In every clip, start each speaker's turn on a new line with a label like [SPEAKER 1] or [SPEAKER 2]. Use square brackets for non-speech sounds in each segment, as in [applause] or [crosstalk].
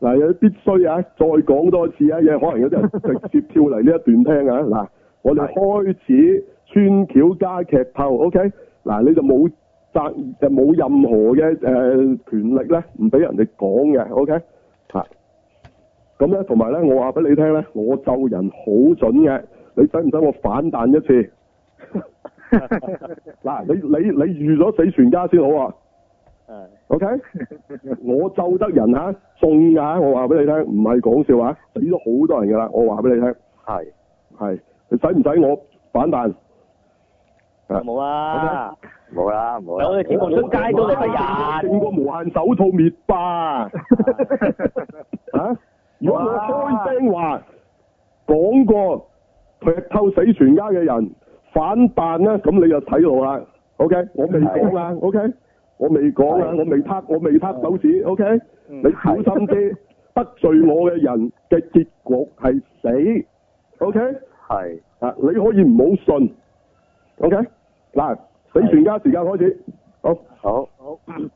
[SPEAKER 1] 嗱，有啲必須啊，再講多次啊，有可能有啲人直接跳嚟呢一段聽啊。嗱，我哋開始穿橋加劇透，OK？嗱，你就冇責就冇任何嘅誒、呃權力咧，唔俾人哋講嘅，OK？嚇，咁咧同埋咧，我話俾你聽咧，我咒人好準嘅，你使唔使我反彈一次？ [laughs] 嗱，你你你預咗死全家先好啊！
[SPEAKER 2] 係
[SPEAKER 1] OK，我咒得人嚇，中㗎，我話俾你聽，唔係講笑啊，死咗好多人㗎啦，我話俾你聽，
[SPEAKER 2] 係
[SPEAKER 1] 係你使唔使我反彈？啊
[SPEAKER 3] 冇啊，
[SPEAKER 2] 冇啦冇啦，
[SPEAKER 3] 有我哋節目出街都你咪人，
[SPEAKER 1] 整個無限手套滅
[SPEAKER 3] [laughs]
[SPEAKER 1] 霸啊！如果我開聲話講過劇透死全家嘅人反彈咧，咁你就睇路啦。OK，我未講啦。OK，我未講啦，我未撻，我未撻手指。OK，你
[SPEAKER 3] 嗯
[SPEAKER 1] 小心啲，得罪我嘅人嘅結局係死。OK。
[SPEAKER 2] 係
[SPEAKER 1] 啊，你可以唔好信，OK？嗱，死全家時間開始，好，
[SPEAKER 2] 好
[SPEAKER 3] 好，嗯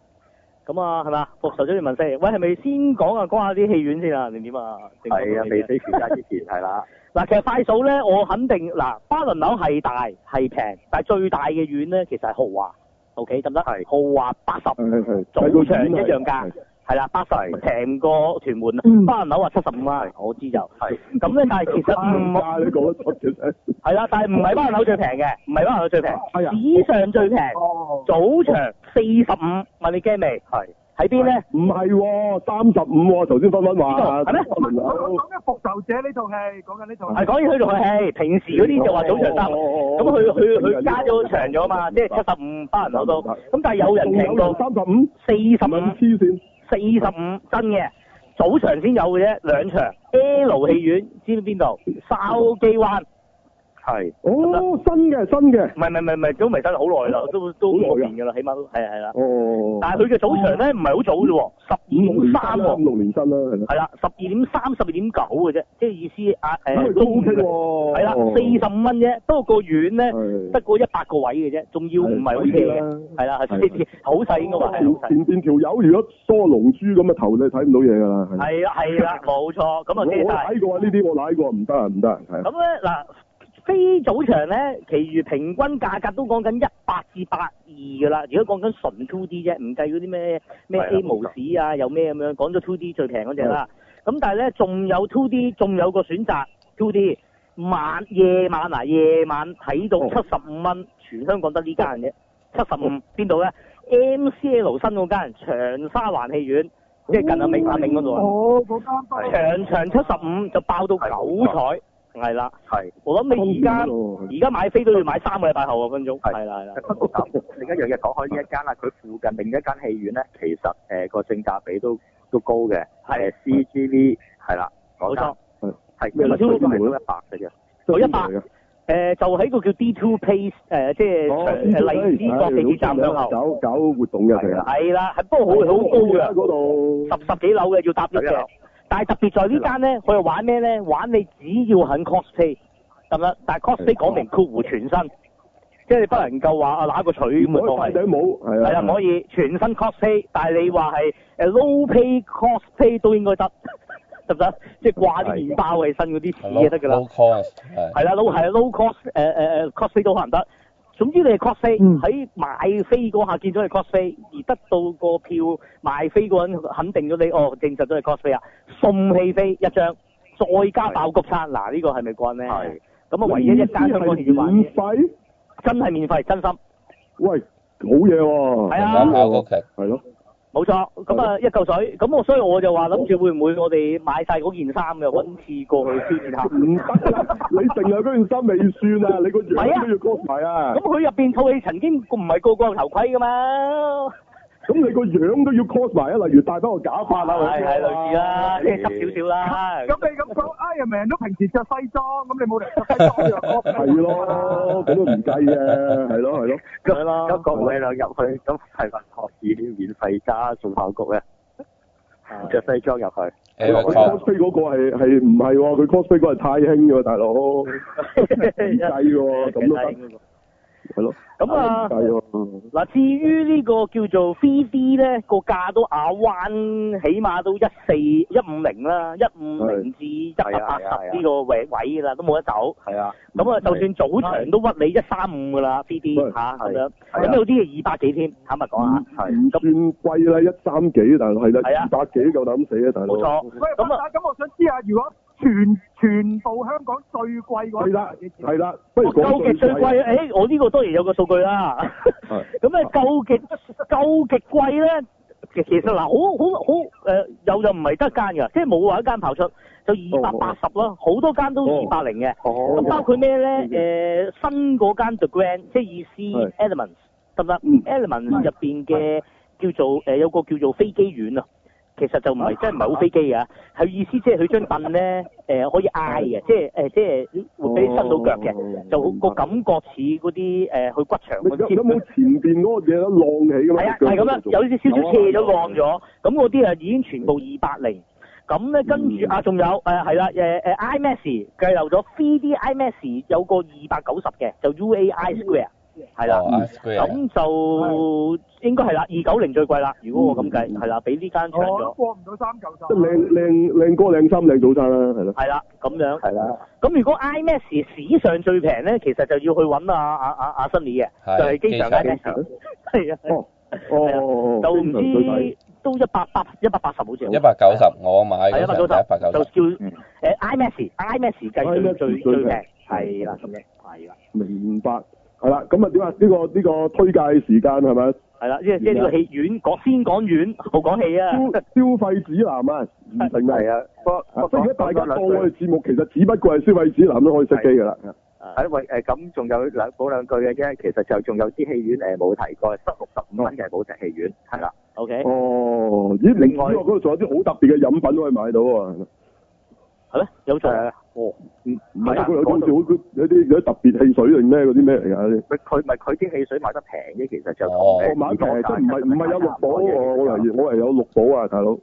[SPEAKER 3] 咁啊，係咪啊？復仇者聯盟四，喂，係咪先講啊？講下啲戲院先啊，定點啊？定講
[SPEAKER 2] 係啊
[SPEAKER 3] 到，你
[SPEAKER 2] 未
[SPEAKER 3] 啫
[SPEAKER 2] 死全家之前係啦，
[SPEAKER 3] [laughs] 嗱，其實快數咧，我肯定嗱，巴倫樓係大係平，但係最大嘅院咧，其實係豪華，OK 得唔得？
[SPEAKER 2] 係嗯
[SPEAKER 3] 豪華八十，
[SPEAKER 1] 係係係，
[SPEAKER 3] 早
[SPEAKER 1] 睇個
[SPEAKER 3] 上
[SPEAKER 1] 片
[SPEAKER 3] 一
[SPEAKER 1] 係
[SPEAKER 3] 樣價，係啦，八十
[SPEAKER 2] 係
[SPEAKER 3] 平個屯門
[SPEAKER 4] 嗯，
[SPEAKER 3] 巴倫樓啊七十五啊，我知就
[SPEAKER 2] 係
[SPEAKER 3] 咁咧，但係其
[SPEAKER 1] 係
[SPEAKER 3] 實唔
[SPEAKER 1] 加你講得出嘅啫，
[SPEAKER 3] 係啦，但係唔係巴倫樓最平嘅，唔係巴倫樓最
[SPEAKER 2] 哦
[SPEAKER 3] 平，
[SPEAKER 1] 係啊
[SPEAKER 3] 史上最平，
[SPEAKER 4] 哦，
[SPEAKER 3] 早場四十五，問你驚未？
[SPEAKER 2] 係
[SPEAKER 3] 喺邊咧？
[SPEAKER 1] 唔係喎，三十五喎，頭先分分話，
[SPEAKER 3] 呢度係咩
[SPEAKER 4] 我
[SPEAKER 1] 文
[SPEAKER 4] 我哦講緊復仇者呢套戲，講緊呢套戲
[SPEAKER 3] 係講起佢仲係平時嗰啲就話早場三十五，咁佢佢佢加咗長咗嘛，即係七十五巴倫樓都，咁但係有人平到。
[SPEAKER 1] 三十五，
[SPEAKER 3] 四十
[SPEAKER 1] 係咪
[SPEAKER 3] 五
[SPEAKER 1] 咁，黐線？
[SPEAKER 3] 四十五真嘅，早場先有嘅啫，兩場 L 戲院知唔知邊度？筲箕灣，
[SPEAKER 2] 係
[SPEAKER 1] 哦，新嘅新嘅，
[SPEAKER 3] 唔係唔係唔係唔係，都唔係真係好耐啦，都都
[SPEAKER 1] 好耐㗎
[SPEAKER 3] 六年㗎啦，起碼都係係啦。
[SPEAKER 1] 哦，
[SPEAKER 3] 但係佢嘅早場咧唔係好早啫喎，十
[SPEAKER 1] 五
[SPEAKER 3] 二
[SPEAKER 1] 六
[SPEAKER 3] 點
[SPEAKER 1] 年
[SPEAKER 3] 三
[SPEAKER 1] 新啦，五
[SPEAKER 3] 喎，
[SPEAKER 1] 六年新啦，係啦，
[SPEAKER 3] 係啦，十二點三十二點九嘅啫，即係意思啊
[SPEAKER 1] 咁
[SPEAKER 3] 誒
[SPEAKER 1] 佢都 OK
[SPEAKER 3] 午
[SPEAKER 1] 喎，哦
[SPEAKER 3] 係啦，四十五蚊啫，不過個院咧
[SPEAKER 1] 係
[SPEAKER 3] 得個一百個位嘅啫，仲要唔係好斜嘅，
[SPEAKER 1] 啦。
[SPEAKER 3] 係啦，
[SPEAKER 1] 係
[SPEAKER 3] 係好細應該話係好細。
[SPEAKER 1] 前邊條友如果梳龍珠咁嘅頭，你睇唔到嘢㗎啦。係
[SPEAKER 3] 係啦係啦，冇錯，咁
[SPEAKER 1] 我我
[SPEAKER 3] 啊遮晒。
[SPEAKER 1] 舐過啊！呢啲我舐過，唔得啊，唔得啊，係啊
[SPEAKER 3] 咁咧嗱，非早場咧，其餘平均價格都講緊一百至百二㗎啦。如果講緊純 two D 啫，唔計嗰啲咩咩
[SPEAKER 2] 係啊
[SPEAKER 3] A
[SPEAKER 2] 冇
[SPEAKER 3] 無
[SPEAKER 2] 錯
[SPEAKER 3] 市啊，有咩咁樣，講咗 two D 最平嗰只啦。
[SPEAKER 2] 嗯
[SPEAKER 3] 咁但係咧，仲有 two D，仲有個選擇 two D 晚夜晚啊，夜晚睇到
[SPEAKER 2] 嗯
[SPEAKER 1] 哦
[SPEAKER 3] 七十五蚊，全香港得呢間啫。
[SPEAKER 2] 哦
[SPEAKER 3] 七十五邊度咧？MCL 新嗰間長沙灣戲院，即係近阿明阿明嗰度啊。
[SPEAKER 4] 哦，嗰間都係
[SPEAKER 3] 長長七十五就爆到九彩，係啦。
[SPEAKER 2] 係
[SPEAKER 3] 我諗你而家
[SPEAKER 1] 當然咯
[SPEAKER 3] 而家買飛都要買三個禮拜後啊，分鐘。
[SPEAKER 2] 係
[SPEAKER 3] 係啦係啦。
[SPEAKER 2] 不過咁另一樣嘢講開呢一間啦，佢附近另一間戲院咧，其實誒個性價比都都高嘅，
[SPEAKER 3] 係
[SPEAKER 2] 誒 CGV 係啦，
[SPEAKER 3] 冇
[SPEAKER 2] 嗰間
[SPEAKER 3] 錯，
[SPEAKER 2] 係
[SPEAKER 1] 咩
[SPEAKER 2] 咁啊，佢都
[SPEAKER 1] 超
[SPEAKER 2] 係都一百嘅啫，
[SPEAKER 3] 有一百
[SPEAKER 1] 真係嘅
[SPEAKER 3] 誒就喺個叫 D Two Place 誒，即係
[SPEAKER 1] 哦
[SPEAKER 3] 長誒荔枝角地鐵站向後。
[SPEAKER 1] 搞搞活動嘅，其實
[SPEAKER 3] 係啦，係不過好好高
[SPEAKER 1] 啊
[SPEAKER 3] 嘅，
[SPEAKER 1] 嗰度。
[SPEAKER 3] 十十幾樓嘅要搭 lift
[SPEAKER 2] 十一
[SPEAKER 3] 嘅
[SPEAKER 2] 樓。
[SPEAKER 3] 但係特啊別在呢間咧，佢係玩咩咧？玩你只要肯 cosplay 得唔得？但係
[SPEAKER 1] 係
[SPEAKER 3] cosplay 講明括弧全身，即係你不能夠話啊揦個取咁
[SPEAKER 1] 唔可
[SPEAKER 3] 嘅
[SPEAKER 1] 以
[SPEAKER 3] 當係
[SPEAKER 1] 戴。頂帽，係
[SPEAKER 3] 係啦，
[SPEAKER 1] 啊，
[SPEAKER 3] 唔可以全身 cosplay，但係你話係誒 low pay cosplay 都應該得，得唔得？即係掛啲麵包喺身嗰啲屎就得㗎啦
[SPEAKER 5] Low。cost 係
[SPEAKER 3] 係啦，low 係啊 low cos 誒誒誒 cosplay 都可能得。
[SPEAKER 1] 嗯
[SPEAKER 3] 總之你係 cosplay
[SPEAKER 4] 嗯
[SPEAKER 3] 喺買飛嗰下見到你 cosplay，而得到個票買飛嗰個人肯定咗你哦，證實咗你 cosplay 啊，送戲飛一張，再加爆谷餐，嗱呢個係咪慣咧？
[SPEAKER 2] 係
[SPEAKER 3] 咁啊，唯一一間香港戲院玩
[SPEAKER 1] 免
[SPEAKER 3] 嘅，
[SPEAKER 1] 費，
[SPEAKER 3] 真係免費，真心
[SPEAKER 1] 喂，好嘢喎，
[SPEAKER 3] 係啊
[SPEAKER 5] 啱爆谷劇，
[SPEAKER 1] 係咯，
[SPEAKER 3] 冇錯，咁啊一嚿水，咁我所以我就話諗住會唔會我哋買晒嗰件衫嘅，揾次過去挑戰下。
[SPEAKER 1] 唔得啊！你淨係嗰件衫未算啊，你個
[SPEAKER 3] 係
[SPEAKER 1] 樣
[SPEAKER 3] 啊
[SPEAKER 1] 都要 cos 埋啊
[SPEAKER 3] 咁，佢入邊套戲曾經唔係個個有頭盔噶嘛，
[SPEAKER 1] 咁你個樣都要 cos 埋啊，例如戴翻個假髮啊，
[SPEAKER 3] 係係類似啦，即係濕少少啦。
[SPEAKER 4] 咁你
[SPEAKER 1] [laughs]
[SPEAKER 4] 咁講，Iron Man 都平時着西裝，咁你冇理由着西裝又講
[SPEAKER 1] 係咯，咁都唔計嘅，係咯係咯。
[SPEAKER 2] 咁
[SPEAKER 3] 係咯
[SPEAKER 2] 咁各位兩入去，咁係咪可以免費加送爆谷咧？着西裝入去，
[SPEAKER 5] Eric
[SPEAKER 1] 佢
[SPEAKER 5] Kong
[SPEAKER 1] cosplay 嗰個係係唔係
[SPEAKER 3] [laughs]
[SPEAKER 1] 喎？佢 cosplay 嗰個係太興嘅喎，大佬唔計喎，咁都得。係咯。
[SPEAKER 3] 咁啊
[SPEAKER 1] 係喎
[SPEAKER 3] 嗱，至於呢個叫做 3D 咧，個價都亞灣，起碼都一四一五零啦，一五零至一百八
[SPEAKER 2] 係啊係啊
[SPEAKER 3] 十呢個位位啦，都冇得走。
[SPEAKER 2] 係啊，
[SPEAKER 1] 嗯
[SPEAKER 3] 咁啊，就算早場都屈你一三五㗎
[SPEAKER 1] 係
[SPEAKER 3] 啦
[SPEAKER 1] 嗯
[SPEAKER 3] ，3D 嚇咁樣。
[SPEAKER 2] 係啊
[SPEAKER 3] 咁有啲二百幾添，坦白講啊嚇。
[SPEAKER 2] 係
[SPEAKER 1] 唔算貴啦，一三幾，但係
[SPEAKER 3] 係
[SPEAKER 1] 啦，
[SPEAKER 3] 啊
[SPEAKER 1] 二百幾夠膽死啊，大佬。
[SPEAKER 3] 冇錯，
[SPEAKER 4] 喂，
[SPEAKER 3] 咁啊
[SPEAKER 4] 咁咁我想知下，如果全全部香港最貴嗰
[SPEAKER 1] 係啦，係啦，不如
[SPEAKER 3] 我
[SPEAKER 1] 講
[SPEAKER 3] 究極最貴，
[SPEAKER 1] 貴。
[SPEAKER 3] 誒，我呢個當然有個數據啦。 [laughs]
[SPEAKER 1] 係
[SPEAKER 3] 咁咧，究極究極貴咧，其其實嗱，好好好誒，有就唔係得一間㗎，即係冇話一間跑出，就二百八十咯，好多間都
[SPEAKER 1] 哦嗯
[SPEAKER 3] 二百零嘅。
[SPEAKER 2] 哦
[SPEAKER 3] 咁包括咩咧？誒新嗰間 The Grand，即係意思
[SPEAKER 1] 係
[SPEAKER 3] Elements 得唔得
[SPEAKER 1] 嗯
[SPEAKER 3] ？Elements 入邊嘅叫做誒有個叫做飛機院啊，其實就唔係真係唔係好飛機啊，係意思即係佢張凳咧
[SPEAKER 1] 哦
[SPEAKER 3] 誒可以挨嘅，即係呃誒即係會俾你伸到腳
[SPEAKER 1] 哦
[SPEAKER 3] 嘅，就個感覺似嗰啲誒去骨場嗰
[SPEAKER 1] 有
[SPEAKER 3] 啲
[SPEAKER 1] 有冇前邊嗰個嘢都浪起㗎嘛？
[SPEAKER 3] 係啊，
[SPEAKER 1] 腳
[SPEAKER 3] 係咁樣，有啲少少斜咗浪咗，咁嗰啲啊已經全部二百零。咁咧跟住啊，仲有誒係啦，誒誒 IMAX 計漏咗 3D IMAX 有個二百九十嘅，就 UAI Square 係啦。
[SPEAKER 5] 哦，I square
[SPEAKER 3] 咁就應該係啦，二九零最貴啦。如果我咁計，係啦，比呢間搶
[SPEAKER 4] 我都
[SPEAKER 3] 咗，
[SPEAKER 4] 過唔到三嚿
[SPEAKER 1] 即係
[SPEAKER 4] 水。
[SPEAKER 1] 靚靚靚哥靚衫靚早餐啦，係咯。
[SPEAKER 3] 係啦咁樣。
[SPEAKER 2] 係啦，
[SPEAKER 3] 咁如果 IMAX 史上最平咧，其實就要去揾啊啊啊啊新嘅，
[SPEAKER 5] 係
[SPEAKER 3] 就係機場
[SPEAKER 5] 機場
[SPEAKER 3] IMAX。係啊，
[SPEAKER 1] 哦哦
[SPEAKER 3] 係啊
[SPEAKER 1] 哦，
[SPEAKER 3] [laughs] 就唔
[SPEAKER 1] 非常最抵
[SPEAKER 3] 知都一百八一百八十好似。
[SPEAKER 5] 一百九十，我買
[SPEAKER 3] 係
[SPEAKER 5] 嗰
[SPEAKER 3] 一百九十，
[SPEAKER 5] 陣就一百九
[SPEAKER 3] 就
[SPEAKER 5] 十。
[SPEAKER 3] 叫
[SPEAKER 2] 嗯
[SPEAKER 3] 誒 IMAX，IMAX 計
[SPEAKER 1] IMAX
[SPEAKER 3] 最最
[SPEAKER 1] 最
[SPEAKER 3] 最平
[SPEAKER 1] 平，
[SPEAKER 3] 係啦咁樣，係啦，
[SPEAKER 1] 明白。係啦，咁啊點啊？呢個呢個推介時間係咪？
[SPEAKER 2] 啊
[SPEAKER 3] 係啦，即係即係呢個戲院講先講院，冇講戲啊
[SPEAKER 1] 消，消費指南啊，唔成啊
[SPEAKER 2] 係啊，不
[SPEAKER 1] 啊！即係而家大家當我
[SPEAKER 2] 句
[SPEAKER 1] 哋節目其實只不過係消費指南都可以熄機㗎啦。
[SPEAKER 2] 係喂誒，咁仲有兩補兩句嘅啫，其實就仲有啲戲院誒冇提過，得六十五蚊嘅冇隻戲院，係啦，
[SPEAKER 3] ，OK，
[SPEAKER 1] 哦，咦？另
[SPEAKER 2] 另
[SPEAKER 1] 外
[SPEAKER 2] 外
[SPEAKER 1] 嗰度仲有啲好特別嘅飲品可以買到喎。
[SPEAKER 3] 係咩？有做
[SPEAKER 2] 誒，哦，唔唔
[SPEAKER 1] 唔係
[SPEAKER 2] 係
[SPEAKER 1] 啊
[SPEAKER 2] 啊，
[SPEAKER 1] 佢有
[SPEAKER 2] 嗰
[SPEAKER 1] 啲
[SPEAKER 2] 度
[SPEAKER 1] 佢有啲有啲特別汽水定咩嗰啲咩嚟㗎？啲
[SPEAKER 2] 佢佢咪佢啲汽水買得平啫，其實就同
[SPEAKER 5] 哦
[SPEAKER 1] 我
[SPEAKER 2] 誒
[SPEAKER 1] 買平
[SPEAKER 2] 二
[SPEAKER 1] 即
[SPEAKER 2] 哥
[SPEAKER 1] 係唔係唔係有六寶我我嚟我係有六寶啊，大佬。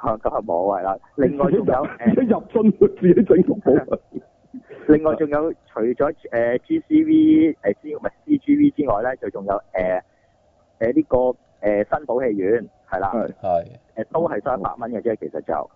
[SPEAKER 2] 嚇咁係冇係啦，另外仲有誒。
[SPEAKER 1] 一入樽佢自己整六寶。啊
[SPEAKER 2] 另外仲有除咗誒、呃 GCV 誒、之唔係 CGV 之外咧，就仲有誒誒呢個誒、呃新寶戲院係啦，誒、
[SPEAKER 1] 係
[SPEAKER 5] 係
[SPEAKER 2] 都係收一百蚊嘅啫，其實就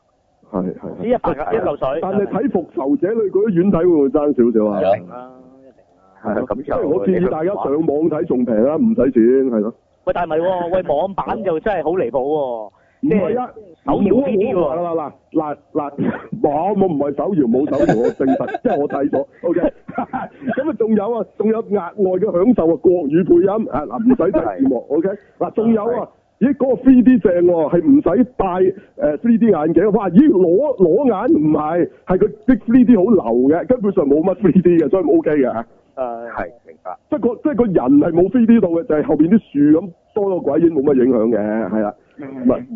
[SPEAKER 1] 係係。
[SPEAKER 3] 呢一百一嚿水，
[SPEAKER 1] 但係睇復仇者類嗰啲院睇會唔會爭少少啊？
[SPEAKER 5] 係
[SPEAKER 3] 一定啦，一
[SPEAKER 1] [laughs]
[SPEAKER 3] 定啦。
[SPEAKER 2] 係啦咁
[SPEAKER 1] 即係
[SPEAKER 2] 就
[SPEAKER 1] 我建議大家上網睇仲平啦，唔使錢係咯。
[SPEAKER 3] 喂，但係咪喎？喂，網版就真係好離譜喎，
[SPEAKER 1] 唔係啊，
[SPEAKER 3] 手搖呢啲喎
[SPEAKER 1] 嗱嗱嗱嗱嗱， [laughs] 冇我唔係手搖，冇手搖，我證實，即係我睇咗。O K，咁啊，仲有啊，仲有額外嘅享受啊，國語配音啊，嗱唔使睇字幕。O K，嗱仲有啊。咦，嗰個 3D 正喎，係唔使戴誒 3D 眼鏡。哇！咦，攞攞眼唔係，係佢啲 3D 好流嘅，根本上冇乜 3D 嘅，所以 OK 嘅。啊
[SPEAKER 3] 誒，
[SPEAKER 2] 係明白
[SPEAKER 1] 即係個即係個人係冇 3D 到嘅，就係、後邊啲樹咁多到鬼影冇乜影響嘅，係啦。唔係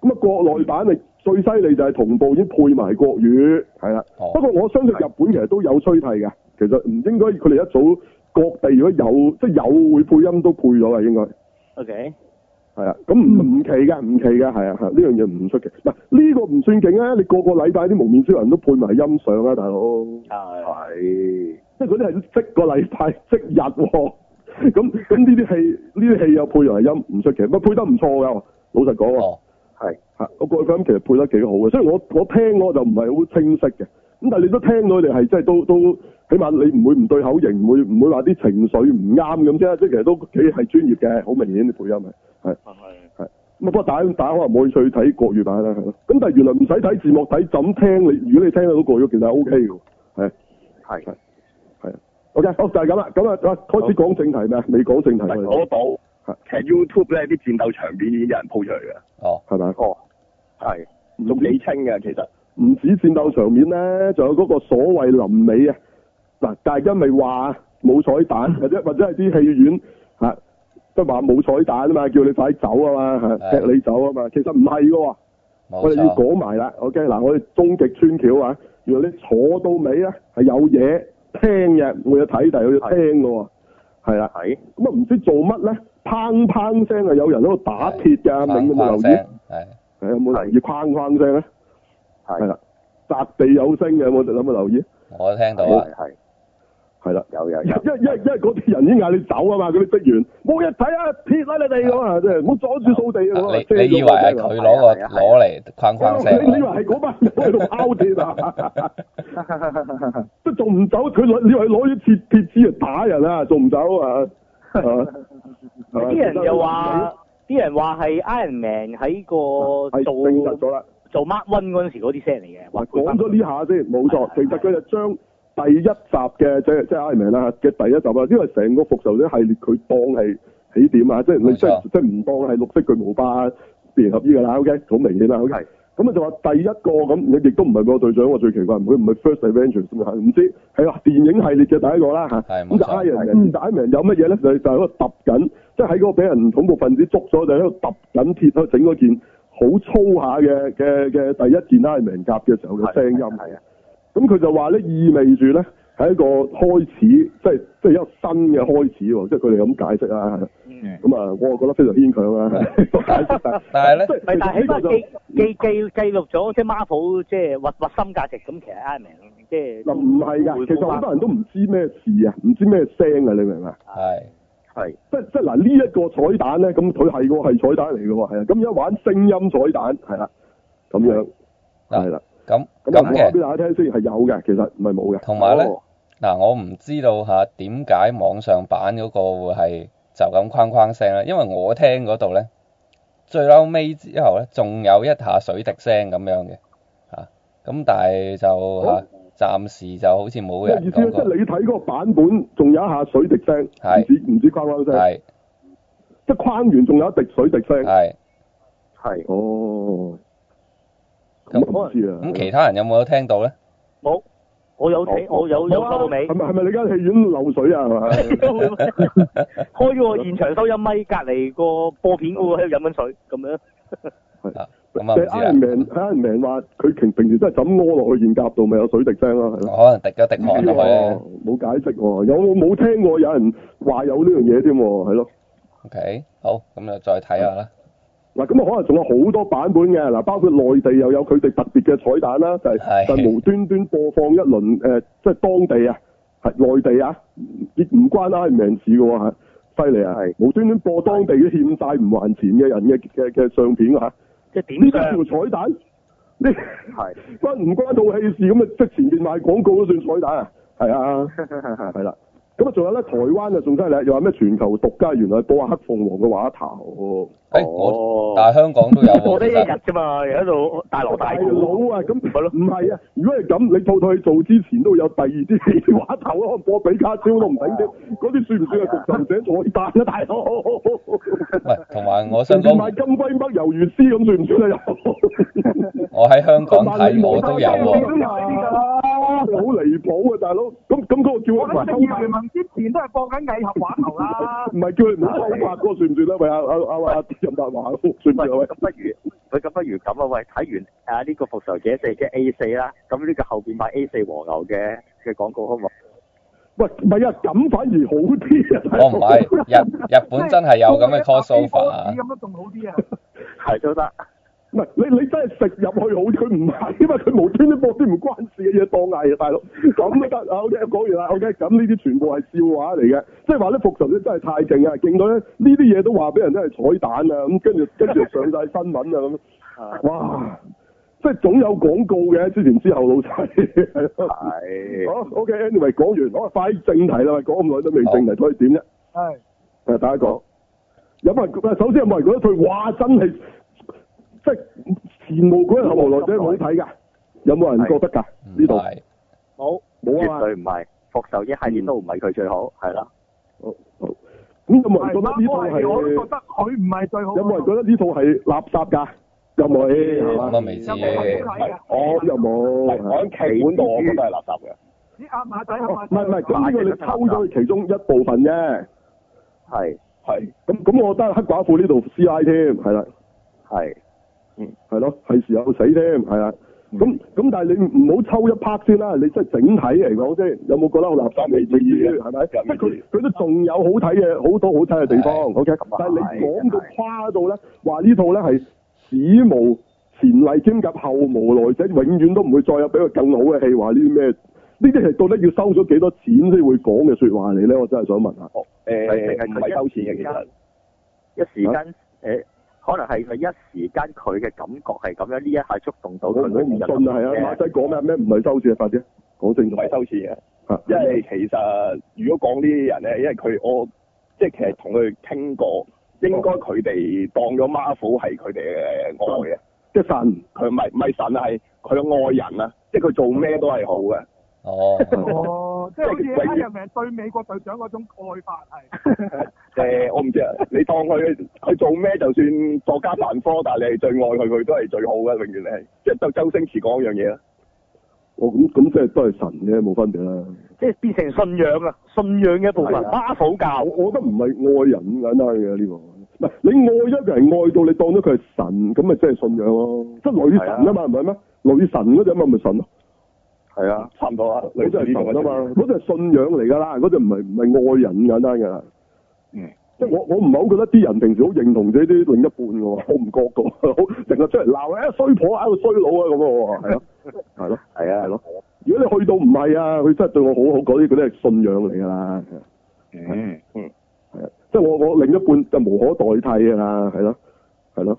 [SPEAKER 1] 咁啊，國內版咪最犀利就係同步已經配埋國語，係啦。
[SPEAKER 5] 哦
[SPEAKER 1] 不過我相信日本其實都有吹替嘅，其實唔應該佢哋一早各地如果有即係有會配音都配咗嘅應該。
[SPEAKER 3] ，OK，
[SPEAKER 1] 係啊，咁唔唔奇㗎，唔奇㗎，係啊，係啊呢樣嘢唔出奇。嗱，呢個唔算勁啊！你個個禮拜啲蒙面超人都配埋音相啊，大佬。
[SPEAKER 3] 係，
[SPEAKER 2] 係
[SPEAKER 1] 即係嗰啲係即個禮拜即日喎、 [laughs] 咁咁呢啲戲呢啲戲又配埋音唔出奇，不過配得唔錯㗎。老實講啊，
[SPEAKER 5] 哦
[SPEAKER 2] 係
[SPEAKER 1] 嚇我過去咁其實配得幾好嘅，雖然我我聽我就唔係好清晰嘅，咁但係你都聽到佢哋係即係都都起碼你唔會唔對口型，唔會唔會話啲情緒唔啱咁啫，即係其實都幾係專業嘅，好明顯啲配音係。咁啊，不過大家大家可能冇興趣睇國語版啦，係咯。咁但係原來唔使睇字幕睇就咁聽，你如果你聽得到國語，其實係 O K 嘅喎，係。
[SPEAKER 2] 係
[SPEAKER 1] O、k 好就係咁啦，咁啊啊開始講正題咩？未講正題我哋
[SPEAKER 6] 攞到，其實 YouTube 咧啲戰鬥場面已經有人鋪出嚟嘅，
[SPEAKER 5] 哦，
[SPEAKER 1] 係咪？
[SPEAKER 2] 哦係
[SPEAKER 6] 都幾清嘅其實。
[SPEAKER 1] 唔止戰鬥場面咧，仲有嗰個所謂臨尾啊！嗱，大家咪話冇彩蛋，或者或者係啲戲院嚇都話冇彩蛋啊嘛，叫你快走啊嘛，嚇
[SPEAKER 5] 係
[SPEAKER 1] 踢你走啊嘛，其實唔係嘅喎。
[SPEAKER 5] 冇
[SPEAKER 1] 我哋要
[SPEAKER 5] 錯，
[SPEAKER 1] 講埋啦，OK 嗱，我哋終極穿橋啊！原來你坐到尾咧係有嘢聽嘅，冇嘢睇，但係有嘢聽嘅喎，係啦。
[SPEAKER 2] 係
[SPEAKER 1] 咁啊唔知做乜咧，砰砰聲啊，有人喺度打鐵㗎，明有冇留
[SPEAKER 5] 砰
[SPEAKER 1] 意？係
[SPEAKER 5] 聲係
[SPEAKER 1] 有冇留意哐哐聲咧？係
[SPEAKER 2] 係
[SPEAKER 1] 啦，擲地有聲嘅，有冇有冇留意？
[SPEAKER 2] Ừ.
[SPEAKER 5] à. 我聽到啊，
[SPEAKER 2] 係係
[SPEAKER 1] 係啦。
[SPEAKER 2] 有有
[SPEAKER 1] 因
[SPEAKER 2] 有，
[SPEAKER 1] 因因因為嗰啲人已經嗌你走啊嘛，嗰啲職員冇嘢睇啊，撇啦你哋咁啊，即係唔好阻住掃地啊咁啊
[SPEAKER 5] 你
[SPEAKER 1] 遮咗
[SPEAKER 5] 你以為係佢攞個
[SPEAKER 2] 係啊係啊係啊
[SPEAKER 5] 攞嚟框框聲
[SPEAKER 1] 哦你你以為係嗰班人喺度拋鐵
[SPEAKER 3] [laughs]
[SPEAKER 1] 啊？都仲唔走？佢攞你以為攞啲鐵鐵枝嚟打人啊？仲唔走
[SPEAKER 3] [laughs]
[SPEAKER 1] 啊？係嘛係嘛
[SPEAKER 3] 啲人又話，啲人話係 Iron Man 喺個
[SPEAKER 1] 係
[SPEAKER 3] 做
[SPEAKER 1] 證實咗啦。
[SPEAKER 3] 做 Mark One 嗰陣時嗰啲聲嚟嘅，話
[SPEAKER 1] 嗱，
[SPEAKER 3] 佢
[SPEAKER 1] 講咗呢下先，冇錯
[SPEAKER 3] 係。
[SPEAKER 1] 其實佢就將第一集嘅即係即係 Iron Man 啦嘅第一集啊，因為成個復仇者系列佢當係起點啊，即係你
[SPEAKER 5] 冇
[SPEAKER 1] 即係
[SPEAKER 5] 錯
[SPEAKER 1] 即係唔當係綠色巨無霸變形合衣㗎啦，OK，好明顯啦，OK
[SPEAKER 2] 係。
[SPEAKER 1] 咁啊就話第一個咁，你亦都唔係美國隊長喎，最奇怪，佢唔係 First Avengers 咁啊唔知係啦，電影系列嘅第一個啦嚇。
[SPEAKER 5] 係冇
[SPEAKER 1] 咁就
[SPEAKER 5] 錯
[SPEAKER 1] Iron Man，但 Iron Man 有乜嘢咧？就就喺度揼緊，即係喺嗰個俾人恐怖分子捉咗，就喺度揼緊鐵，喺度整嗰件好粗下嘅嘅嘅第一件 Iron Man 甲嘅時候嘅聲音。
[SPEAKER 2] 係啊，
[SPEAKER 1] 咁佢就話咧，意味住咧係一個開始，即係即係一個新嘅開始喎，即係佢哋咁解釋啦。
[SPEAKER 3] 嗯
[SPEAKER 1] 咁啊，我覺得非常牽強啊， [laughs] 個解釋但
[SPEAKER 5] [laughs] 但係咧
[SPEAKER 1] 即係
[SPEAKER 3] 唔係，但係
[SPEAKER 1] 其實
[SPEAKER 3] 起
[SPEAKER 1] 呢個
[SPEAKER 3] 碼
[SPEAKER 1] 就
[SPEAKER 3] 記記記記錄咗即係 Marvel 即係核核心價值，咁其實 Iron Man 即係
[SPEAKER 1] 嗱唔係㗎，其實好多人都唔知咩事啊，唔知咩聲啊，你明唔明啊？
[SPEAKER 5] 係
[SPEAKER 2] 係
[SPEAKER 1] 即即嗱呢一個彩蛋咧，咁佢係個係彩蛋嚟嘅喎，係啊，咁而家玩聲音彩蛋係啦，咁樣
[SPEAKER 5] 嗱
[SPEAKER 1] 係啦，
[SPEAKER 5] 咁
[SPEAKER 1] 咁啊
[SPEAKER 5] 咁
[SPEAKER 1] 我話俾
[SPEAKER 5] 嘅，
[SPEAKER 1] 大家聽先係有嘅，其實唔係冇嘅。
[SPEAKER 5] 同埋咧
[SPEAKER 2] 哦
[SPEAKER 5] 嗱，我唔知道嚇點解網上版嗰個會係就咁框框聲啦，因為我聽嗰度咧最嬲尾之後咧，仲有一下水滴聲咁樣嘅嚇，咁但係就嚇暫時就好似冇
[SPEAKER 1] 咩意
[SPEAKER 5] 人
[SPEAKER 1] 思咧？
[SPEAKER 5] 講
[SPEAKER 1] 即係
[SPEAKER 5] 過，
[SPEAKER 1] 你睇嗰個版本，仲有一下水滴聲，唔
[SPEAKER 5] 係
[SPEAKER 1] 止唔止框框聲，
[SPEAKER 5] 係
[SPEAKER 1] 即係框完仲有一滴水滴聲。
[SPEAKER 5] 係
[SPEAKER 2] 係
[SPEAKER 1] 哦，咁我唔知啊。
[SPEAKER 5] 咁，其他人有冇聽到咧？
[SPEAKER 3] 冇，我有睇，我有有收到尾
[SPEAKER 1] 啊 [laughs] 係，咪係咪你間戲院漏水啊？係咪？
[SPEAKER 3] 開咗個現場收音咪，隔離個播片嗰個喺度飲緊水咁樣。
[SPEAKER 5] 啊，咁啊
[SPEAKER 1] 即係
[SPEAKER 5] 唔知啦
[SPEAKER 1] Iron Man，Iron Man 話佢平平時真係就咁屙落去件夾度，咪有水滴聲咯，係咯。
[SPEAKER 5] 我可能滴咗滴汗落去咧。
[SPEAKER 1] 冇解釋喎，有我冇聽過有人話有呢樣嘢添喎，係咯。
[SPEAKER 5] OK，好，咁就再睇下啦。
[SPEAKER 1] 嗱咁啊，可能仲有好多版本嘅，嗱包括內地又有佢哋特別嘅彩蛋啦，就係、
[SPEAKER 5] 係
[SPEAKER 1] 就係無端端播放一輪誒、呃即係當地啊，係內地啊，亦唔關 Iron Man 事嘅喎嚇，犀利啊
[SPEAKER 2] 係！
[SPEAKER 1] 無端端播當地嘅欠債唔還錢嘅人嘅嘅嘅相片啊嚇，
[SPEAKER 3] 即係
[SPEAKER 1] 呢
[SPEAKER 3] 點
[SPEAKER 1] 個條
[SPEAKER 3] 上？
[SPEAKER 1] 彩蛋，呢
[SPEAKER 2] 係
[SPEAKER 1] [laughs] 關唔關套戲事咁啊？即係前面賣廣告都算彩蛋啊，係啊。 [laughs] 係啦。咁啊，仲有咧，台灣啊，仲犀利，又話咩全球獨家，原來播下黑鳳凰嘅畫頭。
[SPEAKER 5] 誒，我但係香港都有
[SPEAKER 3] 我
[SPEAKER 5] 喎，
[SPEAKER 3] 得一
[SPEAKER 5] 其
[SPEAKER 1] [laughs]
[SPEAKER 3] 日
[SPEAKER 5] 實
[SPEAKER 3] 啫嘛，喺度大鑼大鼓。
[SPEAKER 1] 佬啊，咁唔
[SPEAKER 3] 係咯
[SPEAKER 1] 係啊，如果係咁，你套套去做之前都有第二啲戲畫頭咯，播比卡超都唔頂 [laughs] 添，嗰啲算唔算係復仇者彩蛋啊，大佬？
[SPEAKER 5] 唔係，同埋我想
[SPEAKER 1] 甚至買
[SPEAKER 5] 講，
[SPEAKER 1] 金龜乜魷魚絲咁算唔算啊？
[SPEAKER 5] 我喺香港
[SPEAKER 1] 萬里
[SPEAKER 5] 睇
[SPEAKER 1] 無
[SPEAKER 5] 我
[SPEAKER 1] 家
[SPEAKER 5] 都有
[SPEAKER 1] 都有
[SPEAKER 5] 喎，
[SPEAKER 1] 好離譜啊，大佬！咁咁嗰個叫唔係 [laughs] 唔係叫佢唔好偷拍嗰個算唔算啊？喂，阿阿阿阿任達華算唔算啊？
[SPEAKER 2] 喂，
[SPEAKER 1] 喂
[SPEAKER 2] 咁，不如喂，咁不如咁啊！喂，睇完啊呢個復仇者四即 A 四啦，咁呢個後邊買 A 四和牛嘅嘅廣告好唔好？
[SPEAKER 1] 喂，唔係啊，咁反而好啲啊！大佬
[SPEAKER 5] 我唔係日日本真係有咁嘅 crossover 啊，
[SPEAKER 1] [laughs]
[SPEAKER 2] 係都得，
[SPEAKER 1] 唔係你你真係食入去好，佢唔係因為佢無端端播啲唔關事嘅嘢當藝啊，大佬咁都得啊！OK，講完啦，OK，咁呢啲全部係笑話嚟嘅，即係話咧復仇者真係太勁啊，勁到咧呢啲嘢都話俾人聽係彩蛋啊，咁跟住跟住上晒新聞啊咁，哇！即係總有廣告嘅，之前之後老細係咯
[SPEAKER 6] 啊
[SPEAKER 2] 係
[SPEAKER 1] 好 OK，anyway 講完，好快正題啦，喂講咁耐都未正題，所以點啫？誒，呃大家講，有冇人覺得？首先有冇人覺得佢哇真係即係前無古人後無來者好睇㗎？有冇人覺得㗎？
[SPEAKER 5] 唔
[SPEAKER 1] 呢度
[SPEAKER 5] 嗯係
[SPEAKER 3] 好，
[SPEAKER 1] 冇
[SPEAKER 2] 絕
[SPEAKER 1] 啊嘛
[SPEAKER 2] 對唔係復仇者系列都唔係佢最好，係啦，
[SPEAKER 1] 好好咁有冇人覺得呢套係？有冇人覺得呢套係垃圾㗎？有冇？係
[SPEAKER 5] 咁
[SPEAKER 1] 嘛哦
[SPEAKER 5] 啊未知
[SPEAKER 4] 啊
[SPEAKER 6] 我
[SPEAKER 1] 有
[SPEAKER 6] 嗯我
[SPEAKER 1] 冇？
[SPEAKER 6] 喺劇本度，我覺得係垃圾嘅。
[SPEAKER 1] 哦唔係唔係，咁呢個你抽咗佢其中一部分啫。
[SPEAKER 2] 係
[SPEAKER 6] 係
[SPEAKER 1] 咁咁，我覺得黑寡婦呢度師奶添，係啦。
[SPEAKER 2] 係
[SPEAKER 1] 係咯，係時候死添，係啦。
[SPEAKER 6] 嗯
[SPEAKER 1] 咁咁，但係你唔好抽一 part 先啦，你即係整體嚟講先，有冇覺得好垃圾？
[SPEAKER 6] 未至於嘅
[SPEAKER 1] 係咪？即
[SPEAKER 6] 又
[SPEAKER 1] 係
[SPEAKER 6] 未至
[SPEAKER 1] 佢
[SPEAKER 6] 於
[SPEAKER 1] 佢都仲有好睇嘅，好多好睇嘅地方。
[SPEAKER 5] 係
[SPEAKER 1] OK，
[SPEAKER 2] 咁啊
[SPEAKER 1] 但係你講到
[SPEAKER 2] 係
[SPEAKER 1] 誇到咧，話呢套咧係史無前例兼及後無來者，永遠都唔會再有比佢更好嘅戲。話呢啲咩呢啲係到底要收咗幾多錢先會講嘅説話嚟咧？我真係想問下。
[SPEAKER 6] 誒
[SPEAKER 2] 係淨係
[SPEAKER 6] 呃唔係收錢嘅，其實啊
[SPEAKER 2] 一時間誒，可能係咪一時間佢嘅感覺係咁樣，呢一下觸動到
[SPEAKER 1] 我我
[SPEAKER 2] 佢
[SPEAKER 1] 唔信啊，係
[SPEAKER 6] 嗯
[SPEAKER 1] 啊，馬仔講咩咩唔係收錢啊，快啲講清
[SPEAKER 6] 唔
[SPEAKER 1] 楚。
[SPEAKER 6] 係收錢嘅。
[SPEAKER 1] 啊
[SPEAKER 6] 因為其實如果講呢啲人咧，因為佢我即係其實同佢傾過，應該佢哋當咗 Marvel 係佢哋嘅愛嘅，
[SPEAKER 1] 即係神，
[SPEAKER 6] 佢唔係唔係神啊，係佢嘅愛人啊，即係佢做咩都係好嘅。
[SPEAKER 5] 哦，
[SPEAKER 4] 哦，即係好似 Iron Man 對美國隊長嗰種愛法
[SPEAKER 1] [laughs] 啊
[SPEAKER 4] 係，
[SPEAKER 6] 誒、我唔知啊，你當佢佢做咩，就算作家犯科，但係你係最愛佢，佢都係最好嘅，永遠你係即係周周星馳講一樣嘢啦。
[SPEAKER 1] 我咁咁即係都係神嘅，冇分別啦。
[SPEAKER 3] 即係變成信仰啊，信仰嘅一部分，
[SPEAKER 6] 係
[SPEAKER 3] 巴甫教
[SPEAKER 1] 我我覺得唔係愛人咁簡單嘅呢個，唔係你愛一個人愛到你當咗佢係神，咁咪即係信仰咯，即係女神啊嘛，唔係咩？女神嗰陣咪咪神咯，
[SPEAKER 2] 係啊，
[SPEAKER 6] 差唔多啊，
[SPEAKER 1] 嗰隻
[SPEAKER 6] 類似
[SPEAKER 1] 係
[SPEAKER 6] 呢種
[SPEAKER 1] 神啊
[SPEAKER 6] 嘅
[SPEAKER 1] 嘛，嗰隻係信仰嚟㗎啦，嗰隻唔係唔係愛人咁簡單㗎啦。
[SPEAKER 6] 嗯，
[SPEAKER 1] 即係我我唔係好覺得啲人平時好認同自己啲另一半㗎喎，我唔覺㗎喎，好成日出嚟鬧誒衰婆啊，衰佬啊咁啊喎，係咯，係咯。
[SPEAKER 2] 係啊，
[SPEAKER 1] 係咯。如果你去到唔係啊，佢真係對我好好嗰啲，嗰啲係信仰嚟㗎啦。
[SPEAKER 6] 嗯嗯，
[SPEAKER 1] 係啊，即係我我另一半就無可代替㗎啦，係咯，係咯，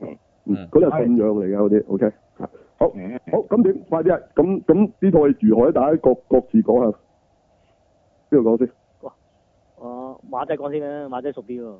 [SPEAKER 6] 嗯
[SPEAKER 1] 嗯，嗰啲係信仰嚟㗎嗰啲，OK，嚇好，
[SPEAKER 3] 嗯
[SPEAKER 1] 好，咁點？快啲啊！咁咁呢套係如何咧？大家各各自講下，邊度講先？
[SPEAKER 3] 哦，馬仔講先啦，馬仔熟啲喎。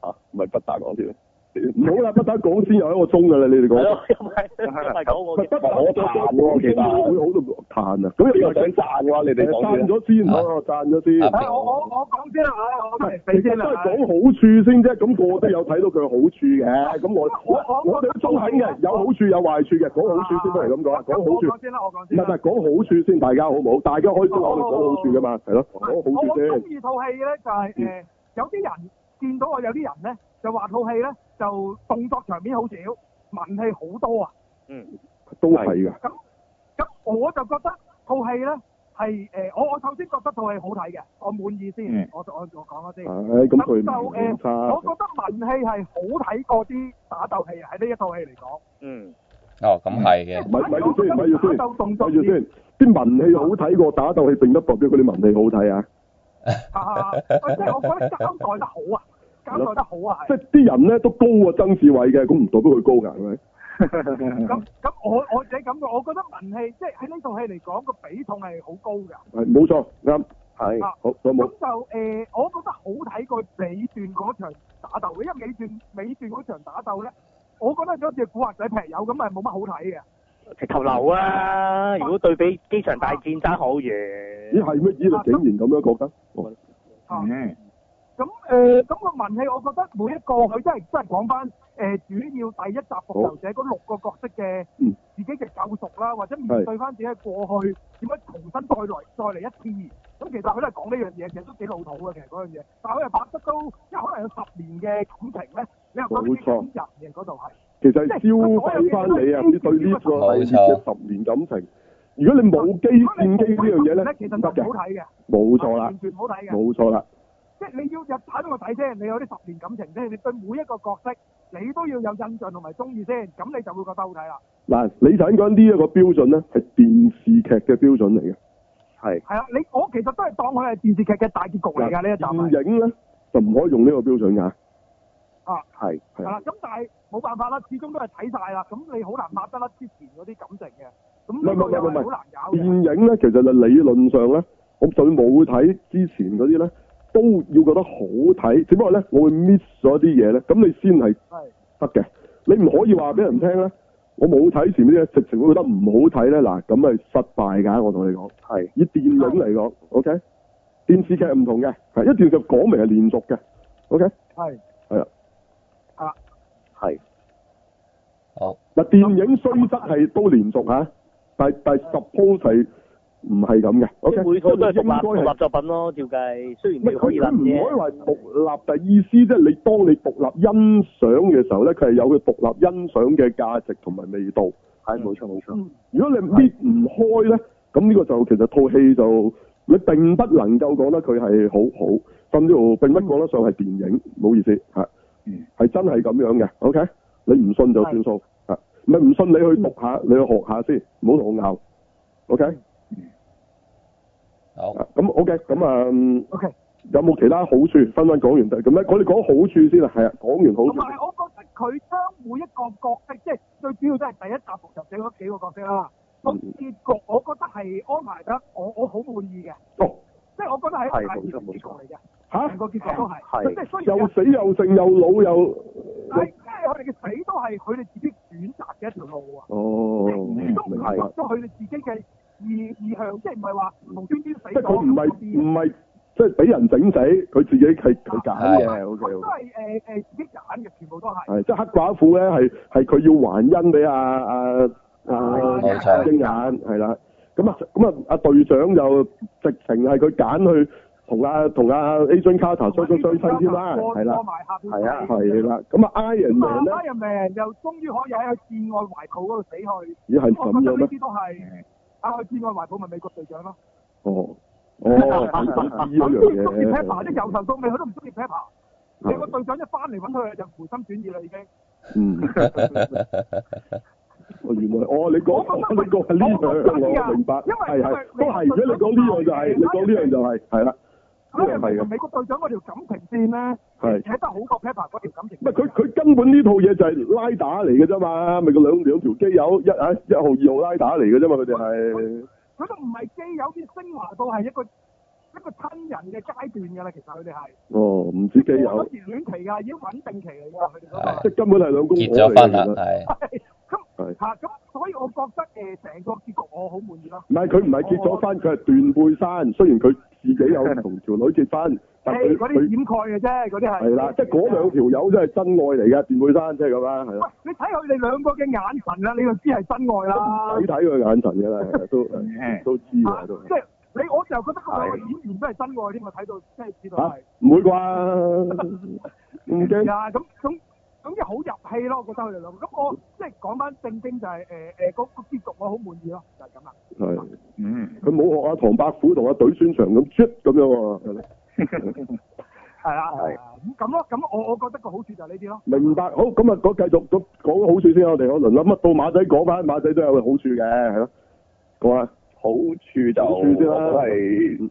[SPEAKER 6] 啊，咪不打講先。
[SPEAKER 1] 唔好啦，不打講先，又一個鐘㗎啦，你哋
[SPEAKER 3] 係
[SPEAKER 1] 講。
[SPEAKER 3] 咯，又係又係講我
[SPEAKER 1] 喂
[SPEAKER 3] 嘅。
[SPEAKER 1] 不打
[SPEAKER 6] 我彈喎其實
[SPEAKER 1] 會好到彈啊！咁
[SPEAKER 6] 邊
[SPEAKER 1] 又
[SPEAKER 6] 個想讚嘅話，你哋講
[SPEAKER 1] 讚
[SPEAKER 6] 先。
[SPEAKER 1] 咗先，
[SPEAKER 5] 啊
[SPEAKER 1] 我讚咗先。
[SPEAKER 5] 啊
[SPEAKER 4] 啊我我我講先啦，啊我嚟
[SPEAKER 1] 其
[SPEAKER 4] 俾
[SPEAKER 1] 實
[SPEAKER 4] 先
[SPEAKER 1] 都
[SPEAKER 4] 啦
[SPEAKER 1] 係
[SPEAKER 4] 啊
[SPEAKER 1] 講好處先啫，咁個個都有睇到佢好處嘅，咁我
[SPEAKER 4] 我
[SPEAKER 1] 我我哋都中肯嘅，有好處有壞處嘅，講好處先不如咁講啊，講好處
[SPEAKER 4] 我，講先啦，我講
[SPEAKER 1] 唔
[SPEAKER 4] 先
[SPEAKER 1] 係唔
[SPEAKER 4] 啦
[SPEAKER 1] 係講好處先，大家好唔好？大家可以先我哋講好處噶嘛，係咯，
[SPEAKER 4] 我
[SPEAKER 1] 講好處
[SPEAKER 4] 我
[SPEAKER 1] 先嗯
[SPEAKER 4] 中，意套戲咧，就係、誒、有啲人見到我有啲人咧，就話套戲咧就動作場面好少，文戲好多啊。
[SPEAKER 1] 都係噶，
[SPEAKER 4] 咁我就覺得套戲咧係誒，我我首先覺得套戲好睇嘅，我滿意先。
[SPEAKER 6] 嗯
[SPEAKER 4] 我我我講咗先。
[SPEAKER 1] 唉，咁佢唔係唔
[SPEAKER 4] 我覺
[SPEAKER 1] 差，
[SPEAKER 4] 得文戲係好睇過啲打鬥戲啊，喺呢一套戲嚟講。
[SPEAKER 3] 嗯，
[SPEAKER 5] 哦，咁係嘅，
[SPEAKER 1] 咪咪住先咪住先
[SPEAKER 4] 打鬥動
[SPEAKER 1] 睇
[SPEAKER 4] 作
[SPEAKER 1] 住
[SPEAKER 4] 先。
[SPEAKER 1] 先，啲文戲好睇過打鬥戲，並不代表佢啲文戲好睇啊，
[SPEAKER 4] 啊即係我覺得交代得好啊，交代得好啊，係
[SPEAKER 1] 即。係啲人咧都高過曾志偉嘅，咁唔代表佢高㗎，係咪？
[SPEAKER 4] 咁咁我我自己感覺，我覺得文戲即係喺呢套戲嚟講個比重係好高㗎。
[SPEAKER 1] 係冇錯，啱，
[SPEAKER 2] 係
[SPEAKER 1] 好，有
[SPEAKER 4] 咁
[SPEAKER 1] 冇？
[SPEAKER 4] 就誒、呃我覺得好睇過尾段嗰場打鬥嘅，因為尾段尾段嗰場打鬥咧，我覺得就好似古惑仔劈友咁，係冇乜好睇嘅。
[SPEAKER 3] 直頭流啊！如果對比機場大戰爭好遠
[SPEAKER 1] 咦，。係咩？咦，你竟然咁樣覺得？哦
[SPEAKER 4] 啊
[SPEAKER 6] 嗯
[SPEAKER 4] 咁誒咁個文戲，我覺得每一個佢真係真係講翻誒主要第一集復仇者嗰六個角色嘅
[SPEAKER 1] 嗯
[SPEAKER 4] 自己嘅救贖啦，或者面對翻自己嘅過去點樣重新再來再嚟一次。咁其實佢都係講呢樣嘢，其實都幾老土嘅，其實嗰樣嘢。但係佢又拍得都，即係可能有十年嘅感情咧，你又覺得幾感人嘅嗰度係。
[SPEAKER 1] 其實係消費翻你啊！你對呢個系列嘅十年感情，如果你冇基建基呢樣嘢咧，
[SPEAKER 4] 啊其實
[SPEAKER 1] 唔得
[SPEAKER 4] 就唔
[SPEAKER 1] 嘅，
[SPEAKER 4] 好睇嘅，啊
[SPEAKER 1] 冇錯啦
[SPEAKER 4] 完，全唔好睇嘅。
[SPEAKER 1] 冇錯啦，
[SPEAKER 4] 即係你要入睇到個底先，你有啲十年感情先，你對每一個角色你都要有印象同埋中意先，咁你就會覺得好睇啦。
[SPEAKER 1] 嗱，你就應該呢一個標準咧，係電視劇嘅標準嚟嘅。
[SPEAKER 2] 係
[SPEAKER 4] 係啊，你我其實都係當佢係電視劇嘅大結局嚟㗎呢一集係。
[SPEAKER 1] 電影咧就唔可以用呢個標準㗎。啊
[SPEAKER 2] 係
[SPEAKER 4] 係啊啦，咁但嗯係冇辦法啦，始終都係睇晒啦，咁你好難拍得甩之前嗰啲感情嘅，咁呢個又係好難搞
[SPEAKER 1] 電
[SPEAKER 4] 嘅。
[SPEAKER 1] 影咧其實就理論上咧，我就算冇睇之前嗰啲咧，都要覺得好睇。只不過咧，我會 miss 咗啲嘢咧，咁你先係
[SPEAKER 4] 係
[SPEAKER 1] 得嘅。你唔可以話俾人聽咧，我冇睇前面啲嘢，直情會覺得唔好睇咧。嗱，咁係失敗㗎，我同你講。
[SPEAKER 2] 係
[SPEAKER 1] 以電影嚟講，OK，電視劇唔同嘅，係一電視劇講明係連續嘅，OK。
[SPEAKER 4] 係嗯
[SPEAKER 2] 係
[SPEAKER 5] 好，
[SPEAKER 1] 嗱，電影雖則係都連續嚇，但係但係 suppose 係唔係咁嘅
[SPEAKER 3] 即
[SPEAKER 1] ，OK。
[SPEAKER 3] 係每套都係獨
[SPEAKER 1] 應該
[SPEAKER 3] 立獨
[SPEAKER 1] 係
[SPEAKER 3] 立作品咯，照計。雖然
[SPEAKER 1] 唔係
[SPEAKER 3] 你可
[SPEAKER 1] 佢
[SPEAKER 3] 以
[SPEAKER 1] 佢
[SPEAKER 3] 諗
[SPEAKER 1] 唔可以
[SPEAKER 3] 啫，
[SPEAKER 1] 話獨立，但係意思即係你當你獨立欣賞嘅時候咧，佢係有佢獨立欣賞嘅價值同埋味道。嗯
[SPEAKER 2] 係冇錯冇錯，
[SPEAKER 1] 如果你搣唔開咧，咁呢個就其實套戲就你並不能夠講得佢係好好，甚至乎並不講得上係電影，唔好意思嚇，係、
[SPEAKER 6] 嗯
[SPEAKER 1] 真係咁樣嘅，OK？你唔信就算數嚇，唔係唔信你去讀下，你去學下先，唔好同我拗 OK，
[SPEAKER 2] 嗯
[SPEAKER 5] 好
[SPEAKER 1] 啊咁 OK，咁啊。嗯
[SPEAKER 4] OK
[SPEAKER 1] 有冇其他好處？分分講完得咁咧，我哋講好處先啦，係啊，講完好
[SPEAKER 4] 同
[SPEAKER 1] 處
[SPEAKER 4] 埋我覺得佢將每一個角色，即係最主要都係第一集復仇者嗰幾個角色啦。咁
[SPEAKER 1] 嗯
[SPEAKER 4] 結局我覺得係安排得我我好滿意嘅，
[SPEAKER 1] 哦，
[SPEAKER 4] 即係我覺得係一個大
[SPEAKER 2] 係冇錯
[SPEAKER 4] 結
[SPEAKER 2] 冇錯
[SPEAKER 4] 局嚟嘅，
[SPEAKER 1] 吓
[SPEAKER 4] 成個結局都係。
[SPEAKER 2] 係
[SPEAKER 4] 即係雖然
[SPEAKER 1] 又
[SPEAKER 4] 有
[SPEAKER 1] 死又剩又老又
[SPEAKER 4] 係即係佢哋嘅死都係佢哋自己選擇嘅一條路啊，
[SPEAKER 1] 哦，明
[SPEAKER 4] 都唔係
[SPEAKER 1] 白嗯
[SPEAKER 4] 咗佢哋自己嘅意意向，即係唔係話無端端死
[SPEAKER 1] 即係佢
[SPEAKER 4] 咗
[SPEAKER 1] 唔係
[SPEAKER 4] 嗰啲啊
[SPEAKER 1] 唔係即係俾人整死，佢自己係佢揀啊嘅
[SPEAKER 5] 係
[SPEAKER 1] ，OK OK，
[SPEAKER 4] 都係啊誒誒自己揀嘅，全部都係。
[SPEAKER 1] 係即係黑寡婦咧，係係佢要還恩俾阿阿
[SPEAKER 4] 啊
[SPEAKER 5] 冇
[SPEAKER 1] 阿
[SPEAKER 5] 錯
[SPEAKER 1] 鷹眼係啦，咁啊咁啊阿隊長就直情係佢揀去同阿同阿 Agent Carter 相
[SPEAKER 4] 相
[SPEAKER 1] 相相親添啦，係啦
[SPEAKER 4] 過。埋下半
[SPEAKER 2] 係啊
[SPEAKER 1] 係啦，咁啊 Iron
[SPEAKER 4] 咁啊
[SPEAKER 1] Man 咧，
[SPEAKER 4] Iron Man 又終於可以喺佢摯愛懷抱嗰度死去，
[SPEAKER 1] 咦係
[SPEAKER 4] 我
[SPEAKER 1] 咁樣
[SPEAKER 4] 覺得呢
[SPEAKER 1] 咩？
[SPEAKER 4] 啲都係啊，佢摯愛懷抱咪美國隊
[SPEAKER 1] [laughs]
[SPEAKER 4] 長咯。
[SPEAKER 1] 哦，哦，佢知嗰樣
[SPEAKER 4] 佢中意 Pepper，即係由
[SPEAKER 1] 嘢，
[SPEAKER 4] 頭到尾佢都唔中意
[SPEAKER 1] 啊
[SPEAKER 4] Pepper。美國隊長一翻嚟揾佢就回心轉意啦，
[SPEAKER 1] [laughs]
[SPEAKER 4] 已經。
[SPEAKER 1] 嗯，哦原來哦，你講你講係呢樣，我明白，係係都係，如果你講呢樣就係，你講呢樣就係，係啦，呢樣係
[SPEAKER 4] Iron Man
[SPEAKER 1] 嘅
[SPEAKER 4] 同美國隊長嗰條感情線咧，
[SPEAKER 1] 係
[SPEAKER 4] 寫得好過 Pepper 嗰條感情
[SPEAKER 1] 唔係
[SPEAKER 4] 線。
[SPEAKER 1] 佢佢根本呢套嘢就係拉打嚟嘅啫嘛，咪個兩兩條機友一啊一號二號拉打嚟嘅啫嘛，佢哋係
[SPEAKER 4] 佢都唔係基友，啲升華到係一個一個親人嘅階段㗎啦。其實佢哋係
[SPEAKER 1] 哦唔知機友
[SPEAKER 4] 嗰，時戀期㗎，已經穩定期嚟㗎啦。佢哋嗰個係
[SPEAKER 5] 係
[SPEAKER 1] 即係根本係兩公婆
[SPEAKER 5] 結
[SPEAKER 1] 嚟
[SPEAKER 5] 咗
[SPEAKER 1] 嘅
[SPEAKER 5] 婚
[SPEAKER 1] 原來
[SPEAKER 5] 啦，
[SPEAKER 4] [laughs]
[SPEAKER 5] 係
[SPEAKER 1] 係
[SPEAKER 4] 嚇咁，所以我覺得誒成個結局我好滿意咯。
[SPEAKER 1] 唔係佢唔係結咗婚，佢係斷背山。雖然佢自己有同條女結婚，但佢
[SPEAKER 4] 誒嗰
[SPEAKER 1] 佢
[SPEAKER 4] 啲掩蓋嘅啫，嗰啲係
[SPEAKER 1] 係啦，即係嗰兩條友真係真愛嚟嘅，斷背山即係咁啦，係
[SPEAKER 4] 喂
[SPEAKER 1] 啦，，
[SPEAKER 4] 你睇佢哋兩個嘅眼神啦，你就知係真愛啦
[SPEAKER 1] 睇。睇佢眼神嘅
[SPEAKER 4] [laughs]
[SPEAKER 1] 啦，係啊都都知
[SPEAKER 4] 啊
[SPEAKER 1] 嘅都
[SPEAKER 4] 即係你，我就覺得佢兩個演員都係真愛添，我睇到即係知道
[SPEAKER 1] 嚇
[SPEAKER 4] 係。
[SPEAKER 1] 唔會啩？唔驚
[SPEAKER 4] [laughs] 啊，咁咁咁就好入戲咯，我覺得佢哋兩個。咁我即係講翻正經就係誒誒嗰個結局我好滿意咯，就係咁啦。
[SPEAKER 1] 係
[SPEAKER 2] 嗯，
[SPEAKER 1] 佢冇學阿唐伯虎同阿隊宣長咁啜咁樣喎，係啦
[SPEAKER 4] 係啦，
[SPEAKER 2] 係
[SPEAKER 4] 係啊咁咁咯，咁我我覺得個好處就係呢啲咯。
[SPEAKER 1] 明白好咁啊，講繼續講講好處先，我哋可能諗乜到馬仔講翻，馬仔都有好處嘅，係咯，講啊下
[SPEAKER 6] 好處就
[SPEAKER 1] 好處
[SPEAKER 6] 我覺
[SPEAKER 1] 先
[SPEAKER 6] 得
[SPEAKER 1] 啦
[SPEAKER 6] 係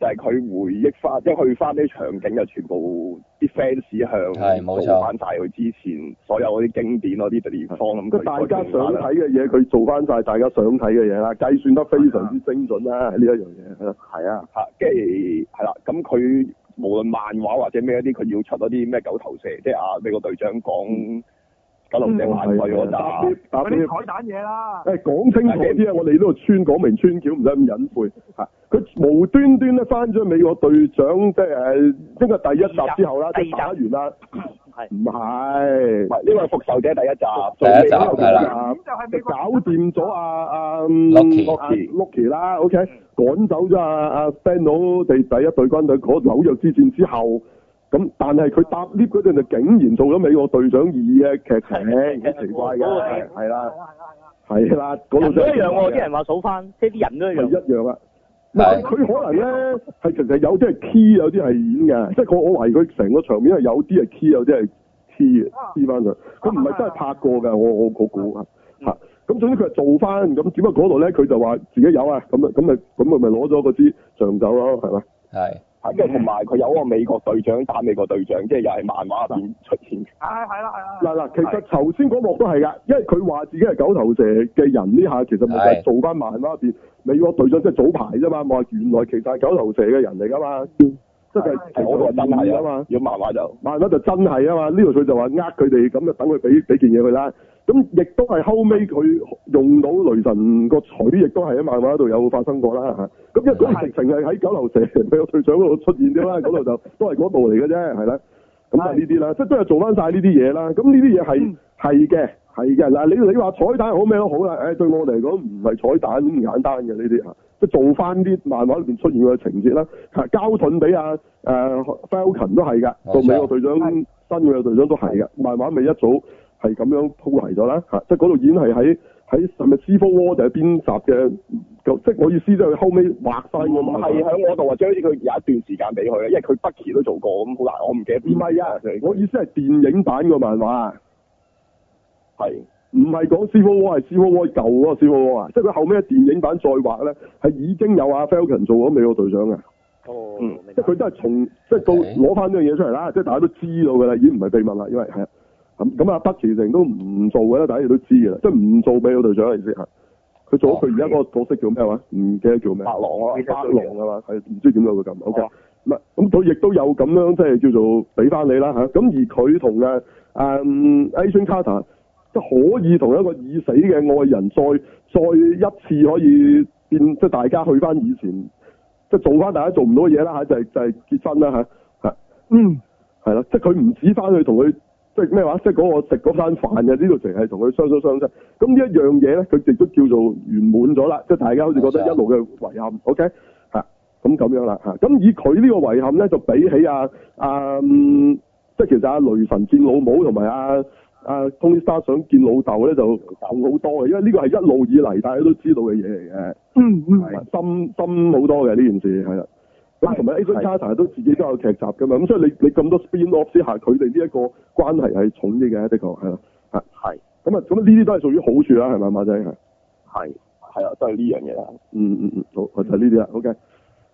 [SPEAKER 6] 就係佢回憶翻，即係去翻啲場景就全部啲 fans
[SPEAKER 5] 係
[SPEAKER 6] 向
[SPEAKER 5] 冇錯
[SPEAKER 6] 做翻晒佢之前所有嗰啲經典嗰啲地方咁，
[SPEAKER 2] 啊
[SPEAKER 1] 即係啊
[SPEAKER 6] 佢
[SPEAKER 1] 大家
[SPEAKER 6] 改
[SPEAKER 1] 想
[SPEAKER 6] 變返啦
[SPEAKER 1] 睇嘅嘢，佢做翻晒大家想睇嘅嘢啦，計算得非常之精準啦，呢一樣嘢係啦。
[SPEAKER 2] 係啊，
[SPEAKER 6] 嚇，跟住係啦，咁佢無論漫畫或者咩一啲，佢要出嗰啲咩九頭蛇，即係啊美國隊長講九頭蛇犯罪嗰
[SPEAKER 1] 答
[SPEAKER 6] 扎，
[SPEAKER 1] 啲答
[SPEAKER 4] 嗰
[SPEAKER 1] 啲
[SPEAKER 4] 啲，彩蛋嘢啦，
[SPEAKER 1] 誒講清楚啲啊！我哋呢度穿講明穿橋，唔使咁隱晦嚇。佢無端端咧翻咗美國隊長，即係誒應該第一集之後啦，即
[SPEAKER 3] 第二集
[SPEAKER 1] 係打完啦，
[SPEAKER 3] 係
[SPEAKER 1] 唔係
[SPEAKER 6] 唔係呢個係復仇者第一集，
[SPEAKER 5] 第一集
[SPEAKER 6] 最尾嗰個
[SPEAKER 5] 係
[SPEAKER 4] 咁
[SPEAKER 5] 啦
[SPEAKER 4] 就係美國
[SPEAKER 1] 搞掂咗啊啊
[SPEAKER 5] Loki
[SPEAKER 1] 啊 Loki 啦，OK，趕走咗啊啊 Stano 第第一隊軍隊嗰紐約之戰之後，咁但係佢搭 lift 嗰陣就竟然做咗美國隊長二嘅
[SPEAKER 3] [laughs]
[SPEAKER 1] 劇情，好奇怪嘅，係
[SPEAKER 4] 係
[SPEAKER 1] 啦
[SPEAKER 4] 啦係啦係啦。
[SPEAKER 1] 係啦，嗰度
[SPEAKER 3] 人
[SPEAKER 1] 就
[SPEAKER 3] 都一樣喎，啲人話數翻，即係啲人都一
[SPEAKER 1] 咪
[SPEAKER 3] 樣。
[SPEAKER 1] 一樣啊。唔係
[SPEAKER 5] 係
[SPEAKER 1] 佢可能咧係其實有啲係 key，有啲係演嘅，即係我我懷疑佢成個場面係有啲係 key，有啲係 key 嘅
[SPEAKER 4] 啊
[SPEAKER 1] key 翻上，佢唔哦係真係拍過㗎，我我我估啊嚇。咁總之佢係做翻，咁只不過嗰度咧佢就話自己有啊，咁啊咁咪咁咪咪攞咗嗰支橡酒咯，係咪？
[SPEAKER 5] 係
[SPEAKER 6] 啊跟住同
[SPEAKER 1] 嗯
[SPEAKER 6] 埋佢有嗰個美國隊長打美國隊長，即係又係漫畫入邊出現嘅。
[SPEAKER 4] 唉，係啦係啦。
[SPEAKER 1] 嗱嗱，其實頭先嗰幕都係㗎，因為佢話自己係九頭蛇嘅人呢下，其實咪就係
[SPEAKER 5] 係
[SPEAKER 1] 做翻漫畫入邊美國隊長即係早排啫嘛，我話原來其實係九頭蛇嘅人嚟㗎嘛，即係
[SPEAKER 4] 係
[SPEAKER 1] 其實
[SPEAKER 6] 我個真
[SPEAKER 1] 係
[SPEAKER 6] 係
[SPEAKER 1] 啊嘛
[SPEAKER 6] 啊，。如果漫畫就
[SPEAKER 1] 漫畫就真係啊嘛，呢度佢就話呃佢哋，咁就等佢俾俾件嘢佢啦。咁亦都係後尾佢用到雷神個錘，亦都係喺漫畫度有發生過啦嚇。咁一嗰直情係喺九流蛇美國隊長嗰度出現啲啦，嗰度就都係嗰度嚟嘅啫，係啦。咁就係呢啲啦，即係都係做翻晒呢啲嘢啦。咁呢啲嘢
[SPEAKER 5] 嗯
[SPEAKER 1] 係係嘅，係嘅。嗱，你你話彩蛋好咩都好啦，誒對我嚟講唔係彩蛋咁簡單嘅呢啲嚇，即係做翻啲漫畫裏邊出現嘅情節啦。嚇，交盾俾阿誒 Falcon 都係㗎，
[SPEAKER 5] 冇錯
[SPEAKER 1] 到美國隊長新嘅隊長都係㗎，漫畫咪一早係咁樣鋪嚟咗啦嚇，即係嗰度已經係喺喺係咪 C 科窩定係邊集嘅？即係我意思即係佢後尾畫
[SPEAKER 6] 唔
[SPEAKER 1] 翻個漫畫
[SPEAKER 6] 係喺我度，或者好似佢有一段時間俾佢啊，因為佢北奇都做過咁好難，我唔記得
[SPEAKER 1] 唔
[SPEAKER 6] 邊
[SPEAKER 1] 係啊
[SPEAKER 6] 佢，
[SPEAKER 1] 我意思係電影版個漫畫啊。
[SPEAKER 6] 係
[SPEAKER 1] 唔唔係講 c i v i War，係 c i v i War 舊嗰個 c i v i War 啊，即係佢後尾電影版再畫咧，係已經有阿 Falcon 做咗美國隊長嘅，
[SPEAKER 3] 哦，
[SPEAKER 6] 嗯
[SPEAKER 3] 明
[SPEAKER 1] 即
[SPEAKER 3] 白
[SPEAKER 1] 係佢都係從即係到
[SPEAKER 5] OK
[SPEAKER 1] 攞翻呢樣嘢出嚟啦，即係大家都知道㗎啦，已經唔係秘密啦，因為係啊咁咁啊，北其成都唔做㗎啦，大家都知㗎啦，即係唔做美國隊長嘅意思係，佢做咗佢而家嗰個角色叫咩話？唔記得叫咩？
[SPEAKER 6] 白狼啊，
[SPEAKER 1] 白龍係嘛？係唔知點解會咁？OK，唔係咁佢亦都有咁樣即係叫做俾翻你啦嚇。咁而佢同啊啊嗯 Agent Carter 即係可以同一個已死嘅愛人再再一次可以變即係大家去翻以前即係做翻大家做唔到嘅嘢啦嚇，就係、就係、結婚啦嚇嚇。
[SPEAKER 4] 嗯，
[SPEAKER 1] 係啦，即係佢唔止翻去同佢即係咩話，即係嗰個食嗰餐飯嘅呢度淨係同佢相相相相。咁呢一樣嘢咧，佢亦都叫做圓滿咗啦，即係大家好似覺得一路嘅遺憾，OK 嚇，咁咁樣啦嚇。咁以佢呢個遺憾咧，就比起啊啊，嗯即係其實阿雷神見老母同埋阿阿 Tony Star 想見老豆咧，就厚好多嘅，因為呢個係一路以嚟大家都知道嘅嘢嚟嘅。
[SPEAKER 4] 嗯
[SPEAKER 1] ừ.
[SPEAKER 4] 嗯，
[SPEAKER 1] 深深好多嘅呢件事係啦。啊咁同埋 Agent Carter 都自己都有劇集噶嘛，咁所以你你咁多 spin off 之下，佢哋呢一個關係係重啲嘅，的確係啦。啊
[SPEAKER 2] 係
[SPEAKER 1] 咁啊，咁呢啲都係屬於好處啦，係咪啊馬仔係？
[SPEAKER 2] 係
[SPEAKER 6] 係啊，都係呢樣嘢啦。
[SPEAKER 1] 嗯嗯嗯，好，就係呢啲啦。OK，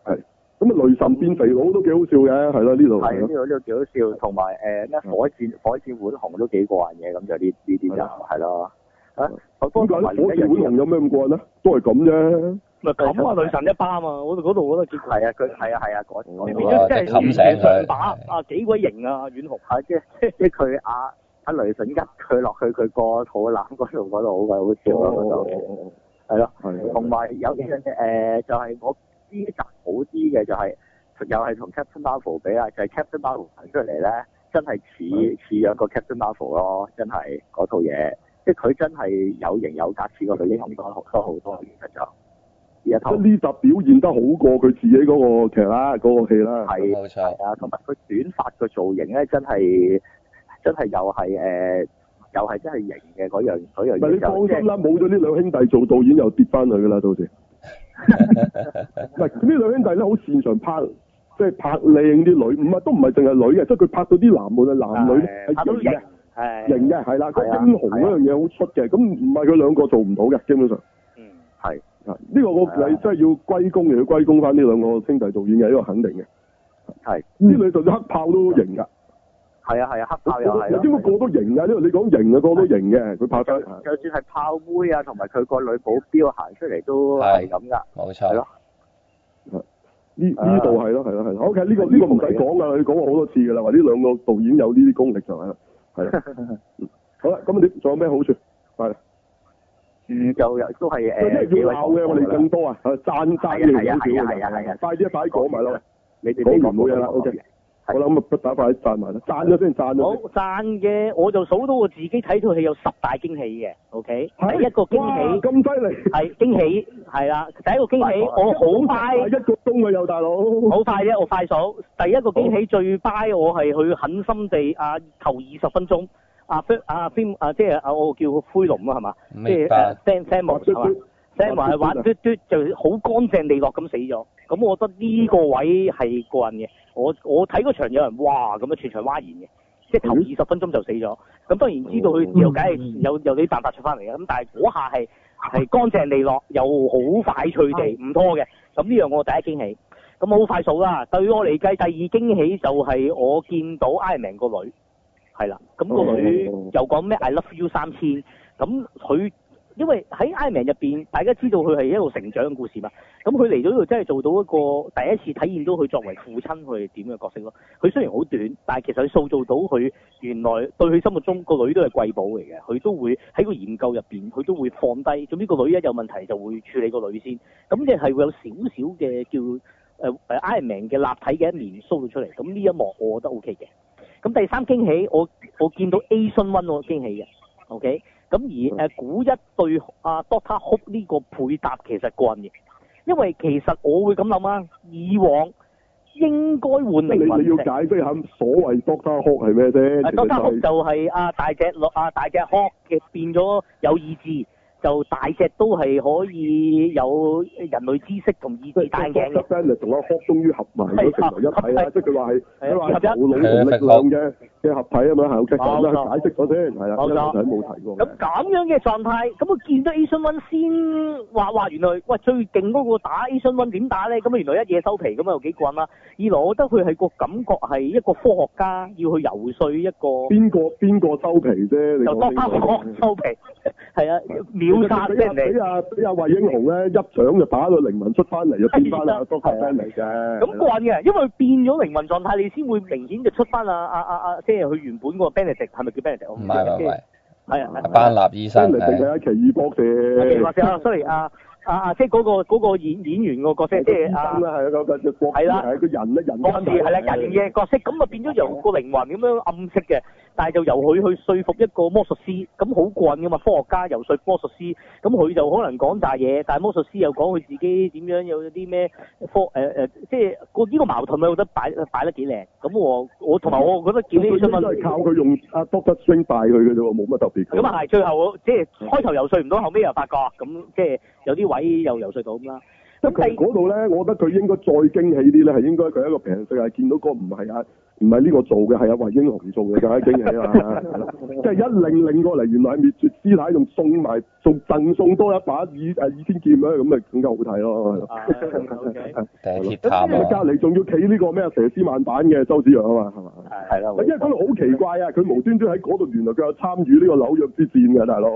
[SPEAKER 1] 係。咁啊，雷神變肥佬都幾好笑嘅，係咯，呢度
[SPEAKER 6] 嗯
[SPEAKER 1] 係
[SPEAKER 2] 係呢
[SPEAKER 1] 咯。
[SPEAKER 2] 個呢個幾好笑，同埋誒咩火箭火箭浣熊都幾過癮嘅，咁就呢呢啲就係咯。啊，
[SPEAKER 6] 嗯
[SPEAKER 2] 不過
[SPEAKER 1] 點解
[SPEAKER 2] 同埋
[SPEAKER 1] 咧？
[SPEAKER 2] 另
[SPEAKER 1] 火
[SPEAKER 2] 一
[SPEAKER 1] 箭
[SPEAKER 2] 樣
[SPEAKER 1] 浣
[SPEAKER 2] 嘢
[SPEAKER 1] 熊有咩咁過癮咧？都係咁啫。
[SPEAKER 3] 咪冚啊女神一巴嘛，我度嗰度我覺得結果
[SPEAKER 2] 係啊，佢係啊係啊，嗰
[SPEAKER 6] 嗯
[SPEAKER 2] 嗰
[SPEAKER 3] 變
[SPEAKER 2] 啲
[SPEAKER 5] 哦
[SPEAKER 3] 咗
[SPEAKER 5] 即係
[SPEAKER 3] 真
[SPEAKER 5] 冚
[SPEAKER 3] 係
[SPEAKER 5] 醒佢
[SPEAKER 3] 上把啊幾鬼型啊，阮紅
[SPEAKER 2] 係即係即係佢啊阿雷神一佢落去佢個肚腩嗰度嗰度好鬼好笑啊嗰度。係咯，
[SPEAKER 1] 係啊
[SPEAKER 2] 同埋有幾樣嘢誒，就係我呢集好啲嘅就係、又係同 Captain Marvel 比啦，就係、Captain Marvel 行出嚟咧，真係似似有個 Captain Marvel 咯，真係嗰套嘢，即係佢真係有型有格，似個女英雄多好多好多，其實就而家
[SPEAKER 1] 即係
[SPEAKER 2] 套
[SPEAKER 1] 呢集表現得好過佢自己嗰個劇啦，嗰個戲啦。
[SPEAKER 2] 係
[SPEAKER 5] 冇錯，
[SPEAKER 2] 係啊，同埋佢短髮個造型咧，真係真係又係誒、又係真係型嘅嗰樣嗰樣
[SPEAKER 1] 唔係
[SPEAKER 2] 嘢
[SPEAKER 1] 你放
[SPEAKER 2] 就即
[SPEAKER 1] 心
[SPEAKER 2] 係
[SPEAKER 1] 啦，冇咗呢兩兄弟做導演又跌翻去噶啦，到時。唔係呢兩
[SPEAKER 2] [laughs]
[SPEAKER 1] 兄弟咧，好擅長拍，即係拍靚啲女，唔係都唔係淨係女嘅，即係佢拍到啲男無論男女咧
[SPEAKER 2] 拍到
[SPEAKER 1] 係型嘅，
[SPEAKER 2] 型
[SPEAKER 3] 係
[SPEAKER 1] 型嘅係啦，個
[SPEAKER 2] 係啊
[SPEAKER 1] 英雄嗰樣嘢好出嘅，咁唔係佢兩個做唔到嘅，基本上。
[SPEAKER 3] 嗯
[SPEAKER 1] 啊！呢個我
[SPEAKER 2] 係啊
[SPEAKER 1] 你真係要歸功，要歸功翻呢兩個兄弟導演嘅，呢個肯定嘅。
[SPEAKER 2] 係
[SPEAKER 1] 呢兩就算黑豹都型㗎，
[SPEAKER 2] 係啊係啊，黑豹又係
[SPEAKER 1] 有
[SPEAKER 2] 啦
[SPEAKER 1] 啲乜個都型㗎，因為你講型嘅個都型嘅，佢拍得。
[SPEAKER 2] 就算係炮妹啊，同埋佢個女保鏢行出嚟都係咁噶，
[SPEAKER 5] 冇
[SPEAKER 2] 係
[SPEAKER 5] 錯
[SPEAKER 2] 咯。
[SPEAKER 1] 呢呢度係咯，係咯，係咯。OK，呢個呢個唔使講噶啦，你講過好多次噶啦，話呢兩個導演有呢啲功力就係啦，係啦。嗯好啦，咁你仲有咩好處？
[SPEAKER 2] 嗯，就又都係
[SPEAKER 1] 有
[SPEAKER 2] 誒
[SPEAKER 1] 啲
[SPEAKER 2] 幾
[SPEAKER 1] 要
[SPEAKER 2] 位
[SPEAKER 1] 鬧嘅，我哋更多啊，係讚讚嘅
[SPEAKER 2] 係啊係啊
[SPEAKER 1] 好少
[SPEAKER 2] 係啊係啊
[SPEAKER 1] 快啲啊，快啲講埋啦。
[SPEAKER 2] 你哋
[SPEAKER 1] 講完冇嘢啦
[SPEAKER 2] 講
[SPEAKER 1] ，OK
[SPEAKER 2] 講
[SPEAKER 1] 好啦，咁啊，打快啲讚埋啦，讚咗先，讚
[SPEAKER 3] 好
[SPEAKER 1] 咗先。
[SPEAKER 3] 讚嘅，我就數到我自己睇套戲有十大驚喜嘅，OK，
[SPEAKER 1] 係
[SPEAKER 3] 第一個
[SPEAKER 1] 哇
[SPEAKER 3] 驚喜
[SPEAKER 1] 咁犀利，
[SPEAKER 3] 係驚喜係啦，第一個驚喜我好快
[SPEAKER 1] 一個鐘啊，又大佬。
[SPEAKER 5] [laughs]
[SPEAKER 3] 好快啫，我快數第一個驚喜最 buy 我係去狠心地啊頭二十分鐘啊飛啊飛啊即係啊我叫灰龍啊係嘛，即係
[SPEAKER 5] 明
[SPEAKER 3] 誒
[SPEAKER 5] 白，
[SPEAKER 3] Sam Sam
[SPEAKER 1] 哇即
[SPEAKER 3] 係嘛
[SPEAKER 1] 即
[SPEAKER 3] ，Sam 係玩嘟嘟就好乾淨利落咁死咗，咁我覺得呢個位係過癮嘅，我我睇嗰場有人哇咁樣全場嘩然嘅。即係頭二十分鐘就死咗，咁當然知道佢之後，梗係有有啲辦法出翻嚟嘅。咁但係嗰下係係乾淨利落，又好快脆地唔拖嘅。咁呢樣我第一驚喜。咁好快數啦。對於我嚟計，第二驚喜就係我見到 Iron Man 個女，係啦。咁、個女又講咩 I love you 三千。咁佢因為喺 Iron Man 入邊，大家知道佢係一路成長嘅故事嘛。咁佢嚟到呢度真係做到一個第一次體驗到佢作為父親佢係點嘅角色咯。佢雖然好短，但係其實佢塑造到佢原來對佢心目中個女都係貴寶嚟嘅，佢都會喺個研究入邊，佢都會放低。總之個女一有問題就會處理個女先，咁即係會有少少嘅叫誒誒 Iron Man 嘅立體嘅一面 show 到出嚟。咁呢一幕我覺得 OK 嘅。咁第三驚喜，我我見到 A 詢温我驚喜嘅，OK。咁
[SPEAKER 1] 嗯
[SPEAKER 3] 而誒呃古一對啊 Doctor Hope 呢個配搭其實過癮嘅，因為其實我會咁諗啊，以往應該換
[SPEAKER 1] 你你
[SPEAKER 3] 靈
[SPEAKER 1] 要
[SPEAKER 3] 魂石。
[SPEAKER 1] 解釋下所謂 Doctor Hawk 係咩先？
[SPEAKER 3] 啊，多卡
[SPEAKER 1] 其實
[SPEAKER 3] 就係啊大隻鹿啊大隻殼嘅變咗有意志，就大隻都係可以有呃人類知識同意
[SPEAKER 1] 即
[SPEAKER 3] 志
[SPEAKER 1] 係
[SPEAKER 3] 戴眼鏡嘅，啊
[SPEAKER 1] Bennett 同阿 Hawk 終於合埋咗成為一體啊啦，即係佢話係佢話係頭腦同力量嘅嘅合體啊嘛，係 OK 咁啦，解釋咗先，係啊啦，一仔冇提過
[SPEAKER 3] 咁咁樣嘅狀態，咁我見到 Asian One 先話話原來喂最勁嗰個打 Asian One 點打咧？咁啊原來一夜收皮咁啊有幾棍啦。二來我覺得佢係個感覺係一個科學家要去游說一個
[SPEAKER 1] 邊個邊個收皮啫？你
[SPEAKER 3] 就多
[SPEAKER 1] 講
[SPEAKER 3] 巴科
[SPEAKER 1] 邊個？
[SPEAKER 5] [laughs]
[SPEAKER 3] 收皮，係啊秒殺
[SPEAKER 1] 俾阿
[SPEAKER 3] 人
[SPEAKER 1] 俾
[SPEAKER 3] 哋。
[SPEAKER 1] 阿俾阿魏英雄咧一掌就打到靈魂出翻嚟，就變翻阿 Doctor
[SPEAKER 2] 係啊
[SPEAKER 1] Bennett 嘅。
[SPEAKER 3] 咁慣嘅，因為變咗靈魂狀態，你先會明顯就出翻啊啊啊啊！即係佢原本嗰個 Benedict 係咪叫 Benedict？我
[SPEAKER 5] 唔
[SPEAKER 3] 記
[SPEAKER 5] 係
[SPEAKER 3] 得
[SPEAKER 5] 唔係唔係，
[SPEAKER 3] 係啊係啊
[SPEAKER 5] 阿班納醫生
[SPEAKER 1] 真係定係
[SPEAKER 5] 係
[SPEAKER 1] 阿奇異博士
[SPEAKER 3] 或？者啊，sorry 啊啊啊，即係嗰個嗰個演演員個角色，即係啊
[SPEAKER 1] 醫生。啦，係啊，個個隻博士
[SPEAKER 3] 係啦
[SPEAKER 1] 係個人咧，人
[SPEAKER 3] 嗰時係啦，人嘅角色咁啊變咗由個靈魂咁樣暗色嘅，但係就由佢去說服一個魔術師，咁好棍噶嘛，科學家游說魔術師，咁佢就可能講大嘢，但係魔術師又講佢自己點樣有啲咩科誒誒、呃即係個呢個矛盾咧，我覺得擺擺得幾靚。咁我我同埋我覺得見呢
[SPEAKER 1] 佢
[SPEAKER 3] 啲新
[SPEAKER 1] 都係靠
[SPEAKER 3] 聞，
[SPEAKER 1] 佢用阿 Doctor Strange 帶佢嘅啫喎，冇乜特別嘅。
[SPEAKER 3] 咁啊係最後我即係開頭游說唔到，後尾又發覺咁即係有啲位又游說到咁啦。
[SPEAKER 1] 咁
[SPEAKER 3] 咁
[SPEAKER 1] 其實
[SPEAKER 3] 第
[SPEAKER 1] 嗰度咧，我覺得佢應該再驚喜啲咧，係應該佢一個平世界見到個唔係啊，唔係呢個做嘅，係啊惠英紅做嘅，更加驚喜 [laughs] 啦，係啦即係一令令過嚟，原來係滅絕師太，仲送埋仲贈送多一把倚誒倚天劍咧，咁咪更加好睇咯，係咯。
[SPEAKER 3] 啊
[SPEAKER 1] 咁
[SPEAKER 5] 定係鐵探
[SPEAKER 1] 佢
[SPEAKER 5] 啊？
[SPEAKER 1] 隔離仲要企呢個咩蛇絲萬版嘅周子陽啊嘛，係嘛？
[SPEAKER 2] 係啦，
[SPEAKER 1] 因為嗰度好奇怪啊！佢無端端喺嗰度，原來佢有參與呢個紐約之戰嘅大佬，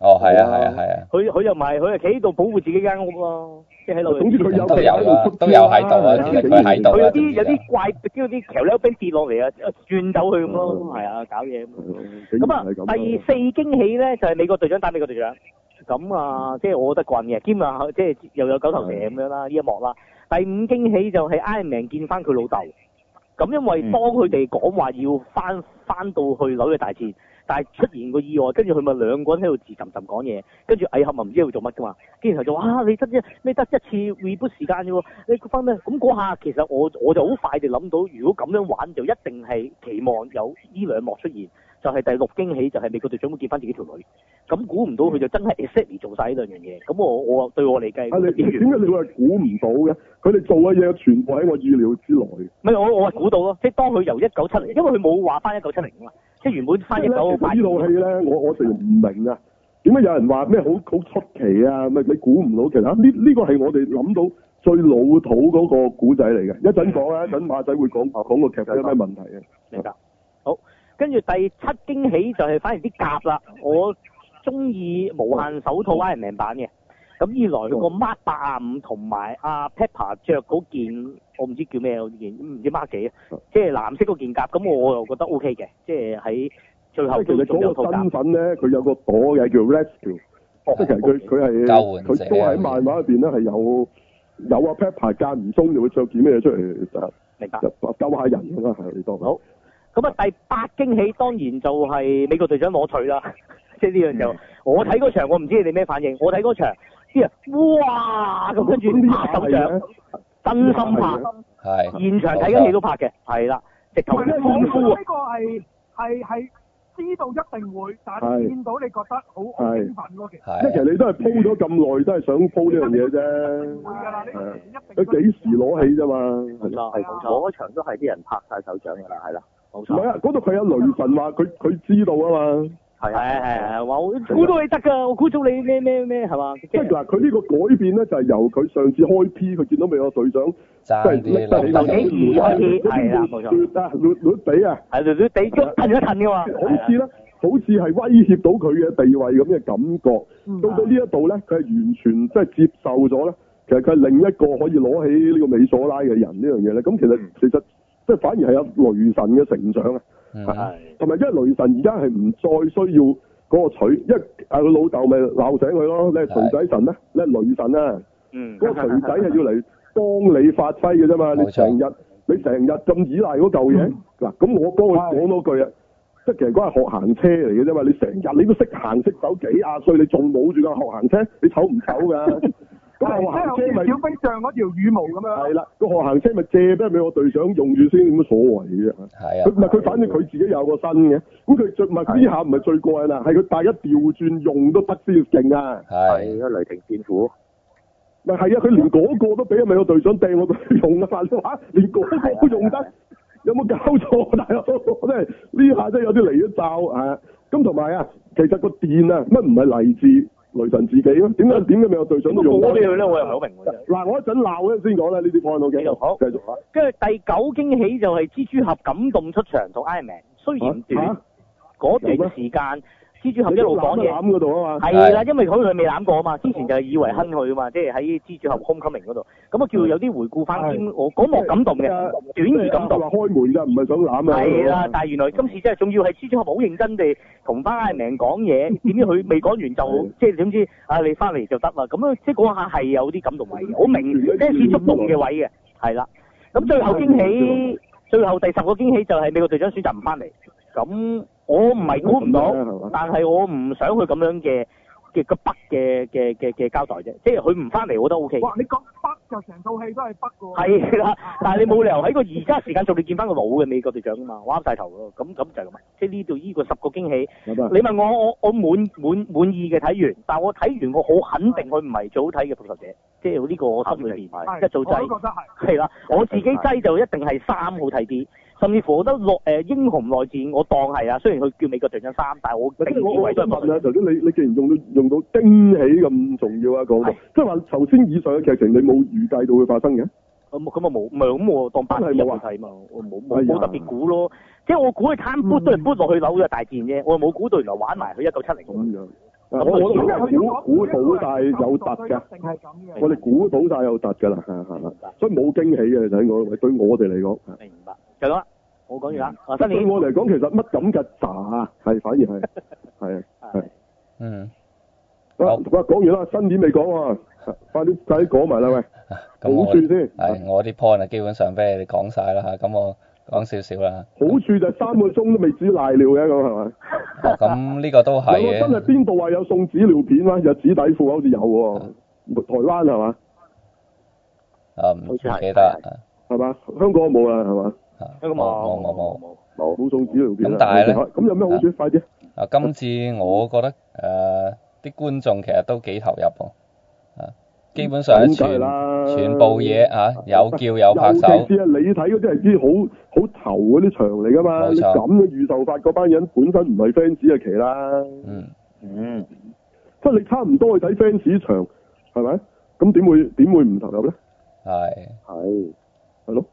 [SPEAKER 5] 哦，係啊，係啊，係啊。
[SPEAKER 3] 佢佢又唔係，佢係企喺度保護自己間屋咯，即係喺度。
[SPEAKER 1] 總之佢有
[SPEAKER 5] 都有啦都有喺度啊其實佢喺度
[SPEAKER 3] 佢
[SPEAKER 5] 啊
[SPEAKER 3] 有啲有啲怪，即係嗰啲橋溜冰跌落嚟啊，轉走佢咁咯，係啊，搞嘢咁。咁
[SPEAKER 1] 咁
[SPEAKER 3] 啊，第四驚喜咧就係美國隊長打美國隊長，咁啊，即係我覺得慣嘅，兼啊，即係又有九頭蛇咁樣啦，呢一幕啦。第五驚喜就係 Iron Man 見翻佢老豆，咁因為
[SPEAKER 5] 嗯
[SPEAKER 3] 當佢哋講話要翻翻到去紐約大戰，但係出現個意外，跟住佢咪兩個人喺度自尋尋講嘢，跟住蟻俠咪唔知喺度做乜噶嘛，跟住就話啊，你得一你得一次 reboot 時間啫喎，你翻咩？咁嗰下其實我我就好快地諗到，如果咁樣玩就一定係期望有呢兩幕出現。就係第六驚喜，就係美國隊長會見翻自己條女，咁估唔到
[SPEAKER 1] 嗯
[SPEAKER 3] 佢就真係 exactly 做晒呢兩樣嘢，咁我我對我嚟計，
[SPEAKER 1] 啊！你點
[SPEAKER 3] 唔
[SPEAKER 1] 解你會係估唔到嘅？佢哋做嘅嘢全部喺我意料之內嘅。
[SPEAKER 3] 係我我係估到咯，即係當佢由一九七零，因為佢冇話翻一九七零啊嘛，即係原本翻一
[SPEAKER 1] 即係
[SPEAKER 3] 九
[SPEAKER 1] 呢
[SPEAKER 3] 八
[SPEAKER 1] 其實呢套戲咧，我我成日唔明啊！點解有人話咩好好出奇啊？咪你估唔到，其實呢呢個係我哋諗到最老土嗰個古仔嚟嘅。一陣講啊，一陣馬仔會講講個劇本有咩問題嘅。
[SPEAKER 3] 明白。好，跟住第七驚喜就係反而啲甲啦，我中意無限手套 Iron Man 版嘅。咁
[SPEAKER 1] 嗯
[SPEAKER 3] 二來佢個 Mark 八啊五同埋阿 Pepper 着嗰件，我唔知叫咩嗰件，唔知 Mark 幾啊，
[SPEAKER 1] 嗯
[SPEAKER 3] 即係藍色嗰件甲，咁我又覺得 O K 嘅，即係喺最
[SPEAKER 1] 即係
[SPEAKER 3] 後
[SPEAKER 1] 其實
[SPEAKER 3] 都仲有
[SPEAKER 1] 嗰
[SPEAKER 3] 套
[SPEAKER 1] 個
[SPEAKER 3] 甲
[SPEAKER 1] 身。份咧，佢有個朵嘅叫 Rescue，即係
[SPEAKER 3] 哦
[SPEAKER 1] 其實佢佢
[SPEAKER 5] 救
[SPEAKER 1] 係
[SPEAKER 5] 援者
[SPEAKER 1] 佢都喺漫畫入邊咧係有有啊 Pepper 間唔中就會着件咩出嚟就
[SPEAKER 3] 明白。
[SPEAKER 1] 就救下人咁啊，係你當
[SPEAKER 3] 好咁啊，第八驚喜當然就係美國隊長攞取啦， [laughs] 即
[SPEAKER 1] 嗯
[SPEAKER 3] 係呢樣就我睇嗰場，我唔知你哋咩反應。我睇嗰場，啲人哇咁跟住拍手掌，真心拍。
[SPEAKER 5] 係
[SPEAKER 3] 現場睇緊戲都拍嘅，啊係啦，直頭
[SPEAKER 4] 你
[SPEAKER 3] 功夫啊
[SPEAKER 4] 呢個係係係知道一定會，但係
[SPEAKER 1] 係
[SPEAKER 4] 見到你覺得好好興奮咯，其實
[SPEAKER 1] 即係其
[SPEAKER 5] 係
[SPEAKER 1] 實你都係鋪咗咁耐，都係想鋪呢樣嘢
[SPEAKER 4] 會㗎啦，呢個
[SPEAKER 1] 啫。
[SPEAKER 4] 一定。
[SPEAKER 1] 佢幾時攞起啫嘛？係咯
[SPEAKER 3] 啊
[SPEAKER 2] 係冇錯，嗰場都係啲人拍晒手掌㗎啦，係啦，
[SPEAKER 3] 冇
[SPEAKER 1] 唔係
[SPEAKER 3] 錯，
[SPEAKER 1] 啊，嗰度佢有雷神話，佢佢知道啊嘛。
[SPEAKER 2] 係啊
[SPEAKER 3] 係係係係，話我估到你得㗎，我估到你咩咩咩係嘛？即
[SPEAKER 1] 即係
[SPEAKER 3] 係
[SPEAKER 1] 嗱，佢呢個改變咧，就係由佢上次開 P，佢見到美國隊長
[SPEAKER 5] 爭啲
[SPEAKER 3] 由
[SPEAKER 5] 諗得
[SPEAKER 3] 幾時開始係啦，冇
[SPEAKER 1] [laughs]
[SPEAKER 3] 錯，
[SPEAKER 1] 啊，攣攣地啊，
[SPEAKER 3] 係略略地喐褪一褪㗎嘛，
[SPEAKER 1] 好似咧，好似係威脅到佢嘅地位咁嘅感覺。到到呢一度咧，佢係完全即係接受咗咧。其實佢係另一個可以攞起呢個美索拉嘅人呢樣嘢咧。咁其實其實即係反而係有雷神嘅成長啊，
[SPEAKER 5] 嗯
[SPEAKER 1] 同埋因為雷神而家係唔再需要嗰個取，因為啊佢老豆咪鬧醒佢咯，你係錘仔神咧，你係雷神啊。
[SPEAKER 3] 嗯，
[SPEAKER 5] [laughs]
[SPEAKER 1] 嗰個錘仔係要嚟幫你發揮嘅啫嘛，你
[SPEAKER 5] 冇錯嗯
[SPEAKER 1] 成日你成日咁依賴嗰嚿嘢，嗱咁我幫佢講多句啊，即係其實嗰係學行車嚟嘅啫
[SPEAKER 5] [laughs]
[SPEAKER 1] 嘛，你成日你都識行識走幾廿歲，你仲冇住架學行車，你醜唔醜㗎？咁我行車咪
[SPEAKER 4] 小飛象嗰條羽毛咁樣。
[SPEAKER 1] 係啦，個學行車咪借俾俾我隊長用住先，有乜所謂啫？
[SPEAKER 5] 係
[SPEAKER 1] 佢
[SPEAKER 5] 啊
[SPEAKER 1] 唔，係佢，反正佢自己有個新嘅，咁佢最唔係呢下唔係最過癮啊，係佢大家調轉用都得先勁啊！
[SPEAKER 5] 係。
[SPEAKER 2] 係個雷霆戰斧，
[SPEAKER 1] 咪係啊，佢連嗰個都俾咪個隊長掟我度用啊！你話連嗰個都用
[SPEAKER 3] [laughs]
[SPEAKER 2] 係
[SPEAKER 1] 得
[SPEAKER 2] 啊，
[SPEAKER 1] 有冇搞錯啊大佬？ [laughs] 我真係呢下真係有啲離咗罩啊！咁同埋啊，其實個電啊，乜唔係嚟自雷神自己咩？點解點解咪個隊長都用
[SPEAKER 3] 嗯我
[SPEAKER 1] 得
[SPEAKER 3] 俾佢咧，我又唔係好明喎。真係
[SPEAKER 1] 嗱，我一陣鬧咧先講啦，呢啲 point OK，
[SPEAKER 3] 繼續好
[SPEAKER 1] 繼續啊！
[SPEAKER 3] 跟住第九驚喜就係蜘蛛俠感動出場同 Iron Man，雖然
[SPEAKER 1] 嚇
[SPEAKER 3] 短嗰
[SPEAKER 1] 有咩
[SPEAKER 3] 段時間，蜘蛛俠一路講嘢。
[SPEAKER 1] 攬嗰度啊嘛，
[SPEAKER 3] 係啦，因為佢佢未攬過啊嘛，之前就係以為坑佢啊嘛，即係喺蜘蛛俠 Homecoming 嗰度，咁啊叫有啲回顧翻添，我嗰幕感動嘅，
[SPEAKER 1] 即
[SPEAKER 3] 短而感動。
[SPEAKER 1] 話開門㗎，唔係想攬啊！
[SPEAKER 3] 係啦，但係原來今次真係仲要係蜘蛛俠好認真地同翻 Iron Man 講嘢，點知佢未講完就即係點知啊你翻嚟就得啦，咁樣即係嗰下係有啲感動位嘅，好明即係觸動嘅位嘅，係啦。咁最後驚喜，最後第十個驚喜就係美國隊長選擇唔翻嚟，咁我唔係估唔到。
[SPEAKER 1] 係嘛
[SPEAKER 3] 但係我唔想佢咁樣嘅嘅個北嘅嘅嘅嘅交代啫，即係佢唔翻嚟我覺得 O K。
[SPEAKER 4] 哇！你講北就成套戲都係北嘅喎。
[SPEAKER 3] 係啦，但係你冇理由喺個而家時間做你見翻個老嘅美國隊長啊嘛，我啱晒頭咯。咁咁就係咁啊，即係呢度呢個十個驚喜。
[SPEAKER 1] 係嘛
[SPEAKER 3] 你問我我我滿滿滿意嘅睇完，但我睇完我好肯定佢唔係最好睇嘅復仇者，即係呢個我心裏邊
[SPEAKER 4] 係。
[SPEAKER 3] 一早制。
[SPEAKER 4] 我都覺得係。
[SPEAKER 3] 係啦，我自己擠就一定係三好睇啲，甚至乎我覺得內誒、呃英雄內戰我當係啊，雖然佢叫美國隊長三，但係我
[SPEAKER 1] 嗱，
[SPEAKER 3] 定
[SPEAKER 1] 即係我
[SPEAKER 3] 義
[SPEAKER 1] 我
[SPEAKER 3] 為都
[SPEAKER 1] 想
[SPEAKER 3] 係復仇
[SPEAKER 1] 問
[SPEAKER 3] 者
[SPEAKER 1] 啊，頭先你你既然用到用到驚喜咁重要啊，講到
[SPEAKER 3] 係
[SPEAKER 1] 即係話頭先以上嘅劇情你冇預計到會發生嘅，
[SPEAKER 3] 咁咁啊冇，唔係咁我當八字入去睇嘛，我冇
[SPEAKER 1] 哎
[SPEAKER 3] 冇
[SPEAKER 1] 呀嗯
[SPEAKER 3] 冇特別估咯，即係我估佢攤 boot 都係 boot 落去紐約大戰啫，我冇估到原來玩埋佢一九七
[SPEAKER 1] 咁
[SPEAKER 3] 零，
[SPEAKER 1] 樣。啊我我我估估到晒有突㗎，
[SPEAKER 4] 一定係咁嘅。
[SPEAKER 1] 我哋估到晒有突㗎啦，係係係所以冇驚喜嘅，你睇我對我哋嚟講，啊
[SPEAKER 3] 明白？就咁啦，我講完啦，啊新
[SPEAKER 1] 對
[SPEAKER 3] 年
[SPEAKER 1] 我嚟講其實乜咁嘅渣係反而 [laughs] 係係啊。
[SPEAKER 3] 係
[SPEAKER 5] 嗯，
[SPEAKER 1] 啊
[SPEAKER 5] 好
[SPEAKER 1] 哇，講完啦，新年未講喎，啊快啲快啲講埋啦喂，
[SPEAKER 5] 咁我
[SPEAKER 1] 好處先。
[SPEAKER 5] [laughs] 係我啲 point 啊，基本上俾你哋講晒啦嚇，咁我講少少啦。
[SPEAKER 1] 好處就係三個鐘都未止賴尿嘅咁係咪？
[SPEAKER 5] 哦咁呢個都係
[SPEAKER 1] 有個真係
[SPEAKER 5] 嘅，
[SPEAKER 1] 邊度話有送紙尿片啊？有紙底褲好似有喎，台灣係嘛？
[SPEAKER 5] 啊唔記得啊
[SPEAKER 1] 係嘛？香港冇啦係嘛？
[SPEAKER 5] 啊，
[SPEAKER 3] 咁
[SPEAKER 5] 冇
[SPEAKER 3] 啊
[SPEAKER 5] 冇冇冇。
[SPEAKER 3] 冇，
[SPEAKER 2] 冇
[SPEAKER 1] 冇送紙尿片啦
[SPEAKER 5] 咁但係呢
[SPEAKER 1] 咁有咩好處？快啲！
[SPEAKER 5] 啊，今次我覺得誒啲、呃觀眾其實都幾投入喎，啊，基本上
[SPEAKER 1] 咁
[SPEAKER 5] 係全
[SPEAKER 1] 梗係啦
[SPEAKER 5] 全部嘢啊有叫有拍
[SPEAKER 1] 尤
[SPEAKER 5] 手
[SPEAKER 1] 其，是啊，你睇嗰啲係啲好好頭嗰啲場嚟㗎嘛，
[SPEAKER 5] 冇錯
[SPEAKER 1] 你咁嘅預售法，嗰班人本身唔係 fans 啊，奇啦，
[SPEAKER 5] 嗯，
[SPEAKER 2] 嗯，
[SPEAKER 1] 即係你差唔多去睇 fans 場，係咪？咁點會點會唔投入咧？
[SPEAKER 5] 係
[SPEAKER 2] 係
[SPEAKER 1] 係咯。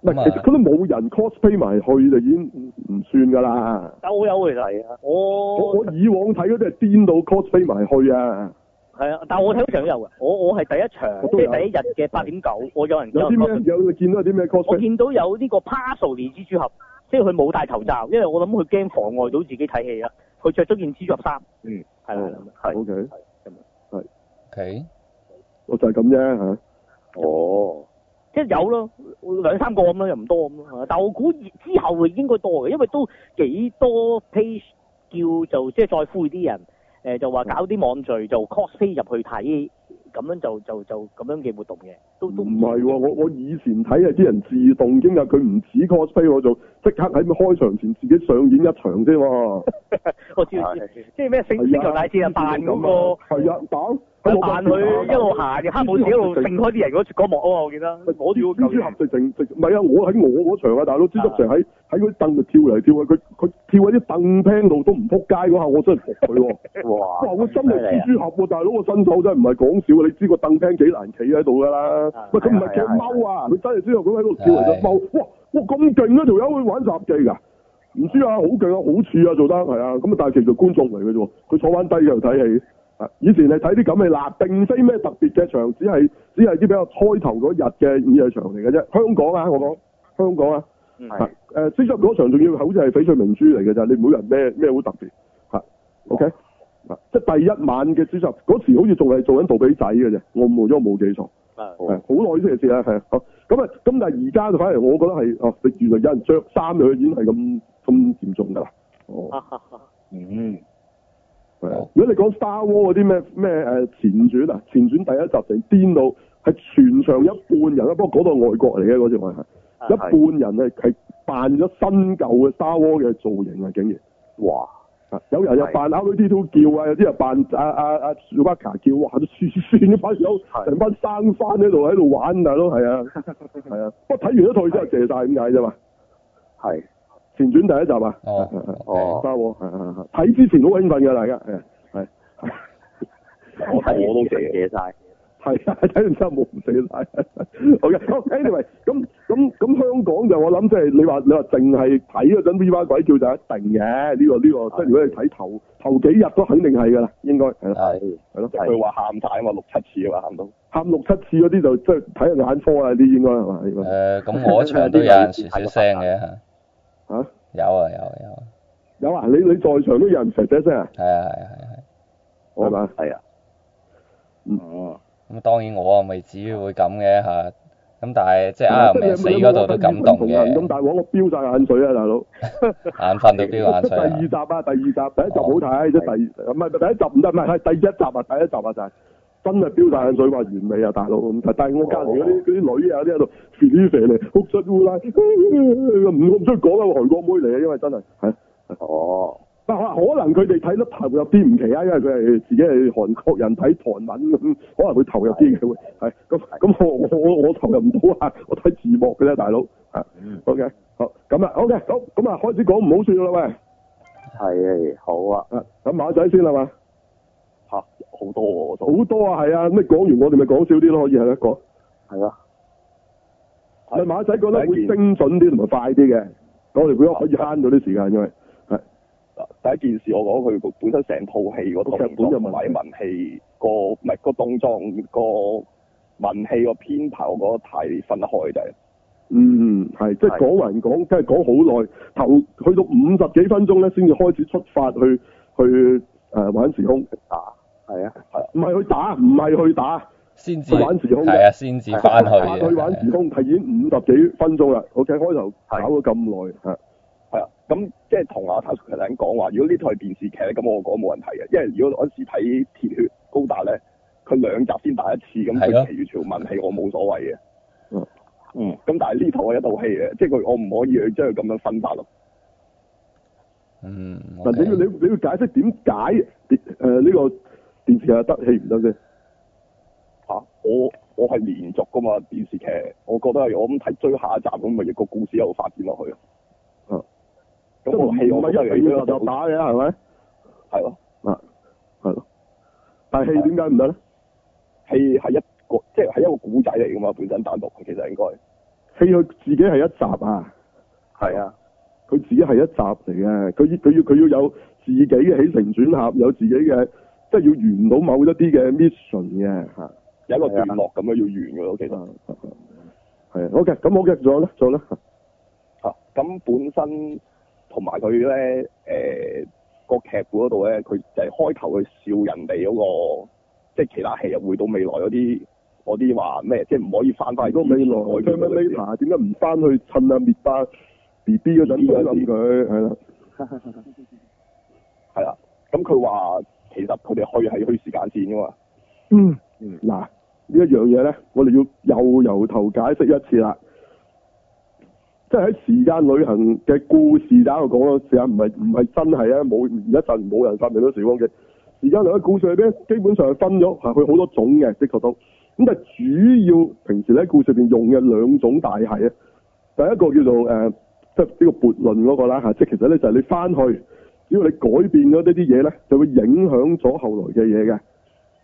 [SPEAKER 1] 唔係
[SPEAKER 5] 咁啊
[SPEAKER 1] 其實佢都冇人 cosplay 埋去就已經唔唔算㗎啦。
[SPEAKER 3] 但我有其實係啊，
[SPEAKER 1] 我
[SPEAKER 3] 我
[SPEAKER 1] 我以往睇嗰啲係癲到 cosplay 埋去啊！
[SPEAKER 3] 係啊，但我睇嗰場都有嘅，我我係第一場
[SPEAKER 1] 我
[SPEAKER 3] 即
[SPEAKER 1] 都有
[SPEAKER 3] 係第一日嘅八點九，我有人
[SPEAKER 1] 有啲咩有你見到有啲咩
[SPEAKER 3] 我
[SPEAKER 1] cosplay？
[SPEAKER 3] 見到有呢個 Parcel 蜘蛛俠，即係佢冇戴頭罩，因為我諗佢驚妨礙到自己睇戲啦。佢着咗件蜘蛛俠衫，
[SPEAKER 2] 嗯，
[SPEAKER 3] 係啦，
[SPEAKER 2] 係
[SPEAKER 1] O K，
[SPEAKER 5] ，OK，
[SPEAKER 1] 我就係咁啫嚇。
[SPEAKER 2] 哦，
[SPEAKER 3] 即係有咯，兩三個咁咯，又唔多咁咯。但我估之後會應該多嘅，因為都幾多 page 叫做即係再呼籲啲人，誒、就話搞啲網聚就 cosplay 入去睇，咁樣就就就咁樣嘅活動嘅，都都
[SPEAKER 1] 唔係喎，我我以前睇啊係啲人自動經啊，佢唔止 cosplay 我做，即刻喺開場前自己上演一場啫
[SPEAKER 3] [laughs]
[SPEAKER 1] 喎。
[SPEAKER 3] 我知我知，即係咩星星球大戰啊，扮嗰、個。
[SPEAKER 1] 係啊，扮
[SPEAKER 3] 佢扮佢一路
[SPEAKER 1] 啊
[SPEAKER 3] 行，黑武士一路揈開啲人嗰嗰幕啊！我記得攞
[SPEAKER 1] 蜘
[SPEAKER 3] 住個舊
[SPEAKER 1] 蛛
[SPEAKER 3] 嘢
[SPEAKER 1] 俠直情直唔係啊！我喺我嗰場啊，大佬蜘蛛俠成喺喺嗰啲凳度跳嚟跳去，佢佢跳喺啲凳 p 度都唔撲街嗰下，我真係服佢喎。
[SPEAKER 2] 哇，
[SPEAKER 1] 哇！我
[SPEAKER 2] 咁
[SPEAKER 1] 真係
[SPEAKER 2] 犀利
[SPEAKER 1] 蜘
[SPEAKER 2] 啊
[SPEAKER 1] 蛛俠喎，大佬個身手真係唔係講笑，你知個凳廳幾難企喺度㗎啦
[SPEAKER 3] 啊。
[SPEAKER 1] 喂，佢唔
[SPEAKER 2] 係
[SPEAKER 1] 係
[SPEAKER 2] 啊
[SPEAKER 1] 企
[SPEAKER 2] 係啊
[SPEAKER 1] 踎啊，佢真係知道佢喺度跳嚟就踎。哇！哇咁勁啊！條友去玩雜技㗎，唔知啊，好勁啊，好似啊做得係啊。咁啊，但係其實觀眾嚟嘅啫喎，佢坐翻低喺度睇戲。啊以前係睇啲咁嘅嗱，並非咩特別嘅場，只係只係啲比較開頭嗰日嘅午夜場嚟嘅啫。香港啊，我講香港啊。
[SPEAKER 2] 係
[SPEAKER 1] 誒，蜘蛛俠嗰場仲要好似係翡翠明珠嚟嘅咋，你唔好人咩咩好特別嚇，OK 啊即係第一晚嘅蜘蛛俠嗰時好似仲係做緊杜比仔嘅啫，我冇咗冇記錯，係
[SPEAKER 2] 哦
[SPEAKER 1] 好耐先嘅事啦，係啊好咁啊，咁但係而家就反而我覺得係哦，你原來有人着衫
[SPEAKER 3] [laughs]
[SPEAKER 1] 就已經係咁咁嚴重㗎啦，哦，
[SPEAKER 3] 啊
[SPEAKER 2] 嗯，
[SPEAKER 1] 係啊
[SPEAKER 5] 好
[SPEAKER 1] 如果你講 Star War 嗰啲咩咩誒前傳啊，前傳第一集成癲到係全場一半人啊，不過嗰度外國嚟嘅嗰隻我係
[SPEAKER 2] 啊
[SPEAKER 1] 一半人係係扮咗新舊嘅 Star War 嘅造型啊，竟然
[SPEAKER 2] 哇！
[SPEAKER 1] 啊有人又扮 R2D 都叫啊，有啲人扮阿阿阿 s u b a k a 叫，哇都黐線班友
[SPEAKER 2] 係
[SPEAKER 1] 成班生番喺度喺度玩大佬係
[SPEAKER 2] [laughs]
[SPEAKER 1] 啊係啊，不過睇完一套之後謝晒咁解啫嘛，
[SPEAKER 2] 係
[SPEAKER 1] 前傳第一集啊，
[SPEAKER 5] 哦
[SPEAKER 1] 係係係
[SPEAKER 5] ，OK，
[SPEAKER 2] 哦
[SPEAKER 1] 沙喎，係係係睇之前好興奮㗎，大家係係係 [laughs]
[SPEAKER 6] 我我都謝。
[SPEAKER 2] 謝晒。
[SPEAKER 1] 係啊，睇完之後冇唔死晒。 [laughs] 好嘅，好 anyway，咁咁咁香港就我諗即係你話你話淨係睇嗰陣 V 巴鬼叫就一定嘅呢個呢個，即係如果你睇頭頭幾日都肯定係㗎啦，應該係啦，
[SPEAKER 5] 係
[SPEAKER 1] 係咯，
[SPEAKER 6] 佢話喊晒啊嘛，六七次啊嘛，喊到。
[SPEAKER 1] 喊六七次嗰啲就即係睇人眼科啊啲應該係嘛應該
[SPEAKER 5] 誒，呃咁我場都有人少少聲嘅嚇，
[SPEAKER 1] 嚇
[SPEAKER 5] 有啊有啊有啊，
[SPEAKER 1] 有啊，你你在場都有人肥仔聲啊，
[SPEAKER 5] 係啊係啊係啊係啊，
[SPEAKER 1] 係嘛？
[SPEAKER 2] 係啊，
[SPEAKER 6] 哦。
[SPEAKER 5] 咁當然我啊未至於會咁嘅嚇，咁但係即係 Iron
[SPEAKER 1] 即係啊
[SPEAKER 5] Man
[SPEAKER 1] 你
[SPEAKER 5] 死嗰度都感動
[SPEAKER 1] 你有冇諗過咁
[SPEAKER 5] 嘅，
[SPEAKER 1] 大鑊我飆晒眼水啊，大佬！
[SPEAKER 5] 眼瞓到飆眼
[SPEAKER 1] 第
[SPEAKER 5] 水
[SPEAKER 1] 二
[SPEAKER 5] 啊
[SPEAKER 1] 集啊，第二集，第一集好睇，即係第二唔係第一集唔得，唔係係第一集啊，第一集啊就係真係飆晒眼水話完美啊，大佬咁睇。但係我隔離嗰啲嗰啲女啊，啲喺度肥啲肥嚟，哭出烏拉，唔我唔中意講啦，韓國妹嚟嘅，啊因為真係係。
[SPEAKER 2] 哦，
[SPEAKER 1] 但可可能佢哋睇得投入啲唔奇啊，因為佢係自己係韓國人睇韓文咁，可能會投入啲嘅會係咁咁我我我我投入唔到啊，我睇字幕嘅啫，大佬啊，OK
[SPEAKER 6] 嗯
[SPEAKER 1] 好咁啊，OK 好咁啊，開始講唔好笑啦喂。
[SPEAKER 2] 係好啊，
[SPEAKER 1] 啊，咁馬仔先啦嘛，
[SPEAKER 6] 嚇好多喎都。
[SPEAKER 1] 好多啊，係啊，咩講完我哋咪講少啲咯，可以係一個。
[SPEAKER 2] 係咯，
[SPEAKER 1] 咪馬仔覺得
[SPEAKER 6] 啊第
[SPEAKER 1] 會
[SPEAKER 6] 一件
[SPEAKER 1] 精準啲同埋快啲嘅，我哋會可以慳到啲時間，因為
[SPEAKER 6] 第一件事我講佢本身成套戲嗰
[SPEAKER 1] 嗯劇
[SPEAKER 6] 套
[SPEAKER 1] 本就
[SPEAKER 6] 唔係文戲個唔係個動作個文戲個編排，我覺得太分得開就係。
[SPEAKER 1] 嗯係即係
[SPEAKER 2] 係
[SPEAKER 1] 講還講，梗係講好耐，頭去到五十幾分鐘咧，先至開始出發去去誒、呃玩時空，
[SPEAKER 2] 打係啊，
[SPEAKER 1] 唔係去打，唔係去打，
[SPEAKER 5] 先至
[SPEAKER 1] 去玩時空
[SPEAKER 5] 係
[SPEAKER 1] 嘅。
[SPEAKER 5] 啊先至翻去
[SPEAKER 1] [laughs] 發去玩時
[SPEAKER 5] 嘅，
[SPEAKER 1] 空係已經五十幾分鐘啦，OK，開頭搞
[SPEAKER 2] 係
[SPEAKER 1] 咗咁耐，嚇，
[SPEAKER 6] 係啊，咁即係同阿泰叔頭先講話，如果呢套係電視劇咧，咁我講冇人睇啊嘅，因為如果我嗰陣時睇《鐵血高達》咧，佢兩集先打一次，咁
[SPEAKER 5] 係咯
[SPEAKER 6] 佢其餘條文戲我冇所謂嘅。
[SPEAKER 1] 嗯
[SPEAKER 6] 嗯。咁但係呢套係一套戲嚟，即係佢我唔可以去將佢咁樣分法咯。
[SPEAKER 5] 嗯
[SPEAKER 1] 嗱你要你
[SPEAKER 5] ，OK，
[SPEAKER 1] 要你要解釋點解誒呢個電視劇係得戲唔得啫？
[SPEAKER 6] 嚇、我我係連續噶嘛電視劇，我覺得係我咁睇追下一集咁，咪個故事一路發展落去。
[SPEAKER 1] 嗯。
[SPEAKER 6] 咁我戲
[SPEAKER 1] 唔
[SPEAKER 6] 我覺得
[SPEAKER 1] 係一定要實實
[SPEAKER 6] 係
[SPEAKER 1] 打嘅，係咪？
[SPEAKER 6] 咯，
[SPEAKER 1] 係咯。但係戲點解唔得咧？
[SPEAKER 6] 戲係一個即係係一個古仔嚟噶嘛，本身單獨其實應該。
[SPEAKER 1] 戲佢自己係一集啊，
[SPEAKER 2] 係啊，
[SPEAKER 1] 佢自己係一集嚟嘅。佢要佢要佢要有自己嘅起承轉合，有自己嘅即係要完到某一啲嘅 mission 嘅嚇。
[SPEAKER 6] 有一個
[SPEAKER 1] 啊
[SPEAKER 6] 段落咁樣要完嘅咯，其
[SPEAKER 1] 嗯
[SPEAKER 6] 實
[SPEAKER 1] 係啊，OK，咁好嘅，仲有咧，仲有咧，
[SPEAKER 6] 嚇咁、本身同埋佢咧誒個劇本嗰度咧，佢就係開頭去笑人哋嗰、個，即係其他戲入回到未來嗰啲嗰啲話咩，即係唔可以翻返
[SPEAKER 1] 但
[SPEAKER 6] 去
[SPEAKER 1] 係未來
[SPEAKER 6] 以前
[SPEAKER 1] t e r
[SPEAKER 6] 改變嗰啲
[SPEAKER 1] m i 點解唔翻去趁阿滅霸 B B 嗰陣懟冧佢？係啦，
[SPEAKER 6] 係啦。咁佢話其實佢哋去係去時間線噶嘛，
[SPEAKER 1] 嗯，嗱呢一樣嘢咧，我哋要又由頭解釋一次啦。即係喺時間旅行嘅故事，打我講咗時間唔係唔係真係啊，冇而家陣冇人發明到時光機。時間旅行嘅故事裏邊，基本上係分咗係佢好多種嘅，的確都咁。但係主要平時咧故事入邊用嘅兩種大系啊，第一個叫做誒、呃即係呢個悖論嗰個啦嚇，即係其實咧就係你翻去，只要你改變咗呢啲嘢咧，就會影響咗後來嘅嘢嘅。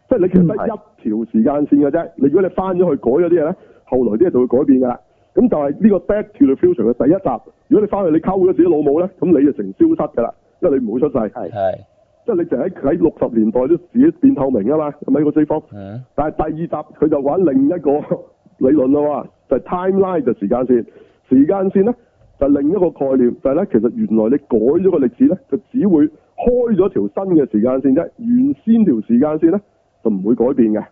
[SPEAKER 1] 即嗯係你其實得一條時間線嘅啫。你如果你翻咗去改咗啲嘢咧，後來啲嘢就會改變㗎啦。咁就係呢個 Back to the Future 嘅第一集。如果你翻去你溝咗自己老母咧，咁你就成消失㗎啦，因為你唔會出世。
[SPEAKER 5] 係，
[SPEAKER 1] 即係你淨係喺六十年代都自己變透明啊嘛，係咪個西方？
[SPEAKER 5] 嗯
[SPEAKER 1] 但係第二集佢就玩另一個 [laughs] 理論啦喎，就係、timeline 就時間線，時間線咧就係另一個概念，就係、呢，咧其實原來你改咗個歷史咧，就只會開咗條新嘅時間線啫，原先條時間線咧就唔會改變嘅。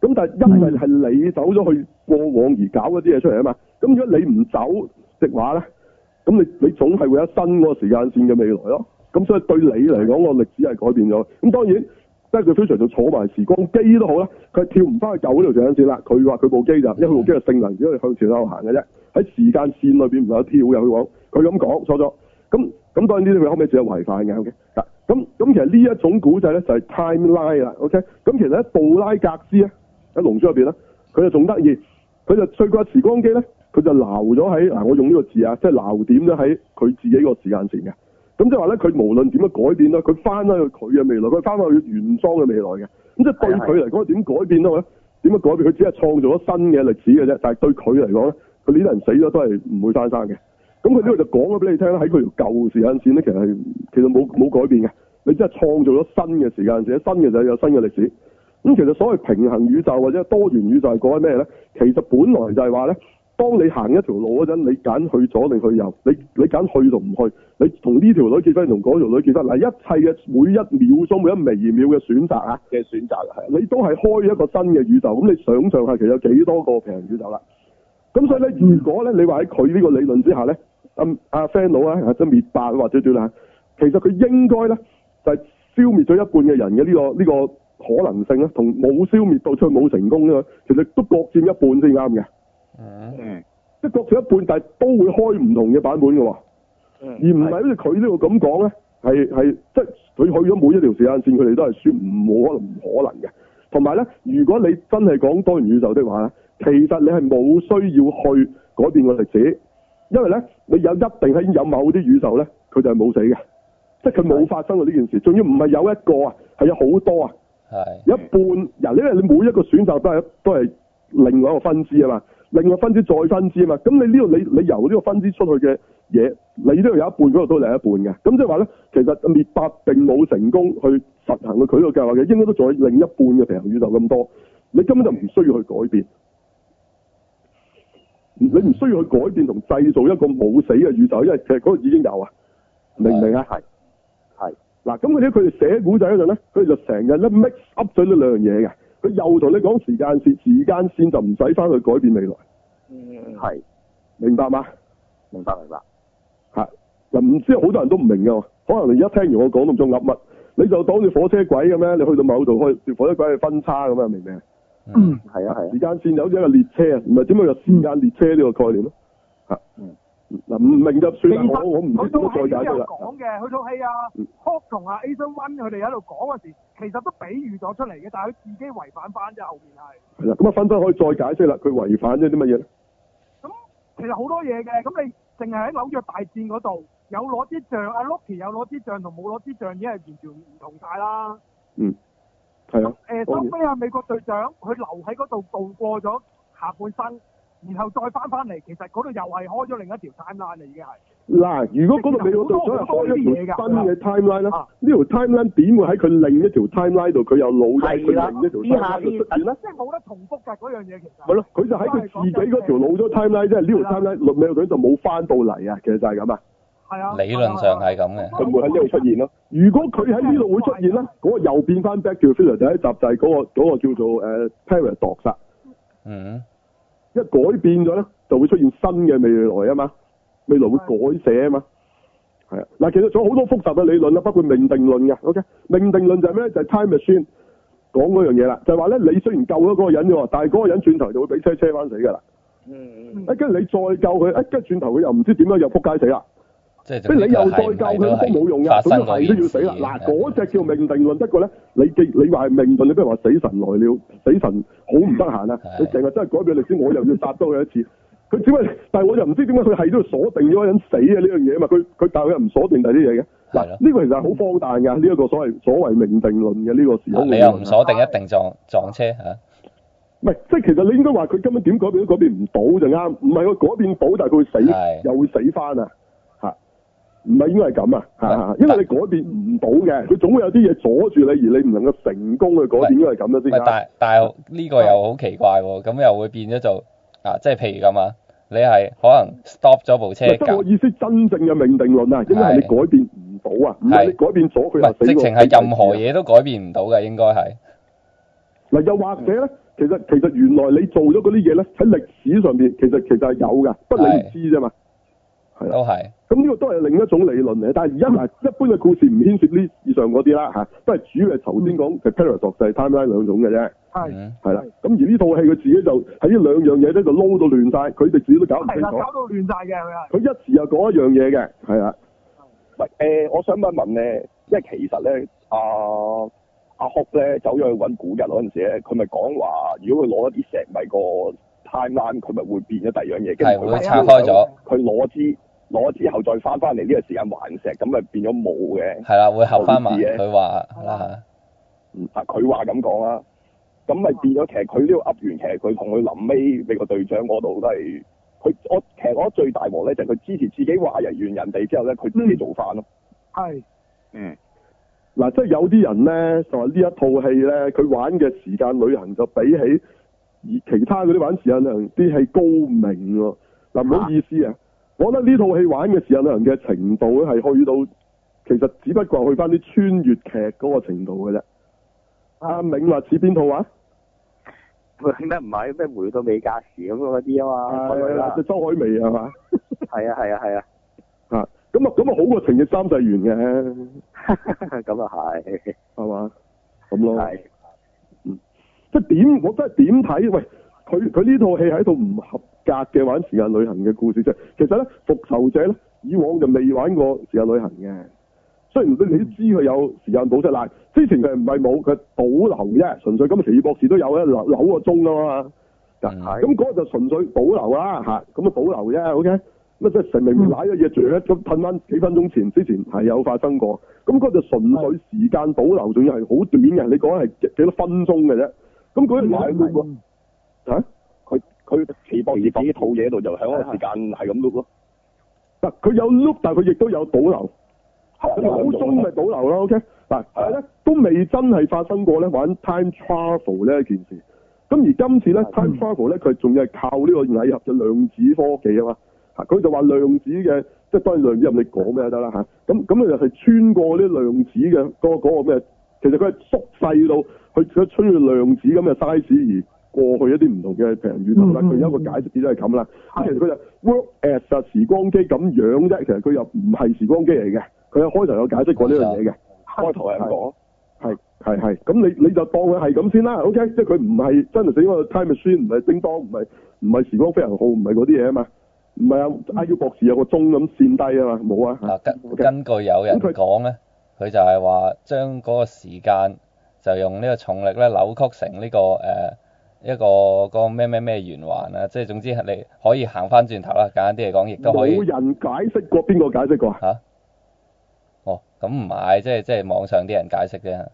[SPEAKER 1] 咁但係因為係你走咗去過往而搞嗰啲嘢出嚟啊嘛，咁如果你唔走的話咧，咁你你總係會有新嗰個時間線嘅未來咯，咁所以對你嚟講個歷史係改變咗。咁當然 Back to the Future 就坐埋時光機都好啦，佢係跳唔翻去舊嗰條時間線啦。佢話佢部機就因為部機係性能只可以向前向後行嘅啫，喺時間線裏邊唔能夠跳嘅。佢講佢咁講錯咗。咁咁當然呢啲佢後尾只係違反嘅。OK，嗱咁咁其實呢一種古仔咧就係 timeline 啦。OK，咁其實咧杜拉格斯咧喺龍珠入邊咧，佢就仲得意，佢就碎過時光機咧，佢就鬧咗喺嗱我用呢個字啊，即係鬧點咗喺佢自己個時間線嘅。咁即係話咧，佢無論點樣改變啦，佢翻翻去佢嘅未來，佢翻翻去原裝嘅未來嘅。咁即係對佢嚟講點改變咧？點樣改變？佢只係創造咗新嘅歷史嘅啫。但係對佢嚟講咧，佢呢啲人死咗都係唔會翻生嘅。咁佢呢度就講咗俾你聽啦，喺佢條舊時間線咧，其實係其實冇冇改變嘅。你只係創造咗新嘅時間線，新嘅就有新嘅歷史。咁其實所謂平衡宇宙或者多元宇宙係講緊咩咧？其實本來就係話咧。當你行一條路嗰陣，你揀去左定去右，你你揀去同唔去，你同呢條女結婚同嗰條女結婚，嗱一切嘅每一秒鐘每一微秒嘅選擇啊，
[SPEAKER 6] 嘅選擇係
[SPEAKER 1] 你都係開一個新嘅宇宙，咁你想象下其實有幾多個平行宇宙啦。咁所以咧，如果咧你話喺佢呢個理論之下咧，阿阿 Fan 佬啊，即係滅霸或者點啦，其實佢應該咧就係消滅咗一半嘅人嘅呢個呢個可能性咧，同冇消滅到出去冇成功咧，其實都各佔一半先啱嘅。
[SPEAKER 5] 嗯，
[SPEAKER 2] 嗯，
[SPEAKER 1] 即係各取一半，但係都會開唔同嘅版本嘅喎，而唔嗯係好似佢呢個咁講咧，係係即係佢去咗每一條時間線，佢哋都係輸唔可能唔可能嘅。同埋咧，如果你真係講多元宇宙的話咧，其實你係冇需要去改變個歷史，因為咧你有一定係有某啲宇宙咧，佢就係冇死嘅，即係佢冇發生過呢件事，仲要唔係有一個啊，係有好多啊。
[SPEAKER 5] 係
[SPEAKER 1] 一半人，因為你每一個選擇都係都係另外一個分支啊嘛，另外分支再分支啊嘛，咁你呢度你你由呢個分支出去嘅嘢，你呢度有一半，嗰度都另一半嘅，咁即係話咧，其實滅霸並冇成功去實行佢佢呢個計劃嘅，應該都仲有另一半嘅平行宇宙咁多，你根本就唔需要去改變，你唔需要去改變同製造一個冇死嘅宇宙，因為其實嗰度已經有啊，明唔明啊？
[SPEAKER 2] 係係
[SPEAKER 1] 嗱，咁佢哋佢哋寫古仔嗰陣咧，佢哋就成日咧 mix up 咗呢兩樣嘢嘅。佢又同你講時間線，時間線就唔使翻去改變未來，
[SPEAKER 3] 嗯
[SPEAKER 2] 係，
[SPEAKER 1] 明白嘛？
[SPEAKER 2] 明白明白，
[SPEAKER 1] 嚇！嗱，唔知好多人都唔明㗎喎，可能你一聽完我講都唔中噏乜，你就當好似火車軌咁樣，你去到某度可以條火車軌去分叉咁啊，明唔明啊？
[SPEAKER 5] 嗯
[SPEAKER 2] 係啊係啊 [laughs]
[SPEAKER 1] 時間線就好似一個列車啊，唔係點解有時間列車呢個概念咯？嚇！
[SPEAKER 2] 嗯
[SPEAKER 1] 嗱，唔明就算啦，
[SPEAKER 4] 其實
[SPEAKER 1] 我我唔知
[SPEAKER 4] 佢
[SPEAKER 1] 點
[SPEAKER 4] 套
[SPEAKER 1] 樣再
[SPEAKER 4] 戲都
[SPEAKER 1] 解釋
[SPEAKER 4] 有
[SPEAKER 1] 啦。
[SPEAKER 4] 講嘅，佢套戲啊
[SPEAKER 1] 嗯
[SPEAKER 4] ờ, ，Hawk 同阿 Asian One 佢哋喺度講嗰時，其實都比喻咗出嚟嘅，但係佢自己違反翻啫，後面係。
[SPEAKER 1] 係啦，咁啊，分分可以再解釋啦，佢違反咗啲乜嘢咧？
[SPEAKER 4] 咁其實好多嘢嘅，咁你淨係喺紐約大戰嗰度有攞支杖，阿 Loki 有攞支杖同冇攞支杖已經係完全唔同晒啦。
[SPEAKER 1] 係啊，
[SPEAKER 4] 誒、
[SPEAKER 1] 當
[SPEAKER 4] 收
[SPEAKER 1] 然
[SPEAKER 4] 尾啊，美國隊長佢留喺嗰度度過咗下半生，然後再翻翻嚟，其實嗰度又係開咗另一條 timeline 啦，已經係。
[SPEAKER 1] 嗱，如果嗰度美國隊長係開一條新嘅 timeline 咧，呢條 timeline 點會喺佢另一條 timeline 度佢又老咗，
[SPEAKER 3] 係啦
[SPEAKER 1] 佢另一條 timeline 度出現咧？
[SPEAKER 4] 即係冇得重複㗎嗰樣嘢，其實。
[SPEAKER 1] 咪咯，佢就喺佢自己嗰條老咗 timeline，即係呢條 timeline，美國隊長就冇翻到嚟啊，其實就係咁啊，
[SPEAKER 4] 係啊。
[SPEAKER 5] 理論上係咁嘅
[SPEAKER 1] 佢唔會喺呢度出現咯。如果佢喺呢度會出現咧，嗰個又變翻 Back to the Future 第一集就係嗰個嗰個叫做呃誒 Paradox 啦，
[SPEAKER 5] 嗯
[SPEAKER 1] 一啊改變咗咧就會出現新嘅未來啊嘛，未來會改寫啊嘛。係啊，嗱，其實仲有好多複雜嘅理論啦，包括命定論嘅。OK，命定論就係咩咧？就係、time machine 講嗰樣嘢啦，就係話咧，你雖然救咗嗰個人啫，但係嗰個人轉頭就會俾車車翻死㗎啦。
[SPEAKER 3] 嗯
[SPEAKER 1] 誒，跟住你再救佢，誒，哎跟住轉頭佢又唔知點樣又撲街死啦。
[SPEAKER 5] 即係
[SPEAKER 1] 即係你又再救佢
[SPEAKER 5] 都
[SPEAKER 1] 都冇用㗎，
[SPEAKER 5] 發
[SPEAKER 1] 咁
[SPEAKER 5] 生
[SPEAKER 1] 都
[SPEAKER 5] 過
[SPEAKER 1] 係
[SPEAKER 5] 件
[SPEAKER 1] 都要死
[SPEAKER 5] 事啊
[SPEAKER 1] 啦。嗱，嗰只叫命定論，不過咧，你既你話係命論，你不如話死神來了，死神好唔得閒啊！
[SPEAKER 5] 係
[SPEAKER 1] 你成日真係改變歷史，我又要殺多佢一次。佢點解？但係我又唔知點解佢係都要鎖定咗個人死啊呢樣嘢啊嘛！佢佢但係佢又唔鎖定第啲嘢嘅。嗱，
[SPEAKER 5] 係咯
[SPEAKER 1] 呢個其實係好荒誕㗎，呢一個所謂所謂命定論嘅呢個時
[SPEAKER 5] 啊
[SPEAKER 1] 空
[SPEAKER 5] 你
[SPEAKER 1] 理
[SPEAKER 5] 又
[SPEAKER 1] 論
[SPEAKER 5] 唔鎖定一定撞撞車嚇，啊
[SPEAKER 1] 唔係，即係其實你應該話佢根本點改變都改變唔到就啱，唔係佢改變到，但係佢會死
[SPEAKER 5] 係，
[SPEAKER 1] 又會死翻啊！嚇，唔係應該係咁啊！嚇嚇，因為你改變唔到嘅，佢總會有啲嘢阻住你，而你唔能夠成功去改變，應該係咁啦
[SPEAKER 5] 唔
[SPEAKER 1] 先
[SPEAKER 5] 係
[SPEAKER 1] 啱。
[SPEAKER 5] 但但係呢個又好奇怪喎，咁又會變咗做啊，即係譬如咁啊，你係可能 stop 咗部車
[SPEAKER 1] 唔係即係
[SPEAKER 5] 㗎
[SPEAKER 1] 我意思，真正嘅命定論啊，應該係你改變唔到啊，唔係
[SPEAKER 5] 係
[SPEAKER 1] 你改變咗
[SPEAKER 5] 唔
[SPEAKER 1] 佢
[SPEAKER 5] 係
[SPEAKER 1] 又死
[SPEAKER 5] 直
[SPEAKER 1] 喎
[SPEAKER 5] 情係任何嘢都改變唔到嘅，應該係
[SPEAKER 1] 嗱，又或者咧，其實其實原來你做咗嗰啲嘢咧，喺歷史上邊其實其實係有㗎，不過你唔知啫嘛。係
[SPEAKER 5] 都係
[SPEAKER 1] 咁呢個都係另一種理論嚟，但係而
[SPEAKER 5] 嗯
[SPEAKER 1] 家嗱一般嘅故事唔牽涉呢以上嗰啲啦嚇，都係主要係頭先講嘅 paradox 就係 timeline 兩種嘅啫，
[SPEAKER 4] 係
[SPEAKER 5] 嗯
[SPEAKER 1] 係啦。咁而呢套戲佢自己就喺呢兩樣嘢咧就撈到亂晒，佢哋自己都搞唔
[SPEAKER 4] 係
[SPEAKER 1] 清
[SPEAKER 4] 啦，
[SPEAKER 1] 楚。
[SPEAKER 4] 搞到亂晒嘅佢係。
[SPEAKER 1] 佢一時又講一樣嘢嘅，係啦，
[SPEAKER 6] 唔係誒，我想問一問咧，因為其實咧，阿阿哭咧走咗去揾古日嗰陣時咧，佢咪講話，如果佢攞一啲石米個 timeline，佢咪會變咗第二樣嘢，
[SPEAKER 5] 係
[SPEAKER 6] 跟住
[SPEAKER 5] 會
[SPEAKER 6] 佢
[SPEAKER 5] 拆開咗，
[SPEAKER 6] 佢攞支攞之後再翻翻嚟呢個時間還石，咁咪變咗冇嘅。
[SPEAKER 5] 係啦，會合翻埋
[SPEAKER 6] 好似嘅
[SPEAKER 5] 佢話啦
[SPEAKER 6] 啊，佢話咁講啦，咁咪變咗其實佢呢個噏完，其實佢同佢臨尾美國隊長嗰度都係，佢我其實我覺得最大鑊咧就係佢支持自己話人完人哋之後咧，佢自己做翻咯。
[SPEAKER 4] 係
[SPEAKER 2] 嗯，
[SPEAKER 1] 嗱，即係有啲人咧就話呢一套戲咧，佢玩嘅時間旅行就比起而其他嗰啲玩時間旅行啲戲高明喎。嗱，唔好意思啊，我覺得呢套戲玩嘅時間旅行嘅程度咧係去到，其實只不過係去翻啲穿越劇嗰個程度嘅啫。阿銘話似邊套啊？
[SPEAKER 2] 咩唔係咩回到美加時咁嗰啲啊嘛，
[SPEAKER 1] 係啦，即係周海媚係嘛？
[SPEAKER 2] 係啊係啊係 [laughs] 啊，
[SPEAKER 1] 嚇，咁啊咁啊好過《情逆三世緣》嘅
[SPEAKER 2] 咁啊係，
[SPEAKER 1] 係嘛？咁咯。
[SPEAKER 2] 係
[SPEAKER 1] 即係點？我真係點睇？喂，佢佢呢套戲係一套唔合格嘅玩時間旅行嘅故事啫。其實咧，復仇者咧以往就未玩過時間旅行嘅。雖然你你都知佢有時間寶石但係之前佢唔係冇，佢係保留啫，純粹咁奇異博士都有咧，扭扭個鐘啊嘛。
[SPEAKER 5] 嚇，嗯
[SPEAKER 1] 咁嗰個就純粹保留啦嚇，咁啊保留啫，OK。乜即係成明唔攋咗嘢住咧，咁褪翻幾分鐘前之前係有發生過。咁嗰就純粹時間保留，仲要係好短嘅，你講係幾幾多分鐘嘅啫。咁嗰啲
[SPEAKER 6] 係
[SPEAKER 1] 攋嚇，
[SPEAKER 6] 佢佢奇博士自己套嘢喺度就喺嗰個時間係咁碌咯，
[SPEAKER 1] 嗱佢有 loop，但係佢亦都有保留，
[SPEAKER 6] 係
[SPEAKER 1] 佢有
[SPEAKER 6] 中
[SPEAKER 1] 鐘
[SPEAKER 3] 啊
[SPEAKER 1] 咪保留咯，OK。嗱，但係咧都未真係發生過咧玩 time travel 呢一件事。咁而今次咧 time travel 咧，佢仲要係靠呢個蟻俠嘅量子科技啊嘛。嚇，佢就話量子嘅，即係當然量子入你講咩都得啦嚇。咁咁佢就係穿過啲量子嘅嗰嗰個咩？其實佢係縮細到去佢穿越量子咁嘅 size 而過去一啲唔同嘅平行宇宙啦。
[SPEAKER 4] 嗯
[SPEAKER 1] 佢有一個解釋只都係咁啦。咁其實佢就 work as a 時光機咁樣啫。其實佢又唔係時光機嚟嘅。佢有開頭有解釋過呢樣嘢嘅。
[SPEAKER 6] 開頭係咁講，
[SPEAKER 1] 係係係，咁你你就當佢係咁先啦，OK？即係佢唔係真係死嗰個 time machine，唔係叮當，唔係唔係時光飛行號，唔係嗰啲嘢啊嘛，唔係啊 IQ 博士有個鐘咁線低啊嘛，冇啊，
[SPEAKER 5] 嗱根
[SPEAKER 1] OK
[SPEAKER 5] 根據有人講咧，佢就係話將嗰個時間就用呢個重力咧扭曲成呢、個誒、呃一個嗰個咩咩咩圓環啊，即係總之係你可以行翻轉頭啦，簡單啲嚟講，亦都可
[SPEAKER 1] 冇
[SPEAKER 5] 以
[SPEAKER 1] 人解釋過邊個解釋過啊？
[SPEAKER 5] 嚇、哦，咁唔係，即係即係網上啲人解釋啫。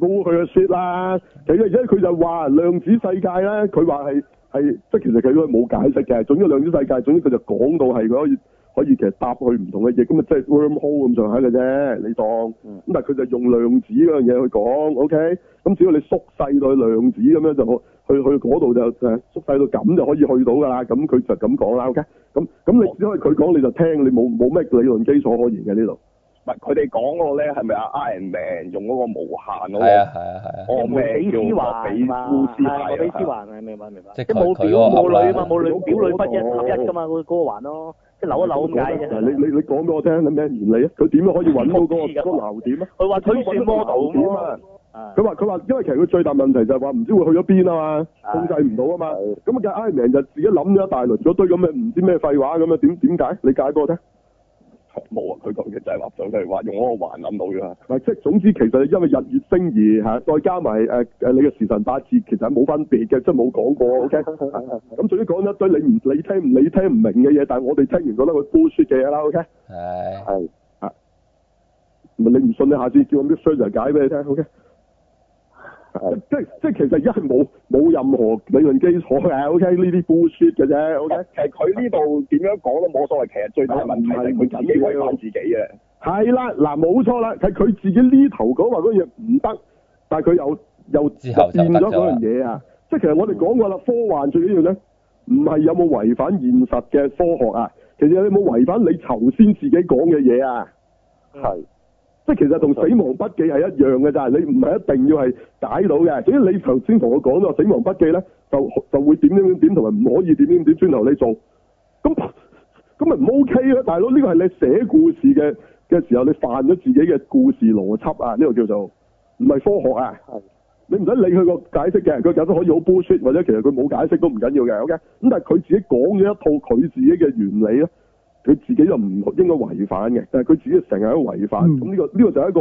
[SPEAKER 1] 冇佢嘅説啦，其實而家佢就話量子世界咧，佢話係係即係其實佢都係冇解釋嘅，總之量子世界，總之佢就講到係佢可以可以其實搭去唔同嘅嘢，咁啊即係 wormhole 咁上下嘅啫，你當咁但係佢就用量子嗰樣嘢去講，OK，咁只要你縮細到去量子咁樣就可去去嗰度就誒縮細到咁就可以去到㗎啦，咁佢就咁講啦，OK，咁咁你只可以佢講你就聽，你冇冇咩理論基礎可言嘅呢度。
[SPEAKER 6] 唔係佢哋講嗰個咧係咪阿 Iron Man 用嗰個無限嗰
[SPEAKER 5] 係啊
[SPEAKER 6] 個？
[SPEAKER 5] 係啊係啊，
[SPEAKER 6] 哦
[SPEAKER 3] 莫比
[SPEAKER 6] 咩叫
[SPEAKER 3] 斯
[SPEAKER 6] 莫比
[SPEAKER 3] 環嘛，
[SPEAKER 6] 斯
[SPEAKER 3] 係莫比斯
[SPEAKER 6] 環
[SPEAKER 3] 環
[SPEAKER 6] 啊？
[SPEAKER 3] 係明白明白，
[SPEAKER 5] 即係
[SPEAKER 3] 係
[SPEAKER 5] 佢
[SPEAKER 3] 冇
[SPEAKER 5] 佢
[SPEAKER 3] 表
[SPEAKER 5] 嗰個
[SPEAKER 3] 冇
[SPEAKER 5] 噏啦
[SPEAKER 3] 女啊嘛，冇女
[SPEAKER 1] 佢
[SPEAKER 3] 表女不一
[SPEAKER 1] 嗰個
[SPEAKER 3] 合一噶嘛，嗰嗰個環咯，即係扭一扭咁解
[SPEAKER 1] 嗱你
[SPEAKER 3] 啫。
[SPEAKER 1] 你你講俾我聽，你咩原理啊？佢點樣可以揾到
[SPEAKER 3] [laughs]
[SPEAKER 1] 嗰、個嗰個流點啊？
[SPEAKER 3] 佢話推算 model
[SPEAKER 1] 點
[SPEAKER 3] 咁
[SPEAKER 1] 啊？
[SPEAKER 3] 啊
[SPEAKER 1] 佢話佢話，因為其實佢最大問題就係話唔知會去咗邊啊嘛，
[SPEAKER 3] 係
[SPEAKER 1] 控制唔到啊嘛
[SPEAKER 2] 係。
[SPEAKER 1] 咁啊，梗係 Iron Man 就自己諗咗一大輪嗰堆咁嘅唔知咩廢話咁啊，點點解？你解俾我聽。
[SPEAKER 6] 冇啊！佢講嘅就係話上佢係話用嗰個環諗到㗎。
[SPEAKER 1] 嗱，即係總之，其實因為日月星移嚇，再加埋誒誒你嘅時辰八字，其實係冇分別嘅，即係冇講過，OK
[SPEAKER 3] [laughs]
[SPEAKER 1] 啊。咁總之講咗一堆你唔你聽唔你聽唔明嘅嘢，但係我哋聽完覺得佢 bullshit 嘅嘢啦，OK。
[SPEAKER 5] 係
[SPEAKER 2] 係
[SPEAKER 1] 唔啊係你唔信，你下次叫我 Miss Sir 解俾你聽，OK？
[SPEAKER 2] 係
[SPEAKER 1] 即即其實而家係冇冇任何理論基礎嘅，OK？呢啲 bullshit 嘅啫，OK？
[SPEAKER 6] 其實佢呢度點樣講都冇所謂，其實最大問題就係佢自己違反自己啊嘅。
[SPEAKER 1] 係啦，嗱冇錯啦，係佢自己呢頭講話嗰樣唔得，但係佢又又
[SPEAKER 5] 之後就
[SPEAKER 1] 變
[SPEAKER 5] 得
[SPEAKER 1] 咗
[SPEAKER 5] 咗
[SPEAKER 1] 嗰
[SPEAKER 5] 啦
[SPEAKER 1] 樣嘢啊！即係其實我哋講過啦，科幻最緊要咧，唔係有冇違反現實嘅科學啊，其實你有冇違反你頭先自己講嘅嘢啊？
[SPEAKER 2] 係
[SPEAKER 1] 即係其實同死亡筆記係一樣嘅咋，你唔係一定要係解到嘅。至於你頭先同我講咗死亡筆記咧，就就會點點點點同埋唔可以點點點，轉頭你做。咁咁咁咪唔 OK 咯，大佬呢個係你寫故事嘅嘅時候，你犯咗自己嘅故事邏輯啊，呢個叫做唔係科學啊。你唔使理佢個解釋嘅，佢解釋可以好 bullshit，或者其實佢冇解釋都唔緊要嘅，OK。咁但係佢自己講咗一套佢自己嘅原理咧，佢自己就唔應該違反嘅，但係佢自己成日喺度違反，
[SPEAKER 4] 嗯
[SPEAKER 1] 咁呢、個呢、個就係一個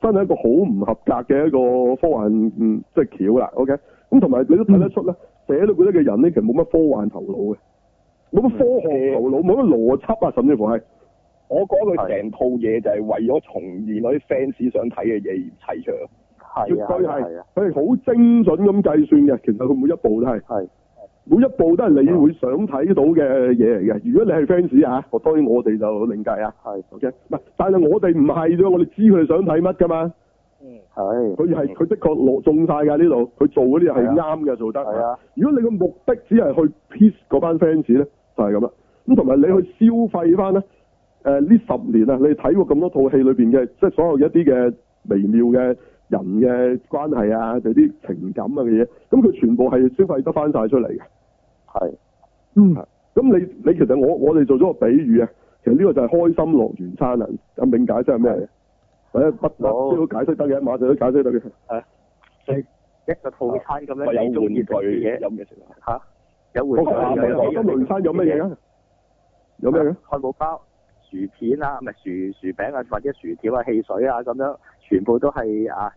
[SPEAKER 1] 真係一個好唔合格嘅一個科幻嗯即係橋啦，OK。咁同埋你都睇得出咧，寫到嗰啲嘅人咧，其實冇乜科幻頭腦嘅，冇乜
[SPEAKER 2] 嗯
[SPEAKER 1] 科學頭腦，冇乜邏輯啊，甚至乎係。
[SPEAKER 6] 我覺得佢成套嘢就係為咗重現嗰啲 fans 想睇嘅嘢而砌出嚟。
[SPEAKER 1] 絕
[SPEAKER 2] 係啊，
[SPEAKER 1] 對
[SPEAKER 2] 係
[SPEAKER 1] 係
[SPEAKER 2] 啊，，
[SPEAKER 1] 佢係好精準咁計算嘅。其實佢每一步都係，
[SPEAKER 2] 係
[SPEAKER 1] 每一步都係你會想睇到嘅嘢嚟嘅。如果你係 fans 啊，我當然我哋就另計啊。
[SPEAKER 2] 係
[SPEAKER 1] OK，唔係，但係我哋唔係啫，我哋知佢哋想睇乜㗎嘛。
[SPEAKER 3] 嗯
[SPEAKER 2] 係
[SPEAKER 1] 佢係佢的確落中晒㗎呢度，佢做嗰啲嘢係
[SPEAKER 2] 嗯係
[SPEAKER 1] 啱嘅，做得。
[SPEAKER 2] 係啊，
[SPEAKER 1] 如果你個目的只係去 piss 嗰班 fans 咧，就係咁啦。咁同埋你去消費翻咧，誒、呢十年啊，你睇過咁多套戲裏邊嘅，即係所有一啲嘅微妙嘅人嘅關係啊，就啲情感啊嘅嘢，咁佢全部係消費得翻晒出嚟嘅。
[SPEAKER 2] 係
[SPEAKER 4] 嗯，
[SPEAKER 1] 咁你你其實我我哋做咗個比喻啊，其實呢個就係開心樂園餐啊，阿銘解釋係咩嚟？或者不不
[SPEAKER 2] 好
[SPEAKER 1] 都解釋得嘅，馬上都解釋得嘅。
[SPEAKER 2] 一個套餐咁
[SPEAKER 6] 咪
[SPEAKER 2] 樣，你
[SPEAKER 6] 有
[SPEAKER 2] 中
[SPEAKER 6] 玩
[SPEAKER 2] 意
[SPEAKER 6] 具
[SPEAKER 2] 食嘅嘢
[SPEAKER 6] 有咩食啊？
[SPEAKER 2] 嚇，有
[SPEAKER 1] 我
[SPEAKER 2] 玩具
[SPEAKER 1] 講下
[SPEAKER 2] 有
[SPEAKER 1] 開心樂園餐有乜嘢啊？有咩嘅？
[SPEAKER 2] 啊漢堡包、薯片啊，咪薯薯餅啊，或者薯條啊、汽水啊咁樣，全部都係啊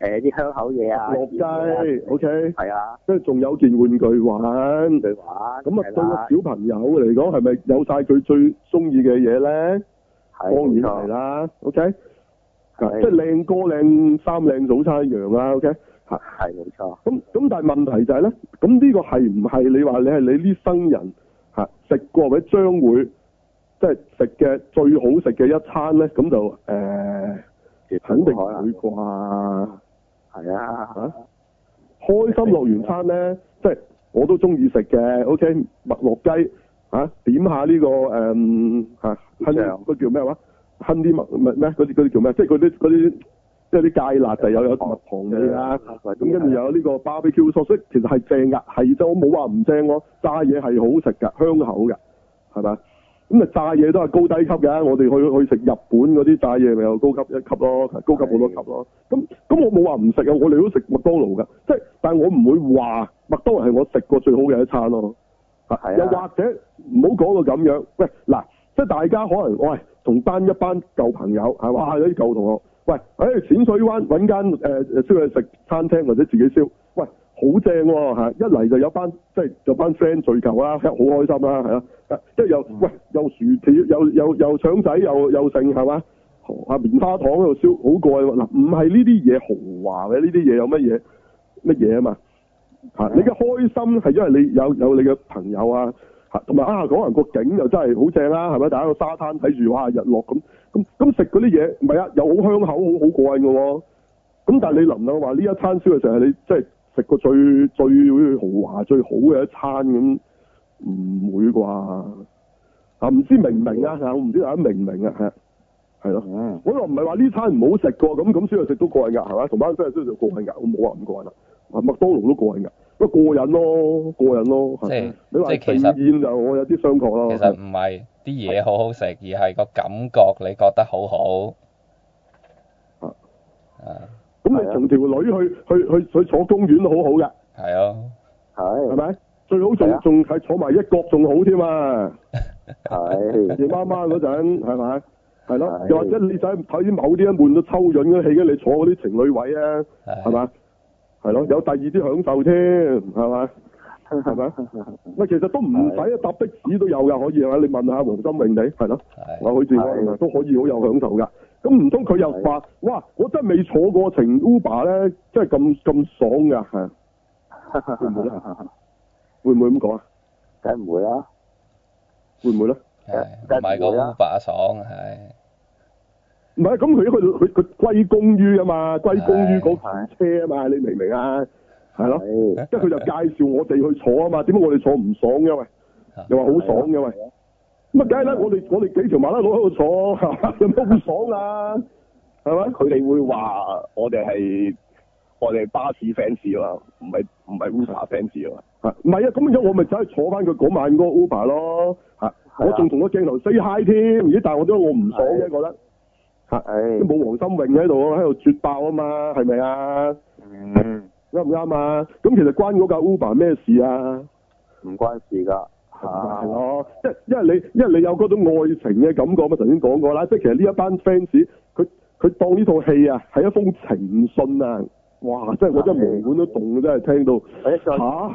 [SPEAKER 2] 誒啲香口嘢啊，
[SPEAKER 1] 落雞，OK。
[SPEAKER 2] 係啊，
[SPEAKER 1] 跟住仲有件玩具玩，咁
[SPEAKER 2] 佢玩
[SPEAKER 1] 啊對個小朋友嚟講，係咪有晒佢最中意嘅嘢咧？當然係
[SPEAKER 2] 啦，
[SPEAKER 1] 啦，OK，即
[SPEAKER 2] 係
[SPEAKER 1] 係靚歌、靚衫、靚早餐一樣啦，OK。啊
[SPEAKER 2] 係冇錯，
[SPEAKER 1] 咁咁，但係問題就係、呢，咧，咁呢個係唔係你話你係你呢生人嚇食過或者將會即係食嘅最好食嘅一餐咧？咁就誒、呃
[SPEAKER 2] 絕對
[SPEAKER 1] 肯定
[SPEAKER 2] 冇
[SPEAKER 1] 會
[SPEAKER 2] 可能
[SPEAKER 1] 啩。
[SPEAKER 2] 係啊，
[SPEAKER 1] 啊開心樂園餐咧，即係我都中意食嘅。O K，麥樂雞嚇點啊下呢個誒嚇
[SPEAKER 2] 醬
[SPEAKER 1] 嗰個叫咩話？哼啲麥唔係咩？嗰啲嗰啲叫咩？即係嗰啲嗰啲即係啲芥辣就
[SPEAKER 2] 啊
[SPEAKER 1] 有有蜜糖味啦。
[SPEAKER 2] 咁
[SPEAKER 1] 咁跟住有呢個 barbecue sauce，其實係正㗎，係啫，我冇話唔正喎，炸嘢係好食㗎，香口㗎，係咪？咁啊炸嘢都係高低級㗎，我哋去去食日本嗰啲炸嘢咪有高級一級咯，高級好多級咯。咁咁我冇話唔食啊，我哋都食麥當勞㗎，即係但係我唔會話麥當勞係我食過最好嘅一餐咯。
[SPEAKER 2] 係啊
[SPEAKER 1] 又或者唔好講到咁樣，喂嗱，即係大家可能喂同班一班舊朋友係嘛，啊有啲舊同學，喂，誒淺水灣揾間誒誒燒嘢食餐廳或者自己燒，喂好正喎嚇一嚟就有班即係有班 friend 聚舊啦，好開心啦係啦，即係又
[SPEAKER 2] 嗯
[SPEAKER 1] 喂又薯條又又又腸仔又又剩係嘛，啊棉花糖喺度燒好過癮喎嗱，唔係呢啲嘢豪華嘅，呢啲嘢有乜嘢乜嘢啊嘛？
[SPEAKER 2] 啊
[SPEAKER 1] 嚇！你嘅開心係因為你有有你嘅朋友啊，嚇同埋啊講人個景又真係好正啦，係咪？大家喺個沙灘睇住哇日落咁，咁咁食嗰啲嘢唔係啊，又好香口，好好過癮嘅喎。咁但係你能唔能話呢一餐燒嘅時候係你即係食過最最豪華最好嘅一餐咁？唔會啩？啊唔知明唔明
[SPEAKER 5] 嗯
[SPEAKER 1] 啊？嚇我唔知大家明唔明啊？係啊係咯。
[SPEAKER 2] 嗯，
[SPEAKER 1] 我又唔係話呢餐唔好食過，咁咁燒嘢食都過癮㗎，係咪？同班 friend 燒嘢食過癮㗎，我冇話唔過癮啊。啊麥當勞都過癮㗎，不過過癮咯，過癮咯。係
[SPEAKER 5] 即係
[SPEAKER 1] 你話
[SPEAKER 5] 即係其
[SPEAKER 1] 盛
[SPEAKER 5] 實
[SPEAKER 1] 宴就我有啲商榷咯。
[SPEAKER 5] 其實唔係啲嘢好好食，而係個感覺你覺得好好。
[SPEAKER 1] 啊
[SPEAKER 5] 啊，
[SPEAKER 1] 咁你同條女去去去去坐公園都好好㗎，
[SPEAKER 5] 係咯，
[SPEAKER 1] 係
[SPEAKER 2] 係
[SPEAKER 1] 咪？最好
[SPEAKER 2] 嗯係
[SPEAKER 1] 仲
[SPEAKER 2] 啊
[SPEAKER 1] 仲係坐埋一角仲好添啊！
[SPEAKER 2] 係啊
[SPEAKER 1] [laughs] 夜媽媽嗰陣係咪？係咯，
[SPEAKER 2] 係
[SPEAKER 1] 又或者你想睇啲某啲一悶到抽潤嗰啲戲，跟住你坐嗰啲情侶位啊，係
[SPEAKER 5] 係
[SPEAKER 1] 咪？係咯，有第二啲享受添，係咪？係咪？咪其實都唔使啊搭的士都有㗎，可以係咪？你問下黃心穎你係咯，
[SPEAKER 5] 係
[SPEAKER 1] 我許志安
[SPEAKER 2] 係
[SPEAKER 1] 啊都可以好有享受㗎。咁唔通佢又話：哇！我真係未坐過程 Uber 咧，真係咁咁爽㗎，係會唔會咧？會唔會咁講啊？
[SPEAKER 2] 梗唔會啦，
[SPEAKER 1] 會唔會咧？
[SPEAKER 5] 係，買個 Uber 爽係
[SPEAKER 1] 唔係，咁佢佢佢佢歸功於啊嘛，歸功於嗰
[SPEAKER 2] 係
[SPEAKER 1] 車啊嘛，你明唔明啊？係咯，
[SPEAKER 2] 係
[SPEAKER 1] 即係佢就介紹我哋去坐啊嘛，點解我哋坐唔爽嘅喂
[SPEAKER 5] 啊？
[SPEAKER 1] 又話好爽嘅喂，咁啊梗係啦，我哋我哋幾條馬拉佬喺度坐，係嘛有咩好爽啊？係咪？
[SPEAKER 6] 佢哋會話我哋係我哋係巴士 fans 啊嘛，唔係唔係 Uber fans 啊嘛。
[SPEAKER 1] 啊唔係啊，咁樣我咪走去坐翻佢嗰晚嗰個 Uber 咯，嚇我仲同個鏡頭 say hi 添，咦？但係我都我唔爽嘅，覺得
[SPEAKER 2] 唉
[SPEAKER 1] 都，冇黃心穎喺度，喺度絕爆啊嘛，係咪啊？
[SPEAKER 2] 嗯，
[SPEAKER 1] 啱唔啱啊？咁其實關嗰架 Uber 咩事啊？
[SPEAKER 2] 唔關事㗎，啊
[SPEAKER 1] 係
[SPEAKER 2] 係
[SPEAKER 1] 咯，即係因為你因為你有嗰種愛情嘅感覺，咪頭先講過啦。即係其實呢一班 fans，佢佢當呢套戲啊係一封情信啊！哇，真係我真係毛管都動，真係聽到
[SPEAKER 2] 或者再
[SPEAKER 1] 吓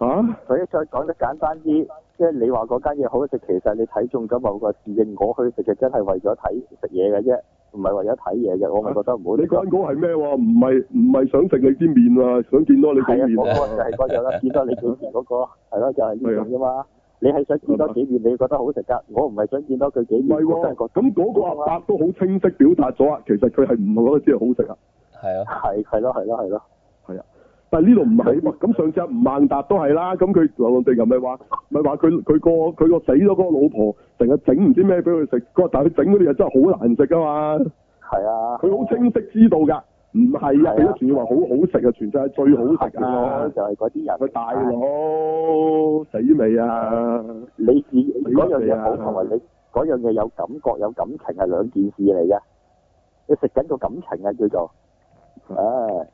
[SPEAKER 1] 吓
[SPEAKER 2] 或者再講得簡單啲，即係你話嗰間嘢好食，其實你睇中咗某個侍應，我去食嘅真係為咗睇食嘢嘅啫，唔係為咗睇嘢嘅，我咪覺得唔好
[SPEAKER 1] 你
[SPEAKER 2] 食咯。
[SPEAKER 1] 關嗰係咩喎？唔係唔係想食你啲面啊，想見到你
[SPEAKER 2] 係
[SPEAKER 1] 啲
[SPEAKER 2] 啊，
[SPEAKER 1] 面
[SPEAKER 2] 嗰
[SPEAKER 1] 啊！
[SPEAKER 2] 個就係嗰樣啦，見到你幾面嗰個，係咯，就係呢樣啫
[SPEAKER 1] 啊
[SPEAKER 2] 嘛。你係想見多幾面，你覺得好食㗎，我唔係想見多佢幾
[SPEAKER 1] 唔
[SPEAKER 2] 面，
[SPEAKER 1] 係
[SPEAKER 2] 我真
[SPEAKER 1] 喎，
[SPEAKER 2] 係覺
[SPEAKER 1] 咁嗰個阿伯都好清晰表達咗啊，其實佢係唔覺得只係好食啊。
[SPEAKER 5] 係咯，
[SPEAKER 2] 係係咯係咯係咯，
[SPEAKER 1] 但係呢度唔係喎，咁上次阿吳孟達都係啦，咁佢流浪地球咪話咪話佢佢個佢個死咗嗰個老婆成日整唔知咩俾佢食，佢話但係佢整嗰啲嘢真係好難食噶嘛，
[SPEAKER 2] 係啊。
[SPEAKER 1] 佢好清晰知道㗎，唔係啊，佢都仲要話好好食啊，全世界最好食
[SPEAKER 2] 咯，
[SPEAKER 1] 啊，
[SPEAKER 2] 就係嗰啲人。
[SPEAKER 1] 佢大佬死未啊？
[SPEAKER 2] 你自嗰樣嘢好同埋你嗰樣嘢有感覺有感情係兩件事嚟嘅。你食緊個感情啊，叫做。唉，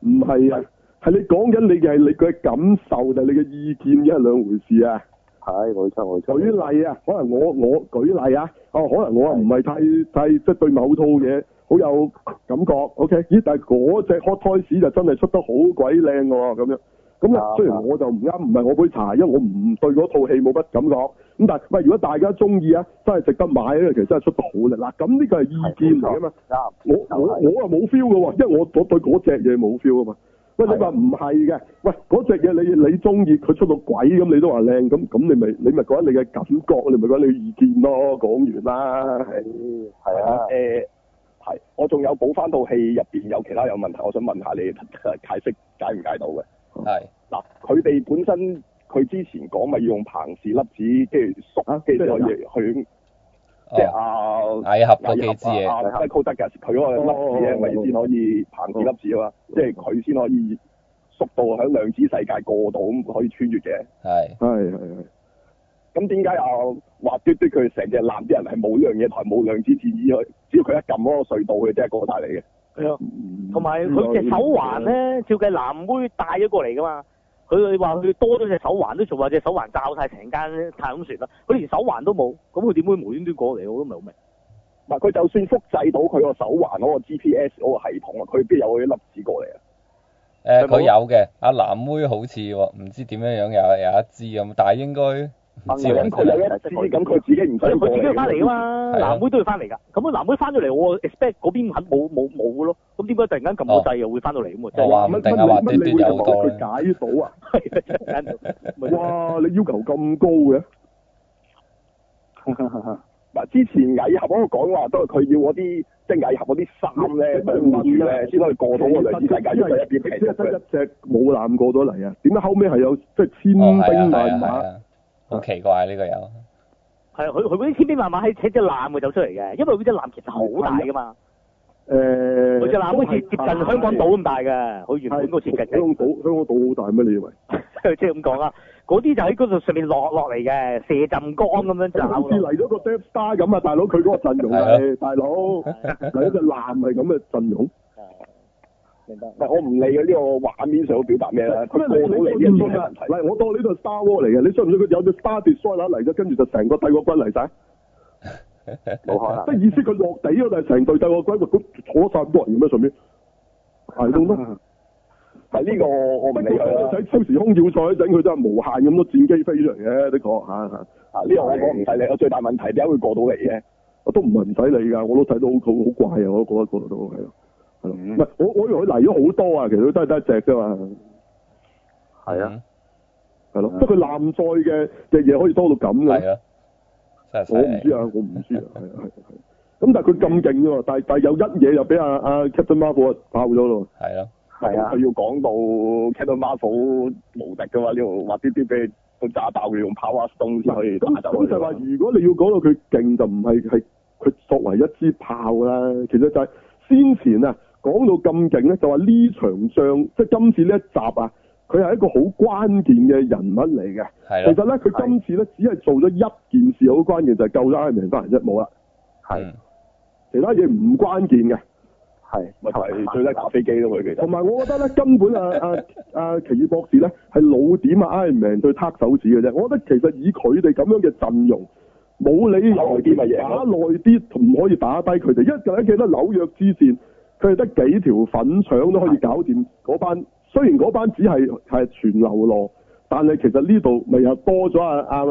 [SPEAKER 1] 唔係啊，係你講緊你嘅係你嘅感受定係你嘅意見嘅兩回事啊。
[SPEAKER 2] 係冇錯冇
[SPEAKER 1] 舉
[SPEAKER 2] 錯。
[SPEAKER 1] 例啊，可能我我舉例啊，哦，可能我唔係太太即係對某套嘢好有感覺，OK？咦，但係嗰只 Hot Toys 就真係出得好鬼靚喎，咁樣。咁咧，
[SPEAKER 2] 啱
[SPEAKER 1] 雖然
[SPEAKER 2] 啱
[SPEAKER 1] 我就唔啱，唔係我杯茶，因為我唔對嗰套戲冇乜感覺。咁但係，喂，如果大家中意啊，真係值得買啊，因為其實真係出得好靚。嗱，咁呢個係意見嚟噶嘛。
[SPEAKER 2] 啱。
[SPEAKER 1] 我我我啊冇 feel 嘅喎，因為我我對嗰只嘢冇 feel 啊嘛。喂，你話唔係嘅，喂嗰只嘢你你中意佢出到鬼咁，你都話靚咁，咁你咪你咪覺得你嘅感覺，你咪覺得你嘅意見咯。講完啦，
[SPEAKER 2] 係啊。
[SPEAKER 6] 誒呃係，我仲有補翻套戲入邊有其他有問題，我想問下你 [laughs] 解釋解唔解到嘅？
[SPEAKER 5] 係
[SPEAKER 6] 嗱，佢哋本身佢之前講咪要用彭氏粒子，跟住
[SPEAKER 1] 啊
[SPEAKER 6] 縮，跟住再
[SPEAKER 3] 哦
[SPEAKER 6] 去，即係
[SPEAKER 5] 哦，
[SPEAKER 6] 阿
[SPEAKER 5] 蟻俠嗰幾支嘢
[SPEAKER 6] 阿 Michael Douglas 佢嗰個
[SPEAKER 3] 哦
[SPEAKER 6] 粒子咧，咪先可以彭氏粒子啊嘛，即係佢先可以縮到喺量子世界過度咁可以穿越嘅。
[SPEAKER 5] 係
[SPEAKER 1] 係係係。
[SPEAKER 6] 咁點解啊？滑嘟嘟佢成隻男啲人係冇呢樣嘢，同埋冇量子戰衣去，只要佢一撳嗰個隧道，佢真係過晒嚟嘅。
[SPEAKER 3] 係啊咯，同埋佢隻手環咧，照計男妹帶咗過嚟噶嘛。佢話佢多咗隻手環，都仲話隻手環罩晒成間太空船啦。佢連手環都冇，咁佢點會無端端過嚟？我都唔係好明。
[SPEAKER 6] 唔係佢就算複製到佢個手環嗰個 GPS 嗰個系統啊，佢邊有嗰啲粒子過嚟啊？
[SPEAKER 5] 誒，佢有嘅，阿藍妹好似喎，唔知點樣樣有有一支咁，但係應該。
[SPEAKER 6] 咁佢有一支，咁佢自己唔
[SPEAKER 3] 佢
[SPEAKER 6] 使過
[SPEAKER 3] 佢
[SPEAKER 6] 嚟
[SPEAKER 3] 自己
[SPEAKER 6] 㗎。
[SPEAKER 3] 翻嚟噶嘛，
[SPEAKER 5] 係啊
[SPEAKER 3] 男妹都要翻嚟㗎。咁啊，男妹翻咗嚟，我 expect 嗰邊肯冇冇冇嘅咯。咁點解突然間撳
[SPEAKER 5] 哦
[SPEAKER 3] 個掣又會翻到嚟咁啊？真
[SPEAKER 5] 我話
[SPEAKER 3] 係
[SPEAKER 5] 唔定啊，滑嘟
[SPEAKER 1] 乜
[SPEAKER 5] 嘟
[SPEAKER 1] 你會
[SPEAKER 5] 有好
[SPEAKER 1] 佢
[SPEAKER 5] 多咧。
[SPEAKER 1] 解到啊？
[SPEAKER 5] 哦
[SPEAKER 3] [laughs] 真係唔係
[SPEAKER 1] 哇！你要求咁高嘅，
[SPEAKER 6] 嗱，之前蟻俠嗰個講話都係佢要嗰啲即係蟻俠嗰啲衫咧，保護
[SPEAKER 1] 啊
[SPEAKER 6] 住咧，先可以過到個量子世界，因為入邊
[SPEAKER 1] 其實
[SPEAKER 6] 皮肉
[SPEAKER 1] 得
[SPEAKER 6] 嘅。
[SPEAKER 1] 一隻冇攬過咗嚟啊？點解後尾係有即係千
[SPEAKER 5] 哦，係啊，
[SPEAKER 1] 兵
[SPEAKER 5] 係啊，
[SPEAKER 1] 萬
[SPEAKER 5] 係
[SPEAKER 1] 馬？
[SPEAKER 5] 啊，好奇怪呢個有。
[SPEAKER 3] 係啊佢佢嗰啲千變萬馬係扯隻男嘅走出嚟嘅，因為佢隻男其實好
[SPEAKER 1] 啊
[SPEAKER 3] 大㗎嘛。
[SPEAKER 1] 誒，
[SPEAKER 3] 佢隻男好似接近香港島咁大嘅，佢原本個設計嘅，
[SPEAKER 1] 香港島香港島好大咩？你以為？
[SPEAKER 3] [laughs] 即係咁講啦。嗰啲就喺嗰度上面落落嚟嘅，射浸光咁樣
[SPEAKER 1] 好似
[SPEAKER 3] 就
[SPEAKER 1] [laughs] 嚟咗個 Death Star 咁啊，大佬佢嗰個陣容
[SPEAKER 5] 啊
[SPEAKER 1] 係大佬嚟一隻男係咁嘅陣容，
[SPEAKER 3] [laughs]
[SPEAKER 6] 唔係我唔理佢呢個畫面上表達咩啦，
[SPEAKER 3] 啊
[SPEAKER 6] 啊佢過
[SPEAKER 1] 咩你
[SPEAKER 6] 到嚟
[SPEAKER 1] 你
[SPEAKER 6] 呢
[SPEAKER 1] 信唔
[SPEAKER 6] 一
[SPEAKER 1] 信
[SPEAKER 6] 啲
[SPEAKER 1] 啊
[SPEAKER 6] 問題？。
[SPEAKER 1] 嚟我當呢度 Star War 嚟嘅，你信唔信佢有隻 Star Destroyer 嚟咗，跟住就成個帝國軍嚟晒？
[SPEAKER 2] 冇可
[SPEAKER 3] 啊
[SPEAKER 2] 能。
[SPEAKER 1] 即係意思佢落地嗰度係成隊帝國軍，佢坐晒咁多人嘅咩上面？係到
[SPEAKER 3] 啊
[SPEAKER 1] 咩？
[SPEAKER 6] 係呢個我
[SPEAKER 1] 不
[SPEAKER 6] 唔
[SPEAKER 1] 過
[SPEAKER 6] 理佢啦。
[SPEAKER 1] 喺超啊時空要塞嗰陣，佢真係無限咁多戰機飛出嚟嘅，的確嚇嚇。
[SPEAKER 6] 啊，呢個我講唔使理，我最大問題點解會過到嚟嘅？
[SPEAKER 1] 我都唔係唔使理㗎，我都睇到好好怪啊！我都覺得嗰度都係咯，係咯。唔
[SPEAKER 6] 嗯
[SPEAKER 1] 係我我以為佢嚟咗好多啊，其實都係得一隻啫嘛。
[SPEAKER 2] 係啊，
[SPEAKER 5] 嗯，
[SPEAKER 1] 係咯，不過佢艦載嘅嘅嘢可以多到咁嘅
[SPEAKER 5] 嗯係，咯，啊真係犀
[SPEAKER 1] 我唔知啊，
[SPEAKER 5] 利。
[SPEAKER 1] 我唔知啊，係啊係啊係啊。咁但係佢咁勁啫喎，但係但係有一嘢就俾阿阿 Captain Marvel 啊爆咗咯
[SPEAKER 5] 係咯，
[SPEAKER 2] 係啊
[SPEAKER 6] 佢。要講到 Captain Marvel 無敵噶嘛，呢度話啲啲俾佢炸爆，佢用 Power
[SPEAKER 1] 喎。
[SPEAKER 6] Stone 先可以
[SPEAKER 1] 咁
[SPEAKER 6] 打走佢
[SPEAKER 1] 咁就係話，如果你要講到佢勁，就唔係係佢作為一支炮啦，其實就係先前啊講到咁勁咧，就話呢場仗即係今次呢一集啊，佢佢係一個好關鍵嘅人物嚟嘅。
[SPEAKER 5] 係
[SPEAKER 1] 其實
[SPEAKER 5] 啦，
[SPEAKER 1] 咧，佢今次咧只係做咗一件事好關鍵，就係、救咗 Iron Man 翻嚟啫，冇啦，
[SPEAKER 2] 係
[SPEAKER 5] 嗯
[SPEAKER 1] 其他嘢唔關鍵嘅。
[SPEAKER 2] 係
[SPEAKER 6] 咪就係最叻打飛機咯，佢其
[SPEAKER 1] 同
[SPEAKER 6] 實。
[SPEAKER 1] 埋我覺得咧，根本啊啊啊奇異博士咧係老點啊 Iron Man 對攤手指嘅啫。我覺得其實以佢哋咁樣嘅陣容，冇理由
[SPEAKER 6] 打耐啲咪贏
[SPEAKER 1] 打
[SPEAKER 6] 咯
[SPEAKER 1] 耐啲，唔可以打低佢哋。因為大家記得紐約之戰，佢哋得幾條粉腸都可以搞掂嗰班。雖然嗰班只係係全流浪，但係其實呢度咪又多咗啊啊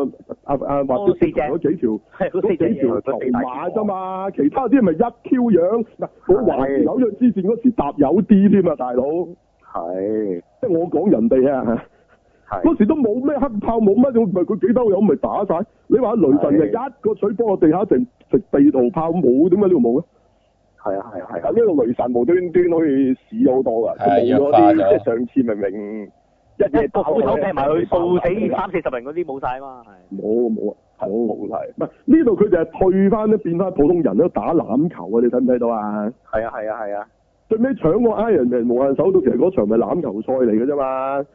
[SPEAKER 1] 啊啊或者
[SPEAKER 3] 多四隻
[SPEAKER 1] 嗰幾條。
[SPEAKER 3] 係
[SPEAKER 1] 嗰
[SPEAKER 3] 嗰四
[SPEAKER 1] 幾
[SPEAKER 3] 隻
[SPEAKER 1] 條
[SPEAKER 3] 嘢，
[SPEAKER 1] 籌碼啫嘛，其他啲咪一 Q 樣。嗱，我懷
[SPEAKER 2] 係
[SPEAKER 1] 疑紐約之戰嗰時搭有啲添啊，大佬，
[SPEAKER 2] 係
[SPEAKER 1] 即係我講人哋啊，
[SPEAKER 2] 係
[SPEAKER 1] 嗰時都冇咩黑炮，冇乜，咪佢幾兜友咪打晒。你話雷神就
[SPEAKER 2] 係
[SPEAKER 1] 一個水波落地下，成成地圖炮冇，點解呢度冇咧？
[SPEAKER 2] 係啊係啊係
[SPEAKER 6] 係啊，
[SPEAKER 2] 啊
[SPEAKER 6] 呢個雷神無端端好似屎好多㗎，
[SPEAKER 5] 係啊
[SPEAKER 6] 佢冇
[SPEAKER 5] 弱
[SPEAKER 6] 咗
[SPEAKER 5] 化
[SPEAKER 6] 啲
[SPEAKER 5] 咗
[SPEAKER 6] 即係上次明明一
[SPEAKER 3] 一
[SPEAKER 6] 嘢
[SPEAKER 3] 個
[SPEAKER 6] 打
[SPEAKER 3] 斧頭劈埋佢，掃死
[SPEAKER 6] 係
[SPEAKER 3] 三四十人嗰啲冇晒啊嘛，係。
[SPEAKER 1] 冇冇啊！
[SPEAKER 6] 冇係。
[SPEAKER 1] 唔係呢度佢就係退翻咧，變翻普通人咧打籃球啊！你睇唔睇到啊？
[SPEAKER 2] 係啊係啊係啊
[SPEAKER 1] 最尾搶個 Iron Man 無限手套，其實嗰場咪籃球賽嚟嘅啫嘛。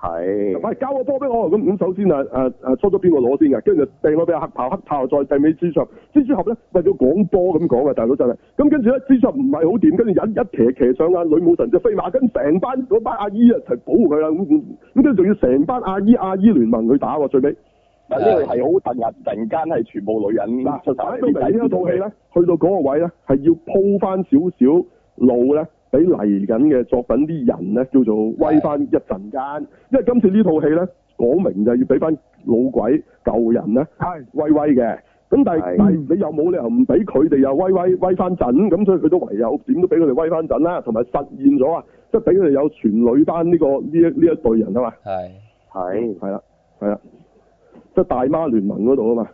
[SPEAKER 2] 係
[SPEAKER 1] 喂，交個波俾我，咁咁首先啊啊啊，初咗邊個攞先嘅，跟住就掟咗俾阿黑豹，黑豹再掟俾蜘蛛俠，蜘蛛俠咧為咗講波咁講啊，大佬真係，咁跟住咧蜘蛛俠唔係好掂，跟住忍一騎騎上啊女武神隻飛馬，跟住成班嗰班阿姨啊一齊保護佢啦，咁咁咁跟住仲要成班阿姨阿姨聯盟去打喎，最尾
[SPEAKER 6] 嗱呢個係好突然，突然間係全部女人
[SPEAKER 1] 嗱
[SPEAKER 6] 出晒
[SPEAKER 1] 擺
[SPEAKER 6] 嚟
[SPEAKER 1] 到明呢一套戲咧，去到嗰個位咧係要鋪翻少少路咧。俾嚟緊嘅作品啲人咧，叫做威翻一陣間，因為今次呢套戲咧講明就係要俾翻老鬼舊人咧
[SPEAKER 4] 係
[SPEAKER 1] 威威嘅。咁但係
[SPEAKER 2] 係
[SPEAKER 1] 但係你又冇理由唔俾佢哋又威威威翻陣，咁所以佢都唯有點都俾佢哋威翻陣啦，同埋實現咗啊，即係俾佢哋有全女班呢、個呢一呢一隊人啊嘛，
[SPEAKER 5] 係
[SPEAKER 2] 係
[SPEAKER 1] 係啦係啦，即係大媽聯盟嗰度啊嘛，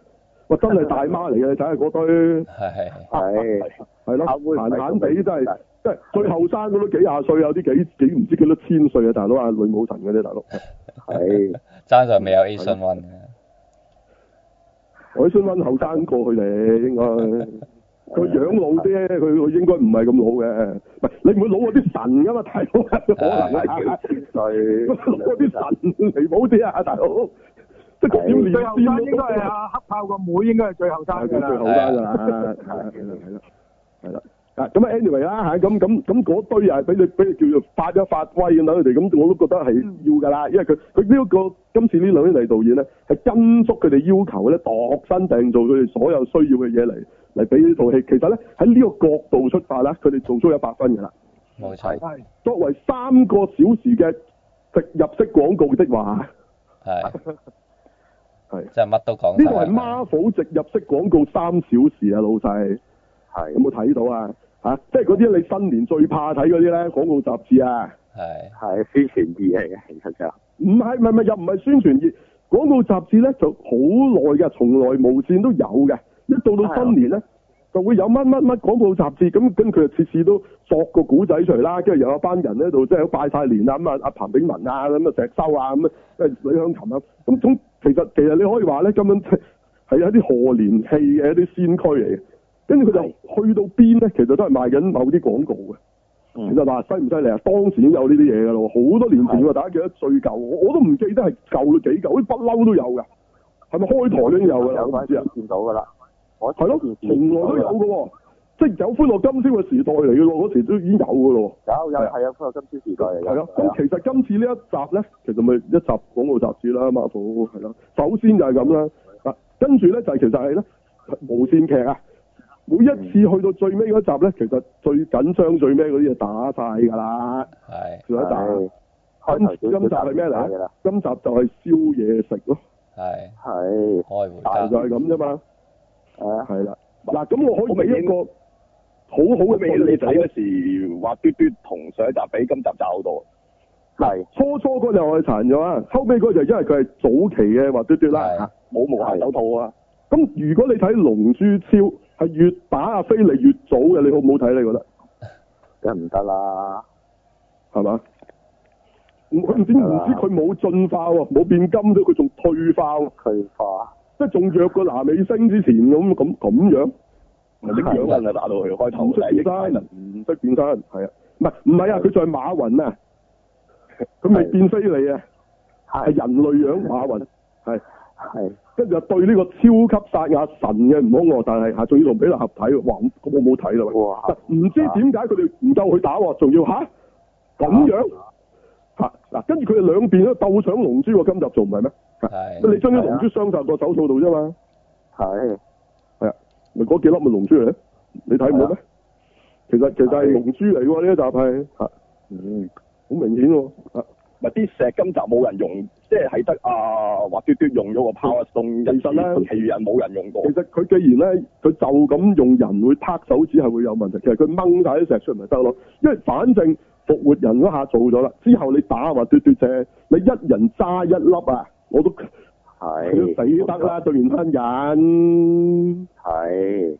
[SPEAKER 1] 哇真係大媽嚟嘅，你睇下嗰堆
[SPEAKER 5] 係係
[SPEAKER 2] 係
[SPEAKER 1] 係
[SPEAKER 4] 啊
[SPEAKER 1] 咯，
[SPEAKER 2] 阿妹
[SPEAKER 1] 閒閒地真係
[SPEAKER 2] 係
[SPEAKER 1] 即係最後生嗰都幾廿歲，有啲幾幾唔知幾多千歲啊大佬啊，女武神嗰啲大佬，
[SPEAKER 2] 係
[SPEAKER 5] 爭在未有 Asian One 啊嘅，
[SPEAKER 1] 我想揾後生過佢哋
[SPEAKER 4] [laughs]
[SPEAKER 1] 應該。佢養老啫，佢佢應該唔係咁老嘅，唔係你唔會老過啲神噶嘛，大
[SPEAKER 4] [laughs]
[SPEAKER 1] 佬可能啊
[SPEAKER 2] 最
[SPEAKER 1] [laughs] 老過啲神離譜啲啊，大佬，即係佢要
[SPEAKER 4] 最
[SPEAKER 1] 練
[SPEAKER 4] 後生
[SPEAKER 1] 先
[SPEAKER 4] 應該係阿黑豹個妹，應該係最後生
[SPEAKER 1] 係佢
[SPEAKER 4] 㗎
[SPEAKER 1] 最
[SPEAKER 4] 啦
[SPEAKER 1] 後。生㗎啦，係啦係啦係啦。啊，咁啊，anyway 啦嚇，咁咁咁嗰堆啊，俾你俾你叫做發一發威咁等佢哋，咁我都覺得係要㗎啦，因為佢佢呢一個今次呢兩位嚟導演咧，係跟足佢哋要求咧，度身訂造佢哋所有需要嘅嘢嚟嚟俾呢套戲。其實咧喺呢個角度出發咧，佢哋做足一百分㗎啦。
[SPEAKER 5] 冇錯，
[SPEAKER 4] 係
[SPEAKER 1] 作為三個小時嘅植入式廣告的話，
[SPEAKER 5] 係
[SPEAKER 1] 係
[SPEAKER 5] 即係乜都講
[SPEAKER 1] 呢
[SPEAKER 5] 晒
[SPEAKER 1] 個係 Marvel 植入式廣告三小時啊，老細有
[SPEAKER 2] 係
[SPEAKER 1] 冇睇到啊？嚇、即係嗰啲你新年最怕睇嗰啲咧廣告雜誌啊，
[SPEAKER 5] 係
[SPEAKER 2] 係宣傳二嚟嘅，其實就
[SPEAKER 1] 唔係唔係唔係又唔係宣傳頁，廣告雜誌咧就好耐嘅，從來無線都有嘅，一到到新年咧。就會有乜乜乜廣告雜誌，咁跟佢就次次都作個古仔出嚟啦，跟住又有班人喺度即係拜晒年啊，咁啊阿彭炳文啊，咁啊石修啊，咁啊即係李香琴啊，咁總其實其實你可以話咧，根本係係啊一啲賀年戲嘅一啲先驅嚟嘅，跟住佢就去到邊咧，其實都係賣緊某啲廣告嘅。
[SPEAKER 2] 嗯
[SPEAKER 1] 其實話犀唔犀利啊？當時已經有呢啲嘢㗎咯，好多年前喎，大家記得最舊，我我都唔記得係舊到幾舊，好似不嬲都有㗎，係咪開台都已經有嗯㗎啦？我唔知啊。
[SPEAKER 2] 見到㗎啦，我
[SPEAKER 1] 係咯，從來都有
[SPEAKER 2] 有
[SPEAKER 1] 嘅喎，即係有歡樂今宵嘅時代嚟嘅咯，嗰時都已經有嘅咯
[SPEAKER 2] 有有係啊，不過今朝時代
[SPEAKER 1] 喎。係啊
[SPEAKER 2] 有，
[SPEAKER 1] 咁其實今次呢一集咧，其實咪一集廣告雜誌啦，馬虎係啦。首先就係咁啦，啊，跟住咧就係其實係咧無線劇啊，每一次去到最尾嗰集咧，其實最緊張最尾嗰啲嘢打晒㗎啦，
[SPEAKER 5] 係
[SPEAKER 1] 最後一
[SPEAKER 2] 哎
[SPEAKER 1] 集。
[SPEAKER 2] 開
[SPEAKER 1] 今
[SPEAKER 2] 頭
[SPEAKER 1] 今集係咩嚟
[SPEAKER 2] 㗎
[SPEAKER 1] 咧
[SPEAKER 2] 啦？？哎
[SPEAKER 1] 今集就係燒嘢食咯，
[SPEAKER 5] 係
[SPEAKER 2] 係
[SPEAKER 5] 開回
[SPEAKER 1] 就
[SPEAKER 5] 家
[SPEAKER 1] 係咁啫嘛，
[SPEAKER 2] 啊，
[SPEAKER 1] 係啦。嗱，咁我可以俾一個好好
[SPEAKER 6] 好
[SPEAKER 1] 嘅
[SPEAKER 6] 俾你睇嗰時滑嘟嘟同上一集比，今集就好多。
[SPEAKER 2] 係
[SPEAKER 1] 初初嗰陣我係殘咗啊，後尾嗰陣因為佢係早期嘅滑嘟嘟啦
[SPEAKER 5] 係。
[SPEAKER 6] 冇無限手套啊！
[SPEAKER 1] 咁如果你睇《龍珠超》，係越打阿飛利越早嘅，你好唔好睇？你覺得
[SPEAKER 2] 梗唔得啦，
[SPEAKER 1] 係嘛？唔佢唔知唔知佢冇進化喎，冇變金咗，佢仲退化喎，
[SPEAKER 2] 佢化
[SPEAKER 1] 即係仲弱過南美星之前咁咁咁樣，
[SPEAKER 6] 唔識養人啊，打到佢開頭
[SPEAKER 1] 唔識
[SPEAKER 6] 第一
[SPEAKER 1] 變身，唔識變身，係啊，唔係唔係啊，佢就係馬雲啊，佢未變非你啊，係
[SPEAKER 2] 係
[SPEAKER 1] 人類樣馬雲，係
[SPEAKER 2] 係
[SPEAKER 1] 跟住對呢個超級殺亞神嘅唔好惡，但係嚇仲要同比勒合體喎，哇！咁我冇睇啦喂，
[SPEAKER 2] 哇
[SPEAKER 1] 唔知點解佢哋唔夠佢打喎，仲要吓咁樣嚇嗱，跟住佢哋兩邊都鬥上龍珠喎，今集仲唔係咩？
[SPEAKER 5] 係
[SPEAKER 1] 你將啲龍珠鑲晒個手套度啫嘛，
[SPEAKER 2] 係
[SPEAKER 1] 咪嗰幾粒咪龍珠嚟？你睇唔到咩？其實其實係
[SPEAKER 2] 係
[SPEAKER 1] 龍珠嚟喎，呢一集係嚇
[SPEAKER 2] 嗯
[SPEAKER 1] 好明顯喎啊嚇。
[SPEAKER 6] 咪啲石今集冇人用，即係係得啊滑嘟嘟用咗個 Power Stone 一
[SPEAKER 1] 其實呢
[SPEAKER 6] 次，其餘人冇人用過
[SPEAKER 1] 其。實佢既然咧，佢就咁用人會拍手指係會有問題。其實佢掹晒啲石出嚟咪得咯，因為反正復活人嗰下做咗啦，之後你打話嘟嘟啫，你一人揸一粒啊，我都佢都
[SPEAKER 2] 係
[SPEAKER 1] 死得啦，對面班人。
[SPEAKER 2] 係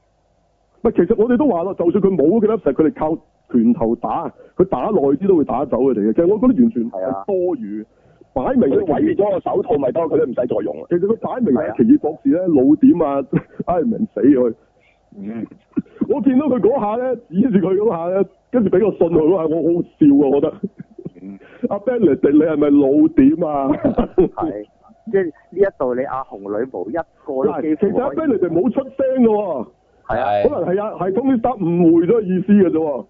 [SPEAKER 1] 喂，其實我哋都話咯，就算佢冇嗰幾粒石，佢哋靠拳頭打，佢打耐啲都會打走佢哋嘅。其實我覺得完全
[SPEAKER 2] 係啊
[SPEAKER 1] 係多餘，擺明佢
[SPEAKER 6] 佢毀滅咗個手套咪得，
[SPEAKER 2] 啊
[SPEAKER 6] 佢都唔使再用啦。
[SPEAKER 1] 其實佢擺明
[SPEAKER 2] 係
[SPEAKER 1] 係
[SPEAKER 2] 啊
[SPEAKER 1] 奇異博士咧，老點啊，Iron Man 死咗佢。 [laughs]
[SPEAKER 6] 嗯，
[SPEAKER 1] 我見到佢嗰下咧，指住佢嗰下咧，跟住俾個信號嗰下，我好笑啊！我覺
[SPEAKER 2] 嗯
[SPEAKER 1] 得阿 Benedict 你係咪老點啊？
[SPEAKER 2] 係，即係呢一度你阿紅女巫一個都
[SPEAKER 1] 嗱，
[SPEAKER 2] 幾
[SPEAKER 1] 其實
[SPEAKER 2] 乎
[SPEAKER 1] 阿
[SPEAKER 2] 可以
[SPEAKER 1] Benedict 冇出聲嘅喎，
[SPEAKER 2] 係啊，
[SPEAKER 1] 可能係啊，係 Tony Stark 誤會咗意思嘅啫喎。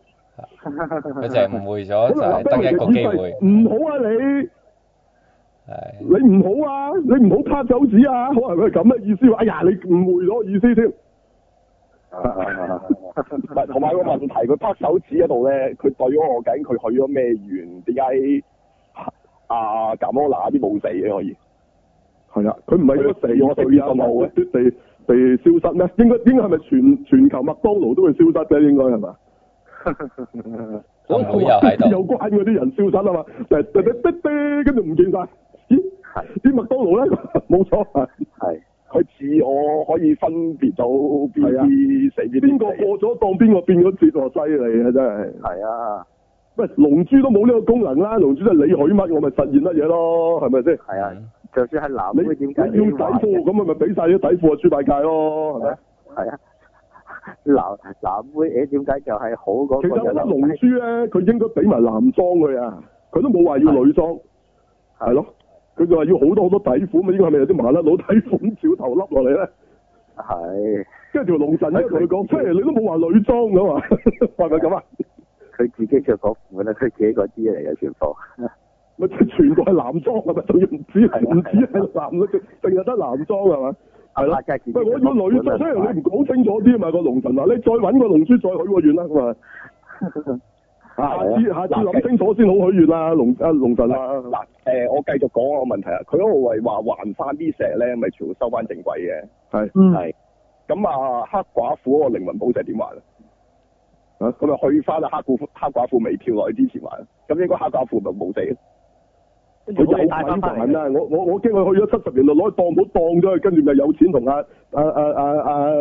[SPEAKER 5] 佢就係誤會咗，就
[SPEAKER 1] 可能阿
[SPEAKER 5] 係得一
[SPEAKER 1] Benedict
[SPEAKER 5] 個
[SPEAKER 1] 意
[SPEAKER 5] 機
[SPEAKER 1] 思係，
[SPEAKER 5] 會
[SPEAKER 1] 唔好啊你，
[SPEAKER 5] 係
[SPEAKER 1] 你唔好啊，你唔好拍手指啊！可能佢係咁嘅意思喎。哎呀，你誤會咗意思添。
[SPEAKER 6] 唔係同埋個問題，佢拍手指嗰度咧，佢對咗我究竟佢許咗咩願？點解阿賈摩拿啲冇死嘅可以？
[SPEAKER 1] 係啊，佢唔係
[SPEAKER 6] 佢
[SPEAKER 1] 應該死
[SPEAKER 6] 我哋
[SPEAKER 1] 罪啊，
[SPEAKER 6] 邊個冇
[SPEAKER 1] 冇
[SPEAKER 6] 嘅
[SPEAKER 1] 啲地地消失咩？應該應該係咪全全球麥當勞都會消失嘅？應該係嘛？啊
[SPEAKER 5] 阿妹又喺
[SPEAKER 1] 有
[SPEAKER 5] 度，
[SPEAKER 1] 關嗰啲人消失啊嘛，就就就滴滴，跟住唔見晒。咦？啲麥當勞咧， [laughs] 冇錯，
[SPEAKER 2] 係
[SPEAKER 6] 佢自我可以分別到邊
[SPEAKER 1] 係啊
[SPEAKER 6] 啲死邊
[SPEAKER 1] 邊
[SPEAKER 6] 啲
[SPEAKER 1] 個
[SPEAKER 6] 唔死。
[SPEAKER 1] 過咗當邊個變咗節喎，犀利啊真係！
[SPEAKER 2] 係啊
[SPEAKER 1] 喂，龍珠都冇呢個功能啦，龍珠都係你許乜，我咪實現乜嘢咯，係咪先？
[SPEAKER 2] 係啊，
[SPEAKER 5] 嗯
[SPEAKER 2] 就算係男
[SPEAKER 1] 你
[SPEAKER 2] 妹點解
[SPEAKER 1] 你要哦底
[SPEAKER 2] 話
[SPEAKER 1] 褲，咁咪咪俾晒啲底褲啊，豬八戒咯，係咪？
[SPEAKER 2] 係啊，男男妹誒點解就係好嗰
[SPEAKER 1] 其實
[SPEAKER 2] 個啊
[SPEAKER 1] 我啊覺
[SPEAKER 2] 就
[SPEAKER 1] 得龍珠咧，佢應該俾埋男裝佢啊，佢都冇話要女裝，係咯。佢就話要好多好多底褲，咪應該係咪有啲麻甩佬底褲咁照頭笠落嚟咧？
[SPEAKER 2] 係
[SPEAKER 1] 跟住條龍神咧同哎佢講，即係你都冇話女裝噶嘛， [laughs] 係咪咁啊？
[SPEAKER 2] 佢自己着嗰款啦，佢自己嗰啲嚟嘅全部
[SPEAKER 1] 咪即係全部係男裝係咪？仲要唔止係
[SPEAKER 2] 係
[SPEAKER 1] 唔
[SPEAKER 2] 啊
[SPEAKER 1] 止係男嘅，淨係得男裝係嘛？係啦
[SPEAKER 2] 啊，真係自己
[SPEAKER 1] 喂，我
[SPEAKER 2] 着嗰
[SPEAKER 1] 要女裝，
[SPEAKER 2] 款
[SPEAKER 1] 雖然
[SPEAKER 2] 啦
[SPEAKER 1] 你唔講清楚啲啊嘛，個龍神話你再揾個龍珠再許個願啦咁 [laughs] 啊！下次下次諗清楚先好許願啦，龍啊龍神啊！
[SPEAKER 6] 嗱，誒、我繼續講個問題啊，佢嗰個為話還翻啲石咧，咪全部收翻正軌嘅。
[SPEAKER 1] 係
[SPEAKER 4] Ừ.
[SPEAKER 6] 係。咁啊，黑寡婦嗰個靈魂寶石點還啊？
[SPEAKER 1] 啊
[SPEAKER 6] 咁咪去翻啊黑寡婦黑寡婦未跳落去之前還，啊咁應該黑寡婦咪冇死。
[SPEAKER 1] 佢有鬼還
[SPEAKER 3] [laughs]
[SPEAKER 1] 啊！我我我驚佢去咗七十年代攞去當鋪當咗佢，跟住咪有錢同阿啊阿阿阿阿啊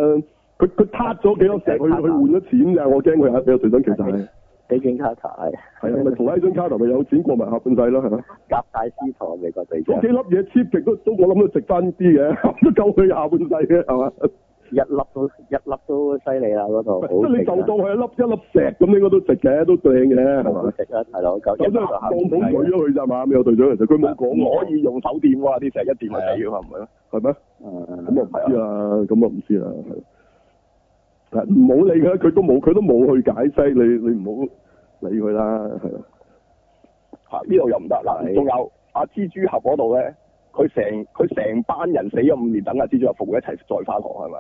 [SPEAKER 1] 佢佢撻咗幾多石去去換咗錢㗎，我驚佢啊係俾個水準其實係
[SPEAKER 2] 俾警察查哎係
[SPEAKER 1] 係啊，咪同 Agent Carter 咪有錢過埋下半世咯，係咪？
[SPEAKER 2] 夾帶私藏美國隊長
[SPEAKER 1] 嗰幾，粒嘢 cheap 極都都我諗都值翻啲嘅， [laughs] 都夠佢下半世嘅係嘛？
[SPEAKER 2] 一粒都一粒都犀利啦嗰度，
[SPEAKER 1] 即係
[SPEAKER 2] 好
[SPEAKER 1] 你就
[SPEAKER 2] 勁啊
[SPEAKER 1] 當佢一粒一粒石咁，應該都值嘅，都靚嘅係
[SPEAKER 2] 好
[SPEAKER 1] 嘛？
[SPEAKER 2] 食啊，大佬夠
[SPEAKER 1] 咁
[SPEAKER 2] 一
[SPEAKER 1] 即
[SPEAKER 2] 粒
[SPEAKER 1] 係
[SPEAKER 2] 啊就
[SPEAKER 1] 當
[SPEAKER 2] 下
[SPEAKER 1] 冇
[SPEAKER 2] 面
[SPEAKER 1] 舉咗佢咋嘛？美國隊長其實佢冇講
[SPEAKER 6] 唔
[SPEAKER 1] 我
[SPEAKER 6] 可以用手掂㗎嘛，啲石一掂就死㗎嘛，唔係咩？
[SPEAKER 1] 係咩？咁啊
[SPEAKER 2] 嗯
[SPEAKER 1] 我唔知啦，咁我唔知啦。係係唔好理佢，佢都冇，佢都冇去解釋，你你唔好理佢啦，係啊啦。
[SPEAKER 6] 嚇呢度又唔得嗱，仲有阿蜘蛛俠嗰度咧，佢成佢成班人死咗五年，等阿蜘蛛俠復活一齊再翻學係咪？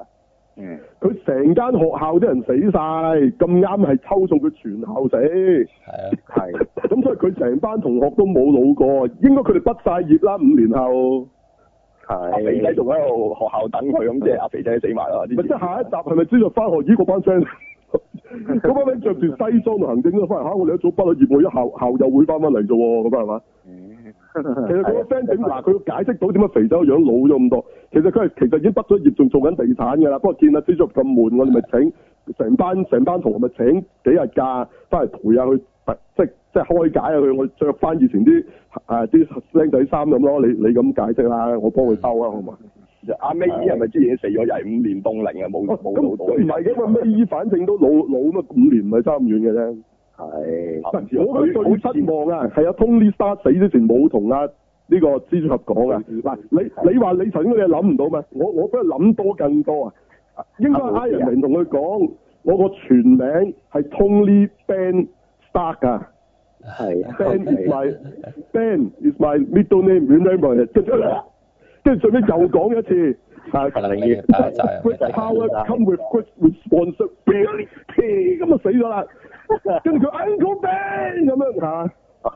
[SPEAKER 2] 嗯
[SPEAKER 1] 佢成間學校啲人死晒，咁啱係抽中佢全校死，
[SPEAKER 5] 係啊，
[SPEAKER 2] 係
[SPEAKER 1] 咁所以佢成班同學都冇老過，應該佢哋畢晒業啦，五年後。
[SPEAKER 6] 阿肥仔
[SPEAKER 2] 係
[SPEAKER 6] 仲喺度學校等佢，咁即係阿肥仔死埋啦。
[SPEAKER 1] 咪即係下一集係咪知道翻學咦嗰班 friend？嗰班 friend 着住西裝同行政都翻嚟嚇，我哋一早畢咗業，我一校校友會翻翻嚟啫喎，咁啊係嘛？其實嗰個 friend 點嗱，佢解釋到點解肥仔個樣老咗咁多，其實佢係其實已經畢咗業，仲做緊地產㗎啦。不過見阿蜘蛛俠咁悶，我哋咪請成班成班同學咪請幾日假翻嚟陪下佢，即係即係開解下佢，我着翻以前啲啊啲僆仔衫咁咯。你你咁解釋啦，我幫佢收啊，好嘛？
[SPEAKER 6] 阿 May 係咪之前死咗又係五年凍齡啊？冇
[SPEAKER 1] 哦
[SPEAKER 6] 冇
[SPEAKER 1] 咁
[SPEAKER 6] 老
[SPEAKER 1] 唔
[SPEAKER 6] 到。
[SPEAKER 1] 係嘅嘛，咩反正都老老咁啊，五年唔係差咁遠嘅啫。
[SPEAKER 2] 係
[SPEAKER 1] 我覺得最失望啊，係啊 Tony Stark 死之前冇同啊呢個蜘蛛俠講啊。嗱，你你話你頭先你諗唔到咩？我我不過諗多更多啊。應該
[SPEAKER 2] 啊冇事
[SPEAKER 1] Iron
[SPEAKER 2] 啊
[SPEAKER 1] Man 同佢講，我個全名係 Tony Ben Stark 啊。
[SPEAKER 2] 係
[SPEAKER 1] Ben is my Ben is my middle name. Remember it。跟住跟住最尾又講一次。啊
[SPEAKER 5] 可能你要打一債
[SPEAKER 1] Great
[SPEAKER 5] 係咪大家
[SPEAKER 1] power come with great responsibility，咁啊死咗啦！跟住佢 Uncle Ben 咁樣嚇。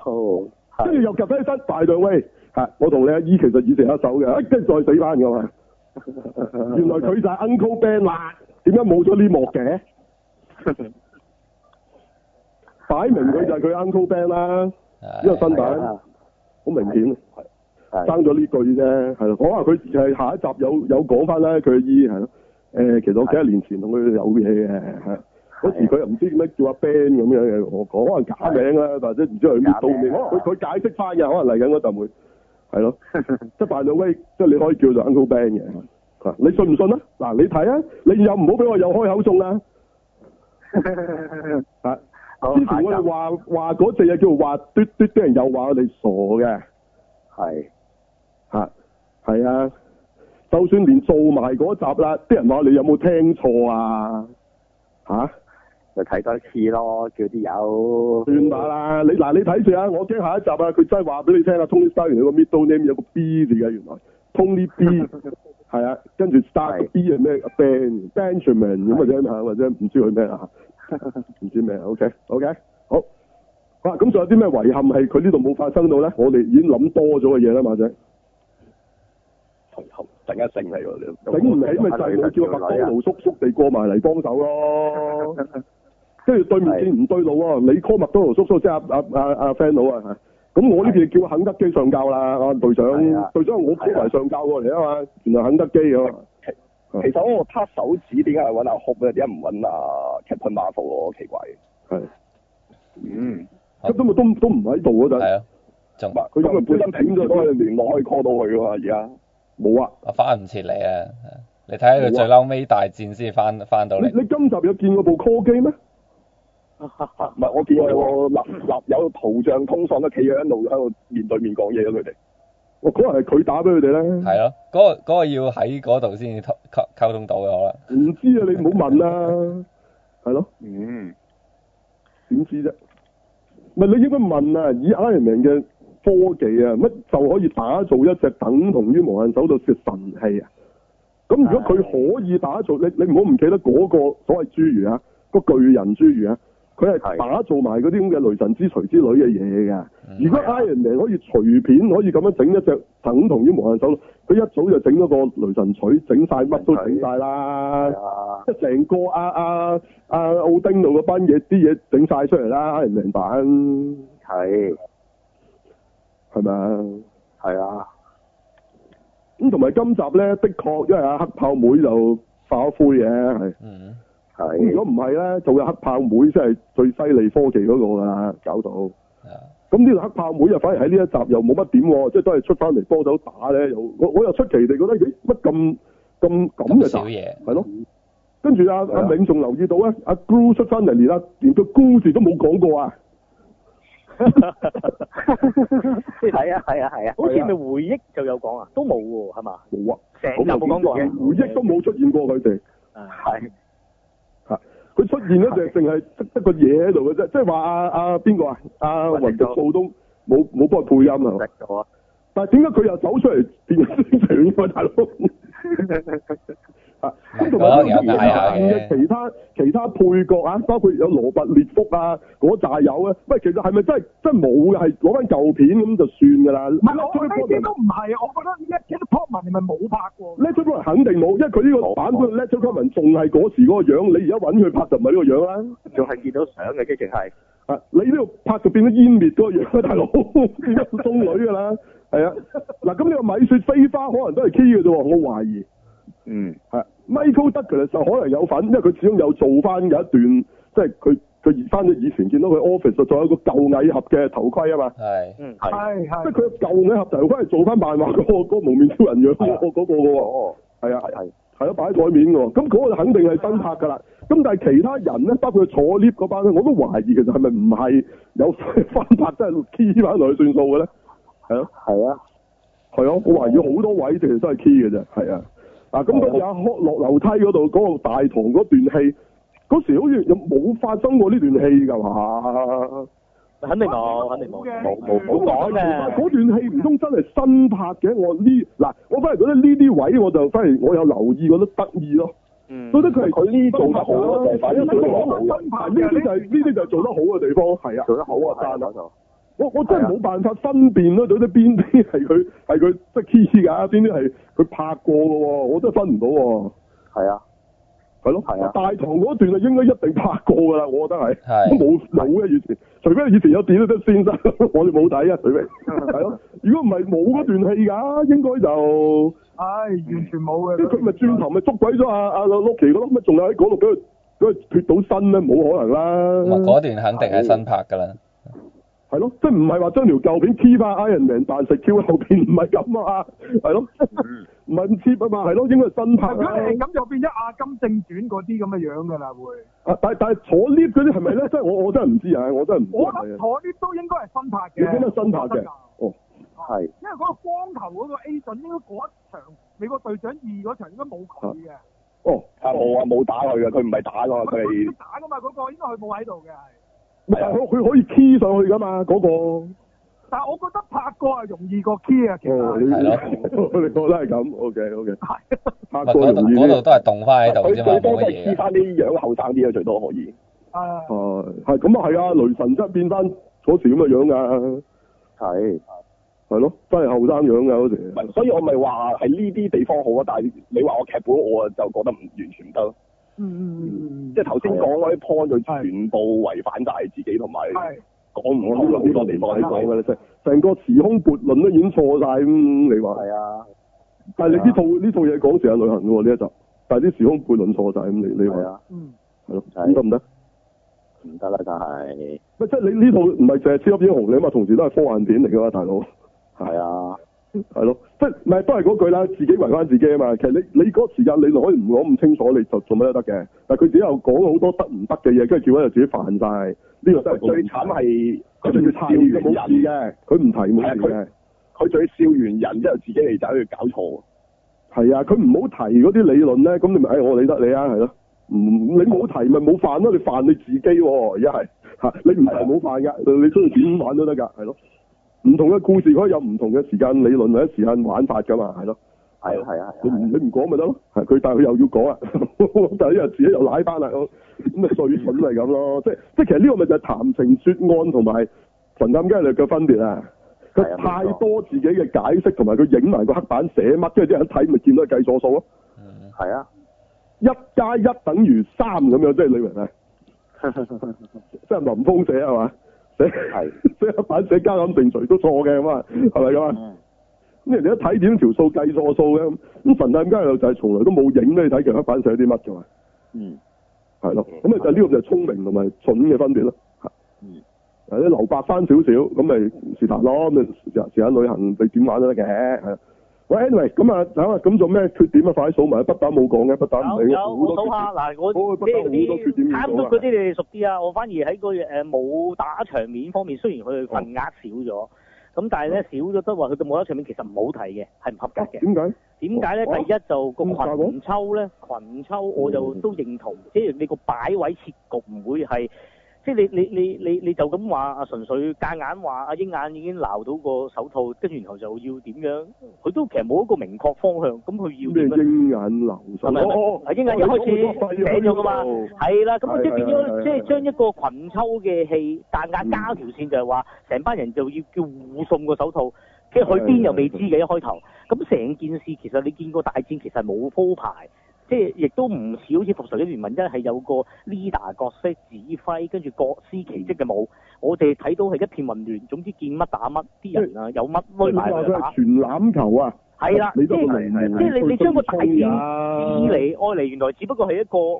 [SPEAKER 2] 哦，
[SPEAKER 1] 跟住又夾翻起身大量威嚇，我同你阿姨其實以前有一手嘅，哎跟住再死翻噶嘛。原來佢就係 Uncle Ben 啦，點解冇咗呢幕嘅？擺明佢就係佢 Uncle Ben 啦，呢個身
[SPEAKER 2] 係
[SPEAKER 1] 份
[SPEAKER 2] 啊
[SPEAKER 1] 好明顯，
[SPEAKER 2] 係
[SPEAKER 1] 爭咗呢句啫，係咯。可能佢係下一集有有講翻啦，佢阿姨係咯。誒，其實我幾多年前同佢有嘢嘅，係嗰時佢又唔知點解叫阿 Ben 咁樣嘅，我講可能假名啦，或者唔知佢搣到你，可能佢佢解釋翻嘅，可能嚟緊嗰陣會係咯。即係大兩威，即係你可以叫做 Uncle Ben 嘅。啊你信唔信啊？嗱，你睇啊，你又唔好俾我又開口中啊！啊，
[SPEAKER 2] 好
[SPEAKER 1] 之前我哋話話嗰隻嘢叫做話嘟嘟，啲人又話我哋傻嘅，
[SPEAKER 2] 係
[SPEAKER 1] 嚇係啊！就算連做埋嗰集啦，啲人話你有冇聽錯啊？嚇、
[SPEAKER 2] 就睇多一次咯，叫啲友
[SPEAKER 1] 算吧啦！你嗱你睇住啊，我驚下一集啊，佢真係話俾你聽啊，Tony Stark 原來有個 middle name 有個 B 字嘅原來，Tony B 係啊，跟住 Stark 個
[SPEAKER 2] 係
[SPEAKER 1] B 係咩？Ben Benjamin 咁或者嚇，或者唔知佢咩啊，唔知咩啊，OK OK 好。啊，咁仲有啲咩遺憾係佢呢度冇發生到咧？我哋已經諗多咗嘅嘢啦，馬仔。
[SPEAKER 6] 同後突然間醒嚟喎，你
[SPEAKER 1] 頂唔起咪就係佢叫麥當勞叔叔地過埋嚟幫手
[SPEAKER 2] [laughs]
[SPEAKER 1] 咯。跟住對面見唔對路喎，你 call 麥當勞叔叔即係阿阿阿阿 friend 佬啊。咁我呢邊叫肯德基上教啦，阿隊長
[SPEAKER 2] 係啊，
[SPEAKER 1] 隊長我 call 埋上教過嚟啊嘛，原來肯德基啊嘛，
[SPEAKER 6] 其實我拍手指點解係揾阿 Hope 咧？點解唔揾阿 Captain Marvel 我奇怪。
[SPEAKER 1] 係，
[SPEAKER 2] 嗯
[SPEAKER 1] 咁都咪都都唔喺度嗰陣，
[SPEAKER 5] 係啊，仲
[SPEAKER 6] 唔係
[SPEAKER 1] 佢
[SPEAKER 6] 佢
[SPEAKER 1] 因
[SPEAKER 6] 因
[SPEAKER 1] 為
[SPEAKER 6] 為
[SPEAKER 1] 本
[SPEAKER 6] 本
[SPEAKER 1] 身
[SPEAKER 6] 身
[SPEAKER 1] 整
[SPEAKER 6] 整
[SPEAKER 1] 咗
[SPEAKER 6] 咗
[SPEAKER 1] 都
[SPEAKER 6] 都
[SPEAKER 1] 係
[SPEAKER 6] 係聯絡可以 call 到佢㗎嘛，而家
[SPEAKER 1] 冇啊。
[SPEAKER 5] 我翻唔切嚟啊！你睇下佢最嬲尾大戰先翻翻到
[SPEAKER 1] 你
[SPEAKER 5] 嚟，
[SPEAKER 1] 你今集有見過部 call 機咩？
[SPEAKER 6] 唔係我見我立立有圖像通訊都企咗喺度喺度面對面講嘢啊咯，佢哋
[SPEAKER 1] 我可能係佢打俾佢哋咧，
[SPEAKER 5] 係咯，嗰個嗰個要喺嗰度先至溝溝通到嘅可能。
[SPEAKER 1] 唔知啊，你唔好問啦，係咯。
[SPEAKER 2] 嗯，
[SPEAKER 1] 點知啫？唔係你應該問啊，以 Iron Man 嘅科技啊，乜就可以打造一隻等同於無限手套嘅神器啊？咁如果佢可以打造，你你唔好唔記得嗰個所謂侏儒啊，個巨人侏儒啊，佢係
[SPEAKER 2] 係
[SPEAKER 1] 打造埋嗰啲咁嘅雷神之錘之類嘅嘢㗎。
[SPEAKER 5] 嗯
[SPEAKER 1] 如果 Iron Man 可以隨便可以咁樣整一隻等同於無限手套，佢一早就整咗個雷神錘，整晒乜都整晒啦
[SPEAKER 2] 係。啊，
[SPEAKER 1] 即係成個阿阿阿奧丁路嗰班嘢啲嘢整晒出嚟啦，人明版
[SPEAKER 2] 係
[SPEAKER 1] 係咪啊？
[SPEAKER 2] 係啊，
[SPEAKER 1] 咁同埋今集咧，的確因為阿黑豹妹就化咗灰嘅，係
[SPEAKER 5] 嗯，
[SPEAKER 1] 咁如
[SPEAKER 2] 係
[SPEAKER 1] 果唔係咧，就會黑豹妹先係最犀利科技嗰個啦，搞到
[SPEAKER 5] 啊
[SPEAKER 1] 咁呢個黑豹妹又反而喺呢一集又冇乜點喎，即係都係出翻嚟幫手打咧，又我我又出奇地覺得咦乜咁咁咁
[SPEAKER 5] 咁
[SPEAKER 1] 嘅
[SPEAKER 5] 少
[SPEAKER 1] 集
[SPEAKER 5] 嘢，
[SPEAKER 1] 係咯。跟住阿
[SPEAKER 2] 係
[SPEAKER 1] 阿
[SPEAKER 2] 啊
[SPEAKER 1] 銘仲留意到咧，阿 Gru 出翻嚟，連阿連個 Gru 字都冇講過啊！
[SPEAKER 2] 係啊係啊係啊，
[SPEAKER 3] 好似咪回憶就有講啊，都冇喎，係嘛？
[SPEAKER 1] 冇啊，
[SPEAKER 3] 成集冇講過啊
[SPEAKER 1] 回憶都冇出現過佢哋，
[SPEAKER 2] 係
[SPEAKER 1] 佢出現嗰隻淨係得得個嘢喺度嘅啫，即係話阿阿邊個啊？阿雲迪素都冇冇幫佢配音啊嘛？
[SPEAKER 2] 食咗啊，
[SPEAKER 1] 但係點解佢又走出嚟 [laughs] 電影宣傳喎，
[SPEAKER 5] [laughs]
[SPEAKER 1] 大佬？啊咁同埋
[SPEAKER 5] 嗰
[SPEAKER 1] 當
[SPEAKER 5] 個哦有
[SPEAKER 1] 然
[SPEAKER 5] 解下嘅
[SPEAKER 1] 其他其他配角啊，包括有羅拔列福啊嗰扎友啊，喂，其實係咪真係真係冇嘅？係攞翻舊片咁就算㗎啦。
[SPEAKER 4] 唔係我我呢啲
[SPEAKER 1] Letterman-
[SPEAKER 4] 都唔係，我覺得呢一啲 top 文係咪冇拍過？
[SPEAKER 1] Letter Common 肯定冇，因為佢呢個版本
[SPEAKER 2] 冇
[SPEAKER 1] Letter Common 仲係嗰時嗰個樣，你而家揾佢拍就唔係呢個樣啦。
[SPEAKER 2] 仲係見到相嘅啫，淨係
[SPEAKER 1] 啊，你呢度拍就變咗湮滅嗰個樣啦，大佬 [laughs] 變咗中女㗎啦。係啊，嗱咁你個米雪飛花可能都係 key 嘅啫喎，我懷疑。
[SPEAKER 2] 嗯
[SPEAKER 1] 係 Michael Douglas 就可能有份，因為佢始終有做翻有一段，即係佢佢翻咗以前見到佢 office 就仲有個舊蟻俠嘅頭盔啊嘛。
[SPEAKER 5] 係
[SPEAKER 3] 嗯，
[SPEAKER 2] 係
[SPEAKER 4] 係
[SPEAKER 1] 即係
[SPEAKER 4] 係。
[SPEAKER 1] [laughs] 佢舊蟻俠頭盔係做翻漫畫嗰個嗰個蒙面超人樣
[SPEAKER 6] 係
[SPEAKER 1] 嗰
[SPEAKER 6] 啊
[SPEAKER 1] 個嗰個嘅喎。
[SPEAKER 2] 哦
[SPEAKER 1] 係啊，
[SPEAKER 2] 係
[SPEAKER 1] 係咯，擺喺台面嘅喎。咁嗰個肯定係真拍㗎啦。咁但係其他人咧，包括坐 lift 嗰班咧，我都懷疑其實係咪唔係有 [laughs] 翻拍真係 key 翻落去算數嘅咧？係咯，
[SPEAKER 2] 係啊，
[SPEAKER 1] 係咯，我懷疑好多位其實都係 key 嘅啫。係啊，嗱咁當然阿哭落樓梯嗰度嗰個大堂嗰段戲，嗰時好似有冇發生過呢段戲㗎嘛？
[SPEAKER 3] 肯定冇，肯定冇，
[SPEAKER 1] 嗯
[SPEAKER 4] 冇
[SPEAKER 3] 冇
[SPEAKER 1] 咁
[SPEAKER 3] 冇講
[SPEAKER 1] 但係
[SPEAKER 3] 嘅。
[SPEAKER 1] 啊嗰段戲唔通真係新拍嘅？我呢嗱，我反而覺得呢啲位我就反而我有留意，覺得得意咯。
[SPEAKER 3] 嗯
[SPEAKER 1] 覺得佢係啊
[SPEAKER 6] 佢呢做得好咯就係反而
[SPEAKER 1] 呢
[SPEAKER 6] 做得好啊
[SPEAKER 1] 啲就係呢啲就係做得好嘅地方，係啊，
[SPEAKER 2] 做得好啊，
[SPEAKER 1] 但係
[SPEAKER 2] 嗰度
[SPEAKER 1] 我我真係冇辦法分辨咯，到底邊啲係佢係佢即係 key 㗎，邊啲係佢拍過嘅喎，我真係分唔到喎。
[SPEAKER 2] 係啊，
[SPEAKER 1] 係咯，
[SPEAKER 2] 係啊
[SPEAKER 1] 大堂嗰段就應該一定拍過㗎啦，我覺得係，
[SPEAKER 5] 係
[SPEAKER 1] 冇冇嘅以前，除非以前有點都得先生， [laughs] 我哋冇睇啊，除非係咯，如果唔係冇嗰段戲㗎，應該就
[SPEAKER 4] 唉，完全冇嘅。
[SPEAKER 1] 即係佢咪轉頭咪捉鬼咗阿阿 Loki 咯，咪仲有喺嗰度俾佢俾佢脱到身咧，冇可能
[SPEAKER 5] 咁啊
[SPEAKER 1] 啦，
[SPEAKER 5] 嗰段肯定係新拍㗎啦，
[SPEAKER 1] 係咯，即係唔係話將條舊片 keep 翻 Iron Man 扮食 Q 後邊唔係咁啊，係咯，唔係咁 cheap 啊嘛，係咯，應該係新拍
[SPEAKER 4] 但如果嗯你係
[SPEAKER 1] 啦。
[SPEAKER 4] 咁，就變咗阿金正傳嗰啲咁嘅樣㗎啦，會。
[SPEAKER 1] 啊但係但係坐 lift 嗰啲係咪咧？即係我我真係唔知啊，我真係唔知
[SPEAKER 4] 我
[SPEAKER 1] 係咪
[SPEAKER 4] 諗
[SPEAKER 1] 啊。
[SPEAKER 4] 坐啲都應該係新拍嘅。
[SPEAKER 1] 你覺得新拍嘅？哦，
[SPEAKER 2] 係
[SPEAKER 4] 因為嗰個光頭嗰個 A 準應該嗰一場美國隊長二嗰場應該冇佢嘅，
[SPEAKER 1] 哦，
[SPEAKER 6] 啊冇啊冇打佢啊，佢唔係打㗎，佢
[SPEAKER 4] 佢唔識
[SPEAKER 6] 係
[SPEAKER 4] 打噶嘛，嗰個應該佢冇喺度嘅係。
[SPEAKER 1] 唔係佢佢可以 key 上去噶嘛？嗰、個
[SPEAKER 4] 但係我覺得拍過係容易過 key 啊，其
[SPEAKER 1] 哦，你
[SPEAKER 4] 實。
[SPEAKER 5] 係咯
[SPEAKER 1] 你覺得係咁？OK OK，拍
[SPEAKER 5] 唔係
[SPEAKER 1] 過
[SPEAKER 5] 啊嗰度
[SPEAKER 1] 容易
[SPEAKER 5] 嗰度
[SPEAKER 1] 啲。
[SPEAKER 5] 都係凍翻喺度
[SPEAKER 6] 佢
[SPEAKER 5] 啫嘛，
[SPEAKER 6] 最
[SPEAKER 5] 冇
[SPEAKER 6] 多都
[SPEAKER 5] 乜
[SPEAKER 6] 係黐
[SPEAKER 5] 嘢啊。
[SPEAKER 6] 翻啲樣後生啲啊，最多可
[SPEAKER 4] 誒，
[SPEAKER 6] 以。
[SPEAKER 1] 係係咁啊，係啊，雷神真係變翻嗰時咁嘅樣噶，
[SPEAKER 2] 係
[SPEAKER 1] 係咯，真係後生樣噶嗰時
[SPEAKER 6] 唔。係所以我咪話係呢啲地方好啊，但係你話我劇本我就覺得唔完全唔得咯，
[SPEAKER 4] 嗯嗯嗯嗯，
[SPEAKER 6] 即係頭先講嗰啲 point 佢全部違反晒自己同埋
[SPEAKER 1] 嗯
[SPEAKER 4] 係
[SPEAKER 6] 講唔通好多地方
[SPEAKER 1] 你
[SPEAKER 6] 喺
[SPEAKER 1] 講
[SPEAKER 6] 度
[SPEAKER 1] 㗎啦，成成個時空悖論都已經錯晒咁，你話？
[SPEAKER 2] 係啊，
[SPEAKER 1] 但係你呢套呢套嘢講時間旅行喎呢一集，但係啲時空悖論錯晒咁，你你話
[SPEAKER 2] 係啊，
[SPEAKER 4] 嗯
[SPEAKER 1] 係咯？
[SPEAKER 2] 係
[SPEAKER 1] 咁得唔得？
[SPEAKER 2] 唔得啦，但係
[SPEAKER 1] 喂即係你呢套唔係淨係超級英雄，你嘛同時都係科幻片嚟㗎嘛，大佬。
[SPEAKER 2] 係啊，
[SPEAKER 1] 係咯，即係唔係都係嗰句啦，自己圍翻自己啊嘛。其實你你嗰時間你可以唔講咁清楚，你就做乜都得嘅。但係佢只有講好多得唔得嘅嘢，跟住結果就自己犯晒。呢、個真係
[SPEAKER 6] 最慘係
[SPEAKER 1] 佢
[SPEAKER 6] 佢
[SPEAKER 1] 仲
[SPEAKER 6] 仲
[SPEAKER 1] 要
[SPEAKER 6] 要
[SPEAKER 1] 查
[SPEAKER 6] 笑
[SPEAKER 1] 完
[SPEAKER 6] 完
[SPEAKER 1] 就冇事
[SPEAKER 6] 人，
[SPEAKER 1] 嘅，佢唔提啊冇事嘅。
[SPEAKER 6] 佢仲要笑完人之後自己嚟走去搞錯。
[SPEAKER 1] 係啊，佢唔好提嗰啲理論咧，咁你咪誒我理得你啊，係咯。唔你冇提咪冇犯咯，你犯你自己喎、而家係嚇你唔提冇犯㗎，你中意點玩都得㗎，係咯。唔同嘅故事可以有唔同嘅時間理論或者時間玩法㗎嘛，係咯。
[SPEAKER 2] 係啊，係啊，
[SPEAKER 1] 你
[SPEAKER 2] 係
[SPEAKER 1] 唔
[SPEAKER 2] 啊
[SPEAKER 1] 你唔講咪得咯，係佢但係佢又要講啊， [laughs] 但係因為自己又奶翻啦，咁咁咪碎粉咪咁咯，即係即係其實呢個咪就係談情説案同埋神探伽利略嘅分別啊！佢
[SPEAKER 2] 係啊冇錯
[SPEAKER 1] 太多自己嘅解釋同埋佢影埋個黑板寫乜，跟住啲人睇咪見到佢計錯數咯，
[SPEAKER 5] 嗯
[SPEAKER 2] 係啊，
[SPEAKER 1] 一加一等於三咁樣，即係你明唔啊明？
[SPEAKER 2] 啊
[SPEAKER 1] 即係林峰寫係嘛？寫 [laughs]
[SPEAKER 2] 係
[SPEAKER 1] 寫黑板寫加減乘除都錯嘅咁啊，係咪咁啊？
[SPEAKER 2] 嗯
[SPEAKER 1] 咁人哋一睇點條數計錯數嘅咁，咁神探伽利略就係從來都冇影俾你睇其實黑板寫啲乜嘅嘛。
[SPEAKER 2] 嗯
[SPEAKER 1] 係咯，咁啊就呢個就係聰明同埋蠢嘅分別咯。
[SPEAKER 2] 嗯，
[SPEAKER 1] 有啲留白翻少少，咁咪是但咯，咁啊時間旅行你點玩都得嘅。係啊喂，anyway，咁啊，等下咁做咩缺點啊？快啲數埋，不打冇講嘅，不打唔
[SPEAKER 3] 有
[SPEAKER 1] 理
[SPEAKER 3] 有
[SPEAKER 1] 好多
[SPEAKER 3] 我數
[SPEAKER 1] 缺點啊
[SPEAKER 3] 下嗱，我
[SPEAKER 1] 好不
[SPEAKER 3] 即
[SPEAKER 1] 嬲好多缺點
[SPEAKER 3] 係
[SPEAKER 1] 要數
[SPEAKER 3] 嗰啲慘
[SPEAKER 1] 啊
[SPEAKER 3] 嗰啲你哋熟啲啊，我反而喺個誒武打場面方面，雖然佢份額少咗，咁但係咧少咗得話佢嘅武打場面其實唔好睇嘅，係唔合格
[SPEAKER 1] 啊
[SPEAKER 3] 嘅。
[SPEAKER 1] 點解？
[SPEAKER 3] 點解咧？
[SPEAKER 1] 哦
[SPEAKER 3] 第一就個
[SPEAKER 1] 咁大鑊
[SPEAKER 3] 群抽咧，群抽我就都認同，即係你個擺位設局唔會係，即係你你你你你就咁話啊，純粹夾硬話阿鷹眼已經鬧到個手套，跟住然後就要點樣？佢都其實冇一個明確方向，咁佢要
[SPEAKER 1] 咩
[SPEAKER 3] 點樣？
[SPEAKER 1] 鷹眼流手？
[SPEAKER 3] 係咪
[SPEAKER 1] 哦
[SPEAKER 3] 係鷹眼一開始寫咗㗎嘛係啦，咁啊
[SPEAKER 1] 係
[SPEAKER 3] 即係變
[SPEAKER 1] 係係
[SPEAKER 3] 咗，即
[SPEAKER 1] 係
[SPEAKER 3] 係將一個群抽嘅戲，但硬加條線就係話，成班人就要叫護送個手套，即係去邊又未知嘅一開頭。咁成件事其實你見過大戰其實冇鋪排，即係亦都唔似好似復仇者聯盟一係有個 leader 角色指揮，跟住各司其職嘅冇。我哋睇到係一片混亂，總之見乜打乜，啲人啊有乜
[SPEAKER 1] 喂，
[SPEAKER 3] 攏
[SPEAKER 1] 你
[SPEAKER 3] 埋
[SPEAKER 1] 話
[SPEAKER 3] 佢
[SPEAKER 1] 佢
[SPEAKER 3] 打
[SPEAKER 1] 係，全攬球啊？
[SPEAKER 3] 係啦，即
[SPEAKER 1] 你都
[SPEAKER 3] 係
[SPEAKER 1] 明明
[SPEAKER 3] 即係你你將個大戰
[SPEAKER 1] 啊
[SPEAKER 3] 伊利愛嚟，原來只不過係一個誒誒誒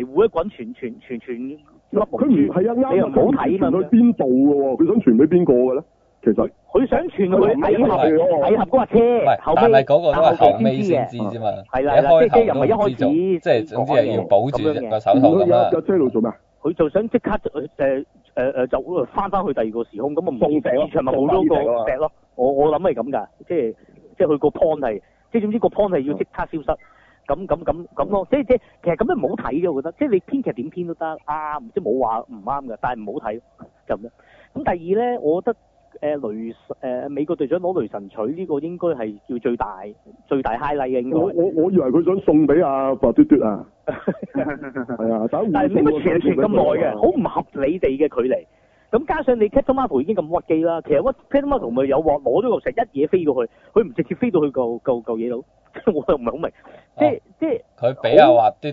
[SPEAKER 3] 維護一個人全全全全粒
[SPEAKER 1] 佢唔係啊，啱
[SPEAKER 3] 你又
[SPEAKER 1] 啊
[SPEAKER 3] 唔好睇嘛
[SPEAKER 1] 佢傳去邊度嘅喎？佢想傳俾邊個嘅咧？其實
[SPEAKER 3] 佢想傳佢
[SPEAKER 6] 係
[SPEAKER 3] 睇
[SPEAKER 1] 啊
[SPEAKER 3] 合睇啊合嗰架
[SPEAKER 5] 唔
[SPEAKER 3] 車
[SPEAKER 5] 係，
[SPEAKER 3] 後，
[SPEAKER 5] 但
[SPEAKER 3] 尾
[SPEAKER 5] 係嗰個都係後尾先知啫嘛。
[SPEAKER 3] 係啦
[SPEAKER 5] 你一
[SPEAKER 3] 即係
[SPEAKER 5] 開
[SPEAKER 3] 又
[SPEAKER 5] 頭
[SPEAKER 3] 唔係一開
[SPEAKER 5] 都唔知道，
[SPEAKER 3] 始
[SPEAKER 5] 即係總之係要保住個
[SPEAKER 3] 啊
[SPEAKER 5] 手
[SPEAKER 1] 如
[SPEAKER 5] 頭
[SPEAKER 1] 果有
[SPEAKER 5] 咁啊啦。
[SPEAKER 1] 架車啊喺度做咩？啊
[SPEAKER 3] 佢就想即刻呃誒誒誒呃就翻翻去第二個時空，咁啊唔
[SPEAKER 6] 送石咯
[SPEAKER 3] 市場咪冇咗
[SPEAKER 6] 送翻啲
[SPEAKER 3] 個
[SPEAKER 6] 石
[SPEAKER 3] 石咯。我我諗係咁㗎，即係即係佢個 point 係，即係總之個 point 係要即刻消失。咁咁咁咁咯，即係即係其實咁樣唔好睇嘅，我覺得，即係你編劇點編都得啱，即係冇話唔啱嘅，但係唔好睇就咁樣。咁第二咧，我覺得。誒、雷神誒、呃美國隊長攞雷神取呢個應該係叫最大最大 highlight 嘅應
[SPEAKER 1] 我
[SPEAKER 3] 該，
[SPEAKER 1] 我我以為佢想送俾阿白嘟嘟
[SPEAKER 3] [laughs]
[SPEAKER 1] 啊，係啊，但
[SPEAKER 3] 但
[SPEAKER 1] 係
[SPEAKER 3] 係點解傳傳咁
[SPEAKER 1] 啊
[SPEAKER 3] 耐嘅，好唔合理地嘅距離。咁加上你 Captain Marvel 已經咁屈機啦，其實屈 Captain Marvel 咪有鑊攞咗嚿石一嘢飛過去，佢唔直接飛到去嚿嚿嚿嘢度， [laughs] 我又唔係好明，即
[SPEAKER 1] 哦
[SPEAKER 3] 係即係
[SPEAKER 5] 佢俾阿滑嘟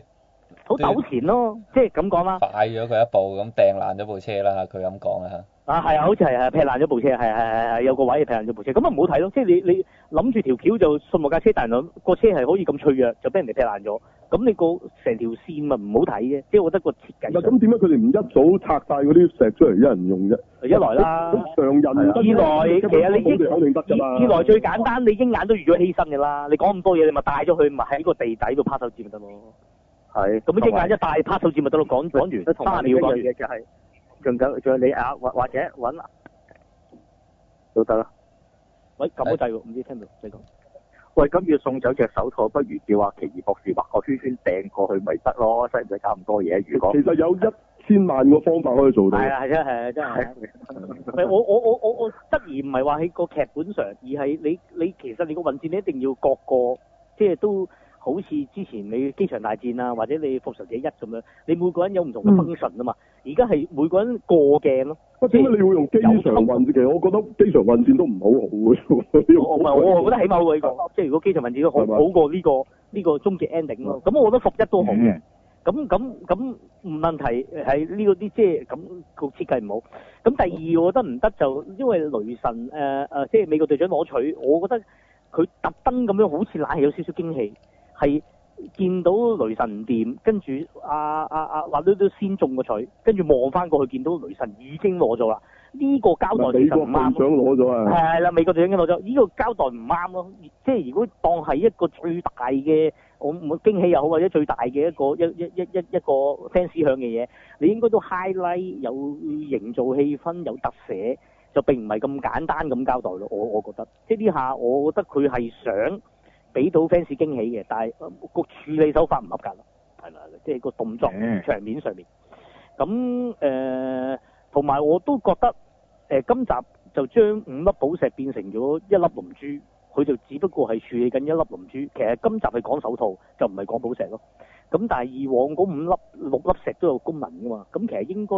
[SPEAKER 3] 好糾纏咯，即係咁講啦。
[SPEAKER 5] 快咗佢一步，咁掟爛咗部車啦。佢咁講啦
[SPEAKER 3] 啊，係啊，好似係係劈爛咗部車，係係係係有個位劈爛咗部車，咁啊唔好睇咯，即係你你諗住條橋就信落架車，但係個車係可以咁脆弱，就俾人哋劈爛咗，咁你個成條線咪唔好睇啫，即係我覺得個設計
[SPEAKER 1] 嗱，咁點解佢哋唔一早拆晒嗰啲石出嚟一人用啫？
[SPEAKER 3] 一來啦。啊
[SPEAKER 1] 咁常人唔得
[SPEAKER 3] 二來其實你
[SPEAKER 1] 冇地
[SPEAKER 3] 英
[SPEAKER 1] 肯定得㗎嘛。
[SPEAKER 3] 二來最簡單，你鷹眼都預咗犧牲嘅啦。你講咁多嘢，你咪帶咗佢，咪喺個地底度拍手指咪得咯。
[SPEAKER 2] 係啊
[SPEAKER 3] 咁鷹眼一帶拍手指咪得咯。講講完
[SPEAKER 2] 同埋
[SPEAKER 3] 三
[SPEAKER 2] 另
[SPEAKER 3] 秒
[SPEAKER 2] 一樣
[SPEAKER 3] 講完，
[SPEAKER 2] 嘢就係，仲有仲有你啊，或或者揾都得啦。
[SPEAKER 3] 喂撳咗掣喎，唔知聽唔到你講。
[SPEAKER 2] 喂，咁要送走隻手套，不如叫阿奇異博士畫個圈圈掟過去咪得咯，使唔使搞咁多嘢？如果
[SPEAKER 1] 其實有一千萬個方法可以做到。
[SPEAKER 3] 係啊，係真係真係。唔係我我我我我質疑唔係話喺個劇本上，而係你你其實你個運戰你一定要各個即係都好似之前你機場大戰啊，或者你復仇者一咁樣，你每個人有唔同
[SPEAKER 2] 嗯
[SPEAKER 3] 嘅 function 啊嘛。而家係每個人過鏡啊咯。
[SPEAKER 1] 不過點解你會用機場運？其實我覺得機場運戰都唔好好嘅。
[SPEAKER 3] 我唔係，我覺得起碼好過呢個，即係如果嗯基層文字都好
[SPEAKER 1] 係嘛
[SPEAKER 3] 好過呢、個呢、個終極 ending 咯。咁我覺得復一都好嘅。咁咁咁唔問題係呢個啲即係咁個設計唔好。咁第二我覺得唔得就因為雷神誒誒、呃呃即係美國隊長攞取，我覺得佢特登咁樣好似懶係有少少驚喜，係見到雷神唔掂，跟住啊啊啊滑都都先中個取，跟住望翻過去見到雷神已經攞咗啦。呢、個交代
[SPEAKER 1] 美
[SPEAKER 3] 其實
[SPEAKER 1] 國
[SPEAKER 3] 唔
[SPEAKER 1] 隊
[SPEAKER 3] 啱
[SPEAKER 1] 長攞
[SPEAKER 3] 咯。
[SPEAKER 1] 咗啊！
[SPEAKER 3] 係啦，美國隊長攞咗，呢、個交代唔啱咯。即係如果當係一個最大嘅，我我驚喜又好，或者最大嘅一個一一一一一個 fans 向嘅嘢，你應該都 highlight 有營造氣氛，有特寫，就並唔係咁簡單咁交代咯。我我覺得，即係呢下我覺得佢係想俾到 fans 驚喜嘅，但係呃個處理手法唔合格咯，係啦，即係個動作
[SPEAKER 7] 嗯
[SPEAKER 3] 場面上面。咁誒，呃同、埋我都覺得誒、呃今集就將五粒寶石變成咗一粒龍珠，佢就只不過係處理緊一粒龍珠。其實今集係講手套，就唔係講寶石咯。咁但係以往嗰五粒六粒石都有功能㗎嘛，咁其實應該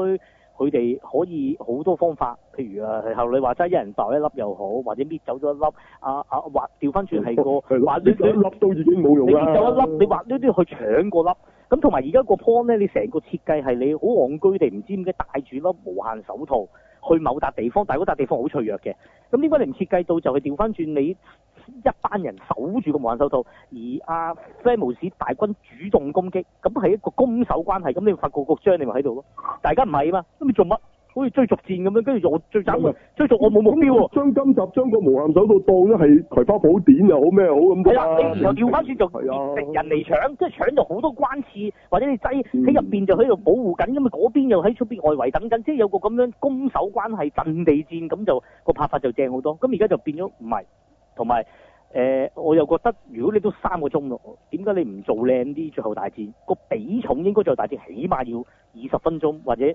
[SPEAKER 3] 佢哋可以好多方法，譬如啊，後你話齋一人袋一粒又好，或者搣走咗一粒，啊啊，或調翻轉係個話
[SPEAKER 1] 你一粒都已經冇用啊啦。
[SPEAKER 3] 你搣走一粒，你滑呢啲去搶個粒。咁同埋而家個 point 咧，你成個設計係你好戇居地，唔知點解戴住粒無限手套去某笪地方，但係嗰笪地方好脆弱嘅。咁點解你唔設計到就係調翻轉你一班人守住個無限手套，而阿 f a m o s 大軍主動攻擊，咁係一個攻守關係。咁你發覺個章你咪喺度咯，大家唔係啊嘛，咁你做乜？好似追逐戰咁樣，跟住我追走佢，追逐我冇目標喎。
[SPEAKER 1] 將今集將個無限手套當咗係葵花寶典又好咩好咁
[SPEAKER 3] 係
[SPEAKER 1] 㗎
[SPEAKER 3] 啦，你然後調翻轉就
[SPEAKER 1] 啊係啊
[SPEAKER 3] 敵人嚟搶，即係搶咗好多關刺，或者你擠
[SPEAKER 1] 嗯
[SPEAKER 3] 喺入邊就喺度保護緊，咁啊嗰邊又喺出邊外圍等緊，即係有個咁樣攻守關係陣地戰，咁就個拍法就正好多。咁而家就變咗唔係，同埋誒我又覺得如果你都三個鐘咯，點解你唔做靚啲最後大戰？個比重應該最後大戰起碼要二十分鐘，或者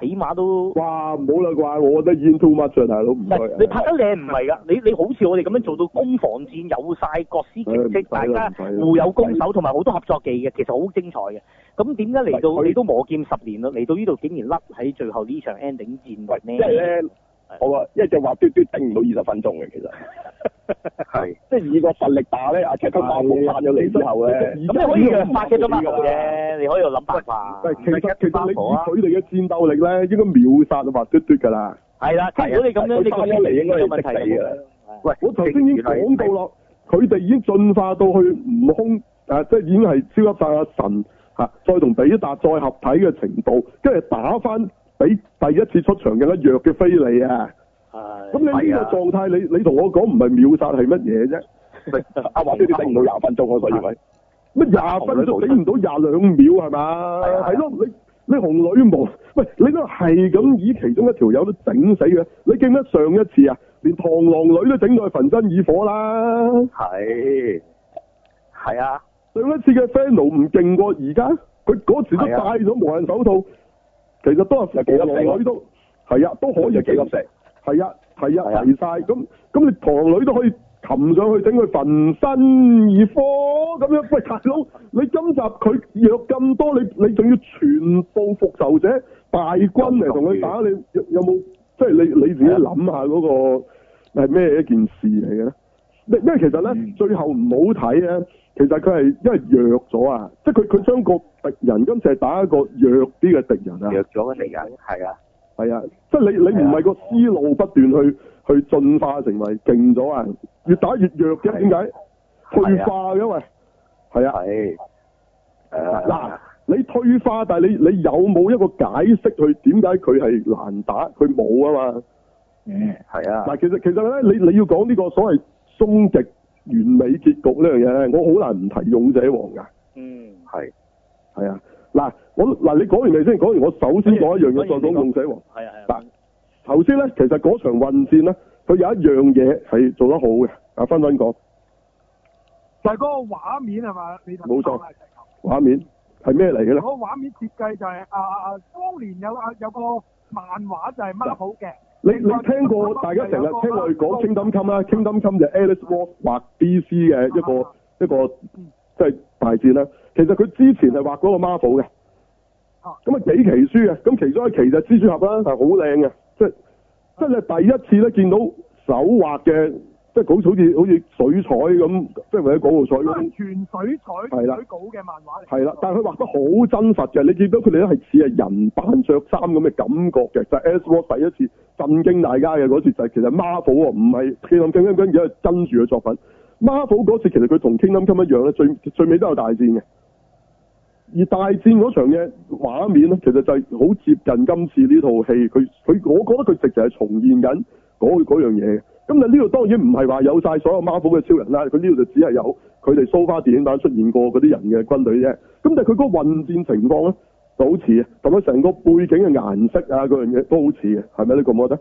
[SPEAKER 3] 起碼都。
[SPEAKER 1] 哇，唔好啦啩！我覺得 in too much 啊，大佬唔
[SPEAKER 3] 唔
[SPEAKER 1] 該
[SPEAKER 3] 係。你拍得靚唔係㗎，你你好似我哋咁樣做到攻防戰有晒各司其職，大
[SPEAKER 1] 唉唔使啦唔
[SPEAKER 3] 家
[SPEAKER 1] 使啦
[SPEAKER 3] 互有攻守，同埋好多合作技嘅，其實好精彩嘅。咁點解嚟
[SPEAKER 6] 唔係
[SPEAKER 3] 到
[SPEAKER 6] 佢
[SPEAKER 3] 你都磨劍十年啦，嚟到呢度竟然甩喺最後呢場 ending
[SPEAKER 6] 喂
[SPEAKER 3] 戰
[SPEAKER 6] 即係
[SPEAKER 3] 呢？
[SPEAKER 6] 咧，我話一隻滑嘟嘟頂唔到二十分鐘嘅，其實
[SPEAKER 1] [laughs]
[SPEAKER 2] 係
[SPEAKER 6] 即係以個實力打咧，阿 c a p t a 翻咗嚟之後咧，
[SPEAKER 3] 咁你可以讓發嘅啫嘛，啫，你可以有諗辦法。
[SPEAKER 1] 喂，其實其實你以
[SPEAKER 2] 啊
[SPEAKER 1] 佢哋嘅戰鬥力咧，應該秒殺啊，滑嘟嘟㗎啦。
[SPEAKER 3] 係啦，即係如果你咁樣，你
[SPEAKER 6] 佢
[SPEAKER 3] 個
[SPEAKER 6] 翻咗嚟應該
[SPEAKER 3] 有問
[SPEAKER 6] 係
[SPEAKER 3] 題
[SPEAKER 6] 識地
[SPEAKER 3] 㗎
[SPEAKER 6] 嘅
[SPEAKER 3] 啦。
[SPEAKER 6] 啦。
[SPEAKER 2] 喂，
[SPEAKER 1] 我頭先已經講到啦，佢哋已經進化到去悟空，啊，即係已經係超級晒阿神嚇、啊再同比達再合體嘅程度，跟住打翻比第一次出場更加弱嘅菲利啊！咁你呢個狀態，你你同我講唔係秒殺係乜嘢啫？
[SPEAKER 6] 阿華呢啲頂唔到廿分鐘啊，所以咪
[SPEAKER 1] 乜廿分都頂唔到廿兩秒係嘛？
[SPEAKER 2] 係啊
[SPEAKER 1] 係咯，你你紅女巫，喂，你都係咁以其中一條友都整死嘅，你記唔記得上一次啊？連螳螂女都整到佢焚身以火啦！
[SPEAKER 2] 係係啊，
[SPEAKER 1] 上一次嘅 Fano 唔勁過而家，佢嗰時都
[SPEAKER 2] 係啊
[SPEAKER 1] 戴咗無人手套，其實都係
[SPEAKER 6] 有幾粒
[SPEAKER 1] 螳
[SPEAKER 6] 星啊
[SPEAKER 1] 螂女都係啊，都可以
[SPEAKER 6] 有幾粒
[SPEAKER 1] 勁
[SPEAKER 6] 石。
[SPEAKER 1] 係啊，係
[SPEAKER 2] 係
[SPEAKER 1] 啊，
[SPEAKER 2] 啊
[SPEAKER 1] 齊晒咁咁，你堂女都可以擒上去整佢焚身而火咁樣。喂，大佬，你今集佢弱咁多，你你仲要全部復仇者大軍嚟同佢打，你有有冇即係你你自己諗下嗰、個係咩一件事嚟嘅咧？因因為其實咧，最後唔好睇咧，其實佢係因為弱咗啊，即係佢佢將個敵人今次係打一個弱啲嘅敵人啊。
[SPEAKER 2] 約咗嚟緊，係啊，
[SPEAKER 1] 係啊，即係你你唔係個思路不斷去去進化成為勁咗啊，越打越弱嘅，點解？退化嘅喂，係啊，
[SPEAKER 2] 係
[SPEAKER 1] 嗱
[SPEAKER 2] 誒，
[SPEAKER 1] 你退化，但係你你有冇一個解釋佢點解佢係難打？佢冇啊嘛。
[SPEAKER 2] 係啊，
[SPEAKER 1] 嗱，其實其實咧，你你要講呢個所謂終極完美結局呢樣嘢，我好難唔提勇者王㗎。
[SPEAKER 3] 嗯，
[SPEAKER 2] 係
[SPEAKER 1] 係啊，嗱，我嗱你講完未先？講完我首先講一樣嘢，再講勇者王。
[SPEAKER 3] 係啊係啊
[SPEAKER 1] 嗱，頭先咧，其實嗰場混戰咧，佢有一樣嘢係做得好嘅。阿芬芬講
[SPEAKER 4] 就係嗰個畫面係嘛？你頭先
[SPEAKER 1] 冇錯
[SPEAKER 4] 講啦石頭
[SPEAKER 1] 畫面係咩嚟嘅咧
[SPEAKER 4] 嗰？個畫面設計就係啊啊啊，當年有啊有個漫畫就係乜好嘅，
[SPEAKER 1] 你你聽過大家成日聽我哋講 Kingdom Come 啦，Kingdom Come 就 Alice Ross 畫 DC 嘅一個一個即係大戰啦。其實佢之前係畫嗰個 Marvel 嘅，
[SPEAKER 4] 哦
[SPEAKER 1] 咁啊幾期書嘅，咁其中一期就蜘蛛俠啦，係好靚嘅，即係即係你第一次咧見到手畫嘅，即係好似好似好似水彩咁，即係或者廣告彩
[SPEAKER 4] 都
[SPEAKER 1] 嗰種
[SPEAKER 4] 係全水彩
[SPEAKER 1] 係啦
[SPEAKER 4] 水稿嘅漫畫嚟。
[SPEAKER 1] 係啦，但係佢畫得好真實嘅，你見到佢哋咧係似係人扮着衫咁嘅感覺嘅，就係 S w o r 第一次震驚大家嘅嗰次就係其實 Marvel 啊喎，唔係 Kingdom Come 跟住跟住嘅作品。Marvel 嗰次其實佢同 Kingdom Come 一樣咧，最最尾都有大戰嘅。而大戰嗰場嘅畫面咧，其實就係好接近今次呢套戲，佢佢我覺得佢直情係重現緊嗰嗰樣嘢嘅。咁但呢度當然唔係話有晒所有 Marvel 嘅超人啦，佢呢度就只係有佢哋蘇花電影版出現過嗰啲人嘅軍隊啫。咁但係佢嗰個混戰情況咧就好似嘅，同埋成個背景嘅顏色啊嗰樣嘢都好似嘅，係咪你覺唔覺得？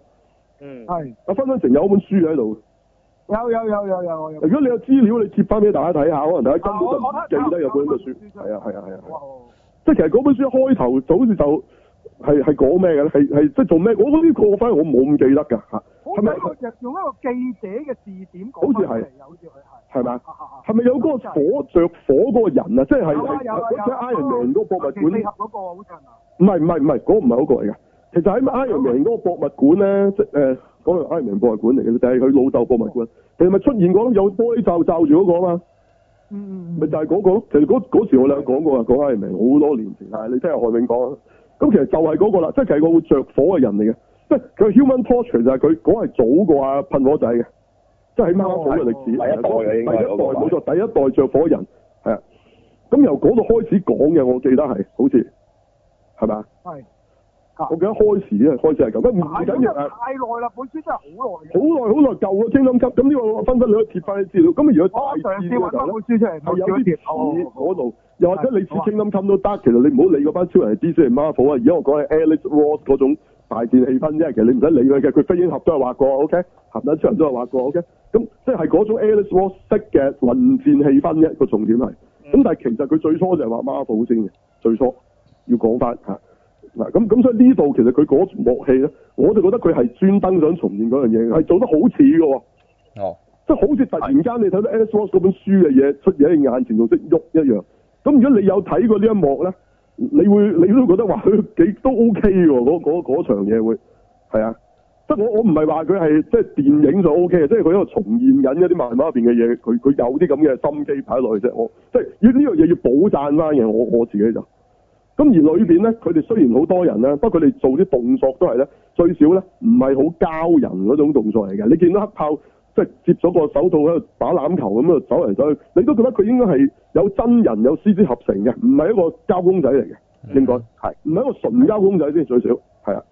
[SPEAKER 3] 嗯，
[SPEAKER 4] 係
[SPEAKER 1] 阿分分成有本書喺度，
[SPEAKER 4] 有有有有有我啊有。
[SPEAKER 1] 如果你有資料，你貼翻俾大家睇下，可能大家根本就唔記得有本咁嘅書。
[SPEAKER 4] 啊
[SPEAKER 1] 係啊係啊係啊係啊。
[SPEAKER 4] 哇
[SPEAKER 1] 即係其實嗰本書開頭就好似就係係講咩嘅咧？係係即係做咩？我嗰啲我反而我冇咁記得㗎嚇，
[SPEAKER 4] 好
[SPEAKER 1] 係咪
[SPEAKER 4] 睇佢用一個記者嘅視點講翻出嚟嘅，好似佢係
[SPEAKER 1] 係咪啊
[SPEAKER 4] 啊啊啊
[SPEAKER 1] 係咪有嗰個火着火嗰個人啊？即係係
[SPEAKER 4] 有啊有啊有啊
[SPEAKER 1] 即係 Iron Man 嗰個博物
[SPEAKER 4] 奇
[SPEAKER 1] 館
[SPEAKER 4] 四。合嗰個啊好似係嘛
[SPEAKER 1] 唔係唔係唔係，嗰個唔係嗰個嚟嘅。其實喺
[SPEAKER 4] 哦
[SPEAKER 1] Iron Man 嗰個博物館咧，即係誒講係 Iron Man 博物館嚟嘅，就係佢老豆博物館。其實咪出現過有玻璃罩罩住嗰個啊嘛，
[SPEAKER 4] 嗯嗯
[SPEAKER 1] 咪
[SPEAKER 4] 嗯
[SPEAKER 1] 就係嗰、個咯。其實嗰嗰時我哋有講過啊，講 Iron Man 好多年前，但係你聽下何永講啊。咁其實就係嗰個啦，即係其實個會着火嘅人嚟嘅，即係佢 Human Torch 就係佢嗰係早過啊噴火仔嘅，即係喺 Marvel 嘅歷史
[SPEAKER 6] 哦第一代啊嘅應該
[SPEAKER 1] 第一代
[SPEAKER 6] 係嗰個
[SPEAKER 1] 冇錯，第一代着火人係啊。咁由嗰度開始講嘅，我記得係好似係咪啊？
[SPEAKER 4] 係。
[SPEAKER 1] 我記得開始咧，開始係咁，唔
[SPEAKER 4] 太
[SPEAKER 1] 緊要啊！
[SPEAKER 4] 太耐啦，本書真係好耐
[SPEAKER 1] 好
[SPEAKER 4] 嘅。
[SPEAKER 1] 耐好耐舊嘅 Kingdom Cup，咁呢個分分你可以貼翻啲資料。咁如果
[SPEAKER 6] 哦
[SPEAKER 4] 我
[SPEAKER 1] 大
[SPEAKER 4] 上次
[SPEAKER 1] 致
[SPEAKER 4] 揾
[SPEAKER 1] 嘅
[SPEAKER 4] 翻
[SPEAKER 1] 就
[SPEAKER 4] 本
[SPEAKER 1] 咧，
[SPEAKER 4] 書出嚟，
[SPEAKER 1] 哦係有
[SPEAKER 4] 我照一
[SPEAKER 1] 啲
[SPEAKER 4] 貼
[SPEAKER 1] 似
[SPEAKER 4] 好
[SPEAKER 1] 嗰度，又或者你似
[SPEAKER 4] 好啊
[SPEAKER 1] Kingdom Cup 都得。其實你唔好理嗰班超人係 DC 係 Marvel 啊。而家我講係 Alex Ross 嗰種大戰氣氛啫。其實你唔使理佢嘅，佢飛鷹俠都係畫過，OK，鹹蛋超人都係畫過，OK。咁即係嗰種 Alex Ross 式嘅混戰氣氛啫。個重點係，咁
[SPEAKER 4] 嗯
[SPEAKER 1] 但係其實佢最初就係畫 Marvel 先嘅，最初要講翻嚇。嗱咁咁所以呢度其實佢嗰幕戲咧，我就覺得佢係專登想重現嗰樣嘢，係做得好似嘅喎，
[SPEAKER 5] 哦，
[SPEAKER 1] 即係好似突然間你睇到 Alice Ross 嗰本書嘅嘢出現喺你眼前，仲識喐一樣。咁如果你有睇過呢一幕咧，你會你都覺得話佢幾都 OK 喎，嗰嗰嗰場嘢會係啊。即係我我唔係話佢係即係電影就 O K 嘅，即係佢喺度重現緊一啲漫畫入邊嘅嘢，佢佢有啲咁嘅心機擺落去啫。我即係要呢樣嘢要補贊翻嘅，我我自己就。咁而裏邊咧，佢哋雖然好多人咧，不過佢哋做啲動作都係咧，最少咧唔係好交人嗰種動作嚟嘅。你見到黑豹即係接咗個手套喺度打籃球咁喺度走嚟走去，你都覺得佢應該係有真人有 C G 合成嘅，唔係一個交公仔嚟嘅，應該
[SPEAKER 5] 嗯
[SPEAKER 1] 係唔係一個純交公仔先最少係啊。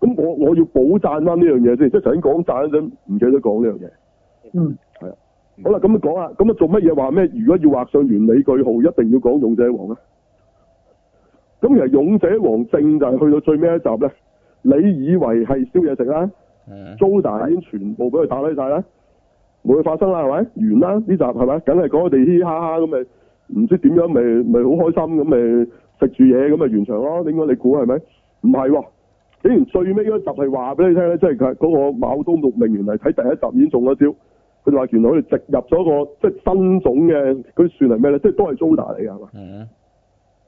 [SPEAKER 1] 咁我我要補贊翻呢樣嘢先，即係頭先講贊嗰陣唔記得講呢樣嘢。
[SPEAKER 4] 嗯，
[SPEAKER 1] 係啊。好啦，咁啊講啊，咁啊做乜嘢話咩？如果要畫上完美句號，一定要講勇者王啊！咁其實勇者王正就係去到最尾一集咧，你以為係宵夜食啦
[SPEAKER 5] 嗯，
[SPEAKER 1] ，Zoda 已經全部俾佢打低晒啦，冇嘢發生啦，係咪？完啦呢集係咪？梗係講佢哋嘻嘻哈哈咁咪，唔知點樣咪咪好開心咁咪食住嘢咁咪完場咯？應該你估係咪？唔係喎，竟然最尾嗰集係話俾你聽咧，即係佢嗰個卯刀六命原嚟睇第一集已經中咗招，佢就話原來佢哋植入咗個即係新種嘅，佢算係咩咧？即係都係 Zoda 嚟嘅係嘛？
[SPEAKER 5] 嗯，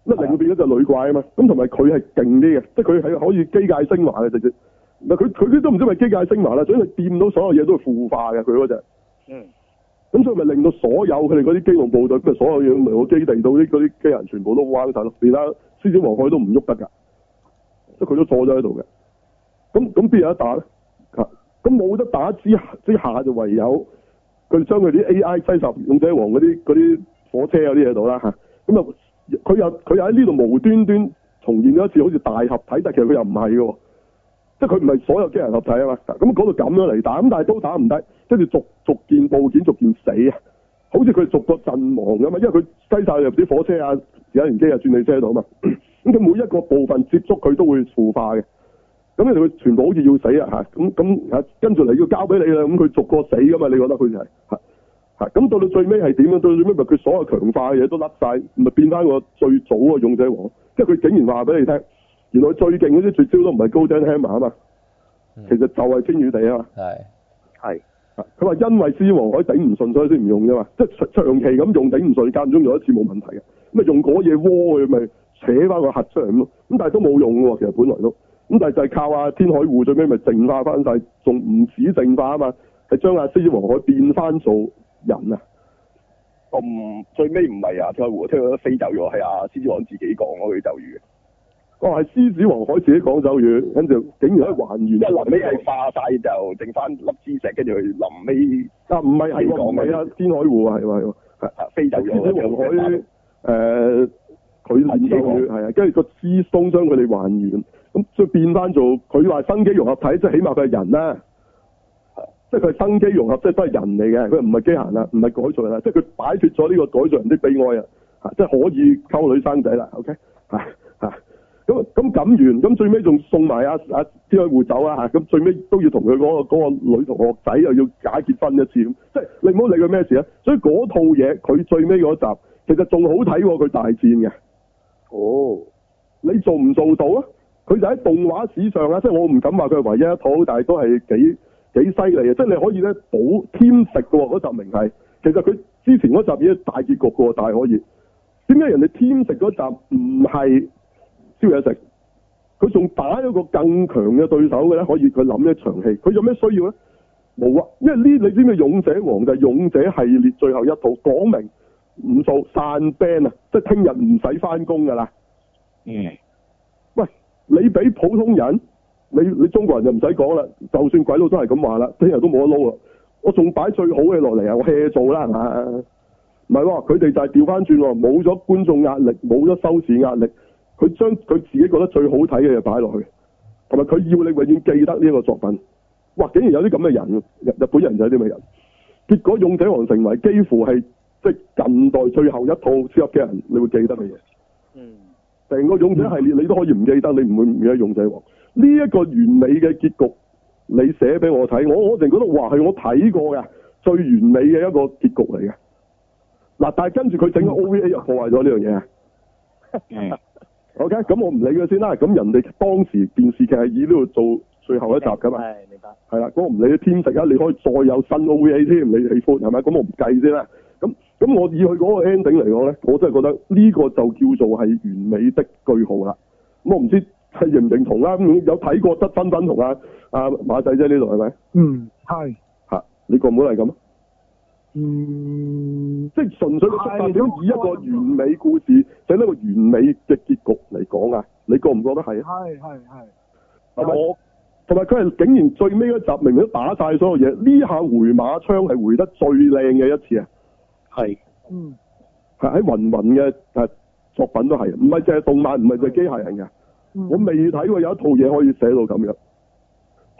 [SPEAKER 1] 咁令變咗就女怪啊嘛，咁同埋佢係勁啲嘅，即係佢係可以機械升華嘅直接。嗱佢佢都唔知係咪機械升華啦，所以佢掂到所有嘢都係腐化嘅佢嗰隻。
[SPEAKER 3] 嗯。
[SPEAKER 1] 咁所以咪令到所有佢哋嗰啲機動部隊，咁啊所有嘢咪個基地度啲嗰啲機人全部都彎晒咯，連啦獅子王海都唔喐得㗎，即係佢都坐咗喺度嘅。咁咁邊有得打咧？嚇咁冇得打之下之下就唯有佢將佢啲 A.I. 西十勇者王嗰啲嗰啲火車嗰啲嘢度啦嚇，咁啊佢又佢又喺呢度無端端重現咗一次好似大合體，但其實佢又唔係嘅喎，即係佢唔係所有機人合體啊嘛，咁嗰度咁樣嚟打，咁但係都打唔低，跟住逐逐件部件逐件死啊，好似佢逐個陣亡咁嘛，因為佢西晒入啲火車啊、有人機啊、轉汽車度啊嘛， [clears throat] 咁佢每一個部分接觸佢都會腐化嘅。咁你佢全部好似要死啊嚇，咁咁嚇跟住嚟要交俾你啦，咁佢逐個死噶嘛？你覺得佢就係嚇嚇咁到到最尾係點啊？到最尾咪佢所有強化嘅嘢都甩晒，咪變翻個最早嘅勇者王，即係佢竟然話俾你聽，原來最勁嗰啲絕招都唔係 Golden Hammer 啊嘛，
[SPEAKER 5] 嗯
[SPEAKER 1] 其實就係天與地啊嘛。
[SPEAKER 5] 係，
[SPEAKER 2] 係
[SPEAKER 1] 啊佢話因為獅王海頂唔順，所以先唔用啫嘛，即係長長期咁用頂唔順，間唔中用一次冇問題嘅。咁啊用嗰嘢窩佢咪扯翻個核出嚟咁咯。咁但係都冇用喎，其實本來都咁，但係就係靠阿天海戶最尾咪淨化翻晒，仲唔止淨化啊嘛，係將阿獅王海變翻做人啊。
[SPEAKER 6] 咁最尾唔係啊，跳湖聽到飛走咗，係啊，獅子王自己講嗰句咒語嘅，
[SPEAKER 1] 哦，係獅子王海自己講咒語，跟住竟然喺還原。
[SPEAKER 6] 因為臨尾係化晒就剩翻粒芝石，跟住佢臨尾
[SPEAKER 1] 啊，唔係係喎唔係啊，天海戶啊，係喎係喎。
[SPEAKER 6] 啊飛走
[SPEAKER 1] 獅子
[SPEAKER 6] 咗，
[SPEAKER 1] 王海誒呃佢練咒語係啊，跟住個師兄將佢哋還原，咁再變翻做佢話生機融合體，即係起碼佢係人啦
[SPEAKER 6] 係，
[SPEAKER 1] 即係佢係生機融合，即係都係人嚟嘅，佢唔係機械啦，唔係改造人啦，即係佢擺脱咗呢個改造人的悲哀啊，嚇，即係可以溝女生仔啦，OK 啊嚇嚇。咁咁感完，咁最尾仲送埋阿阿天海護走啊嚇，咁最尾都要同佢嗰個嗰個女同學仔又要假結婚一次咁，即係你唔好理佢咩事啊。所以嗰套嘢佢最尾嗰集其實仲好睇過佢大戰嘅，
[SPEAKER 2] 哦，
[SPEAKER 1] 你做唔做到啊？佢就喺動畫史上啊，即係我唔敢話佢係唯一一套，但係都係幾幾犀利嘅，啊即係你可以咧補添食嘅喎嗰集明係，其實佢之前嗰集已經係大結局嘅喎，但係可以點解人哋添食嗰集唔係燒嘢食？佢仲打咗個更強嘅對手嘅咧，可以佢諗一場戲，佢有咩需要咧？冇啊，因為呢你知唔知勇者王就係勇者系列最後一套，講明唔做散 band 啊，即係聽日唔使翻工㗎啦。
[SPEAKER 3] 嗯，
[SPEAKER 1] 喂，你俾普通人，你你中國人就唔使講啦，就算鬼佬都係咁話啦，聽日都冇得撈啦。啊我仲擺最好嘅落嚟啊，我 hea 做啦係嘛？唔係喎，佢哋就係調翻轉喎，冇咗觀眾壓力，冇咗收視壓力，佢將佢自己覺得最好睇嘅嘢擺落去，同埋佢要你永遠記得呢個作品。哇！竟然有啲咁嘅人喎，日日本人就係啲咁嘅人。結果《勇者王》成為幾乎係即係近代最後一套超級嘅人，你會記得嘅嘢。
[SPEAKER 3] 嗯，
[SPEAKER 1] 成個勇者系列你都可以唔記得，你唔會唔記得勇者王呢一、個完美嘅結局，你寫俾我睇，我我淨覺得哇係我睇過嘅最完美嘅一個結局嚟嘅。嗱，但係跟住佢整個 OVA 又破壞咗呢樣嘢。啊
[SPEAKER 3] 嗯，
[SPEAKER 1] OK，咁我唔理佢先啦。咁人哋當時電視劇係以呢度做最後一集㗎嘛。
[SPEAKER 3] 係明白，
[SPEAKER 1] 係啦，咁我唔理添食啊，你可以再有新 OVA 添，你喜歡係咪？咁我唔計先啦。咁咁我以佢嗰個 ending 嚟講咧，我真係覺得呢個就叫做係完美的句號啦。咁我唔知係認唔認同啦。咁有睇過得分分同啊啊馬仔姐呢度係咪？
[SPEAKER 4] 嗯，係，
[SPEAKER 1] 嚇，你覺唔覺得係咁？
[SPEAKER 4] 嗯，
[SPEAKER 1] 即係純粹個出發點以一個完美故事，寫一個完美嘅結局嚟講啊，你覺唔覺得係啊？
[SPEAKER 4] 係係係，
[SPEAKER 1] 係咪？同埋佢係竟然最尾嗰集明明都打晒所有嘢，呢下回馬槍係回得最靚嘅一次啊！
[SPEAKER 2] 係
[SPEAKER 4] 嗯，
[SPEAKER 1] 係喺雲雲嘅誒作品都係，唔係淨係動漫，唔係淨係機械人嘅。
[SPEAKER 4] 嗯
[SPEAKER 1] 我未睇過有一套嘢可以寫到咁樣，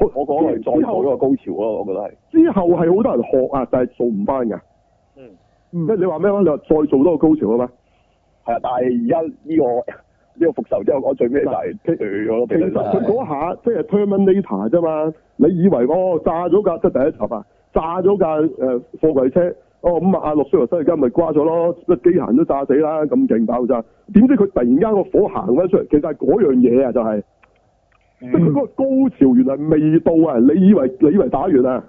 [SPEAKER 6] 我講係再到一個高潮咯，我覺得係。
[SPEAKER 1] 之後係好多人學啊，但係做唔翻㗎。
[SPEAKER 3] 嗯
[SPEAKER 1] 嗯，即係你話咩話？你話再做多個高潮啊嘛？
[SPEAKER 6] 係啊，但係而家呢個 [laughs] 呢、個復仇之後，我最尾就係斷咗咯，
[SPEAKER 1] 其哦
[SPEAKER 6] 俾
[SPEAKER 1] 實
[SPEAKER 6] 佢
[SPEAKER 1] 佢嗰下即係 Terminator 啫嘛，你以為哦炸咗架即係第一集啊，炸咗架誒貨櫃車，哦咁啊阿陸小華生而家咪瓜咗咯，乜機械人都炸死啦，咁勁爆炸，點知佢突然間個火行翻出嚟，其實係嗰樣嘢啊就係、即係佢
[SPEAKER 6] 嗯
[SPEAKER 1] 嗰個高潮原來未到啊，你以為你以為打完啊，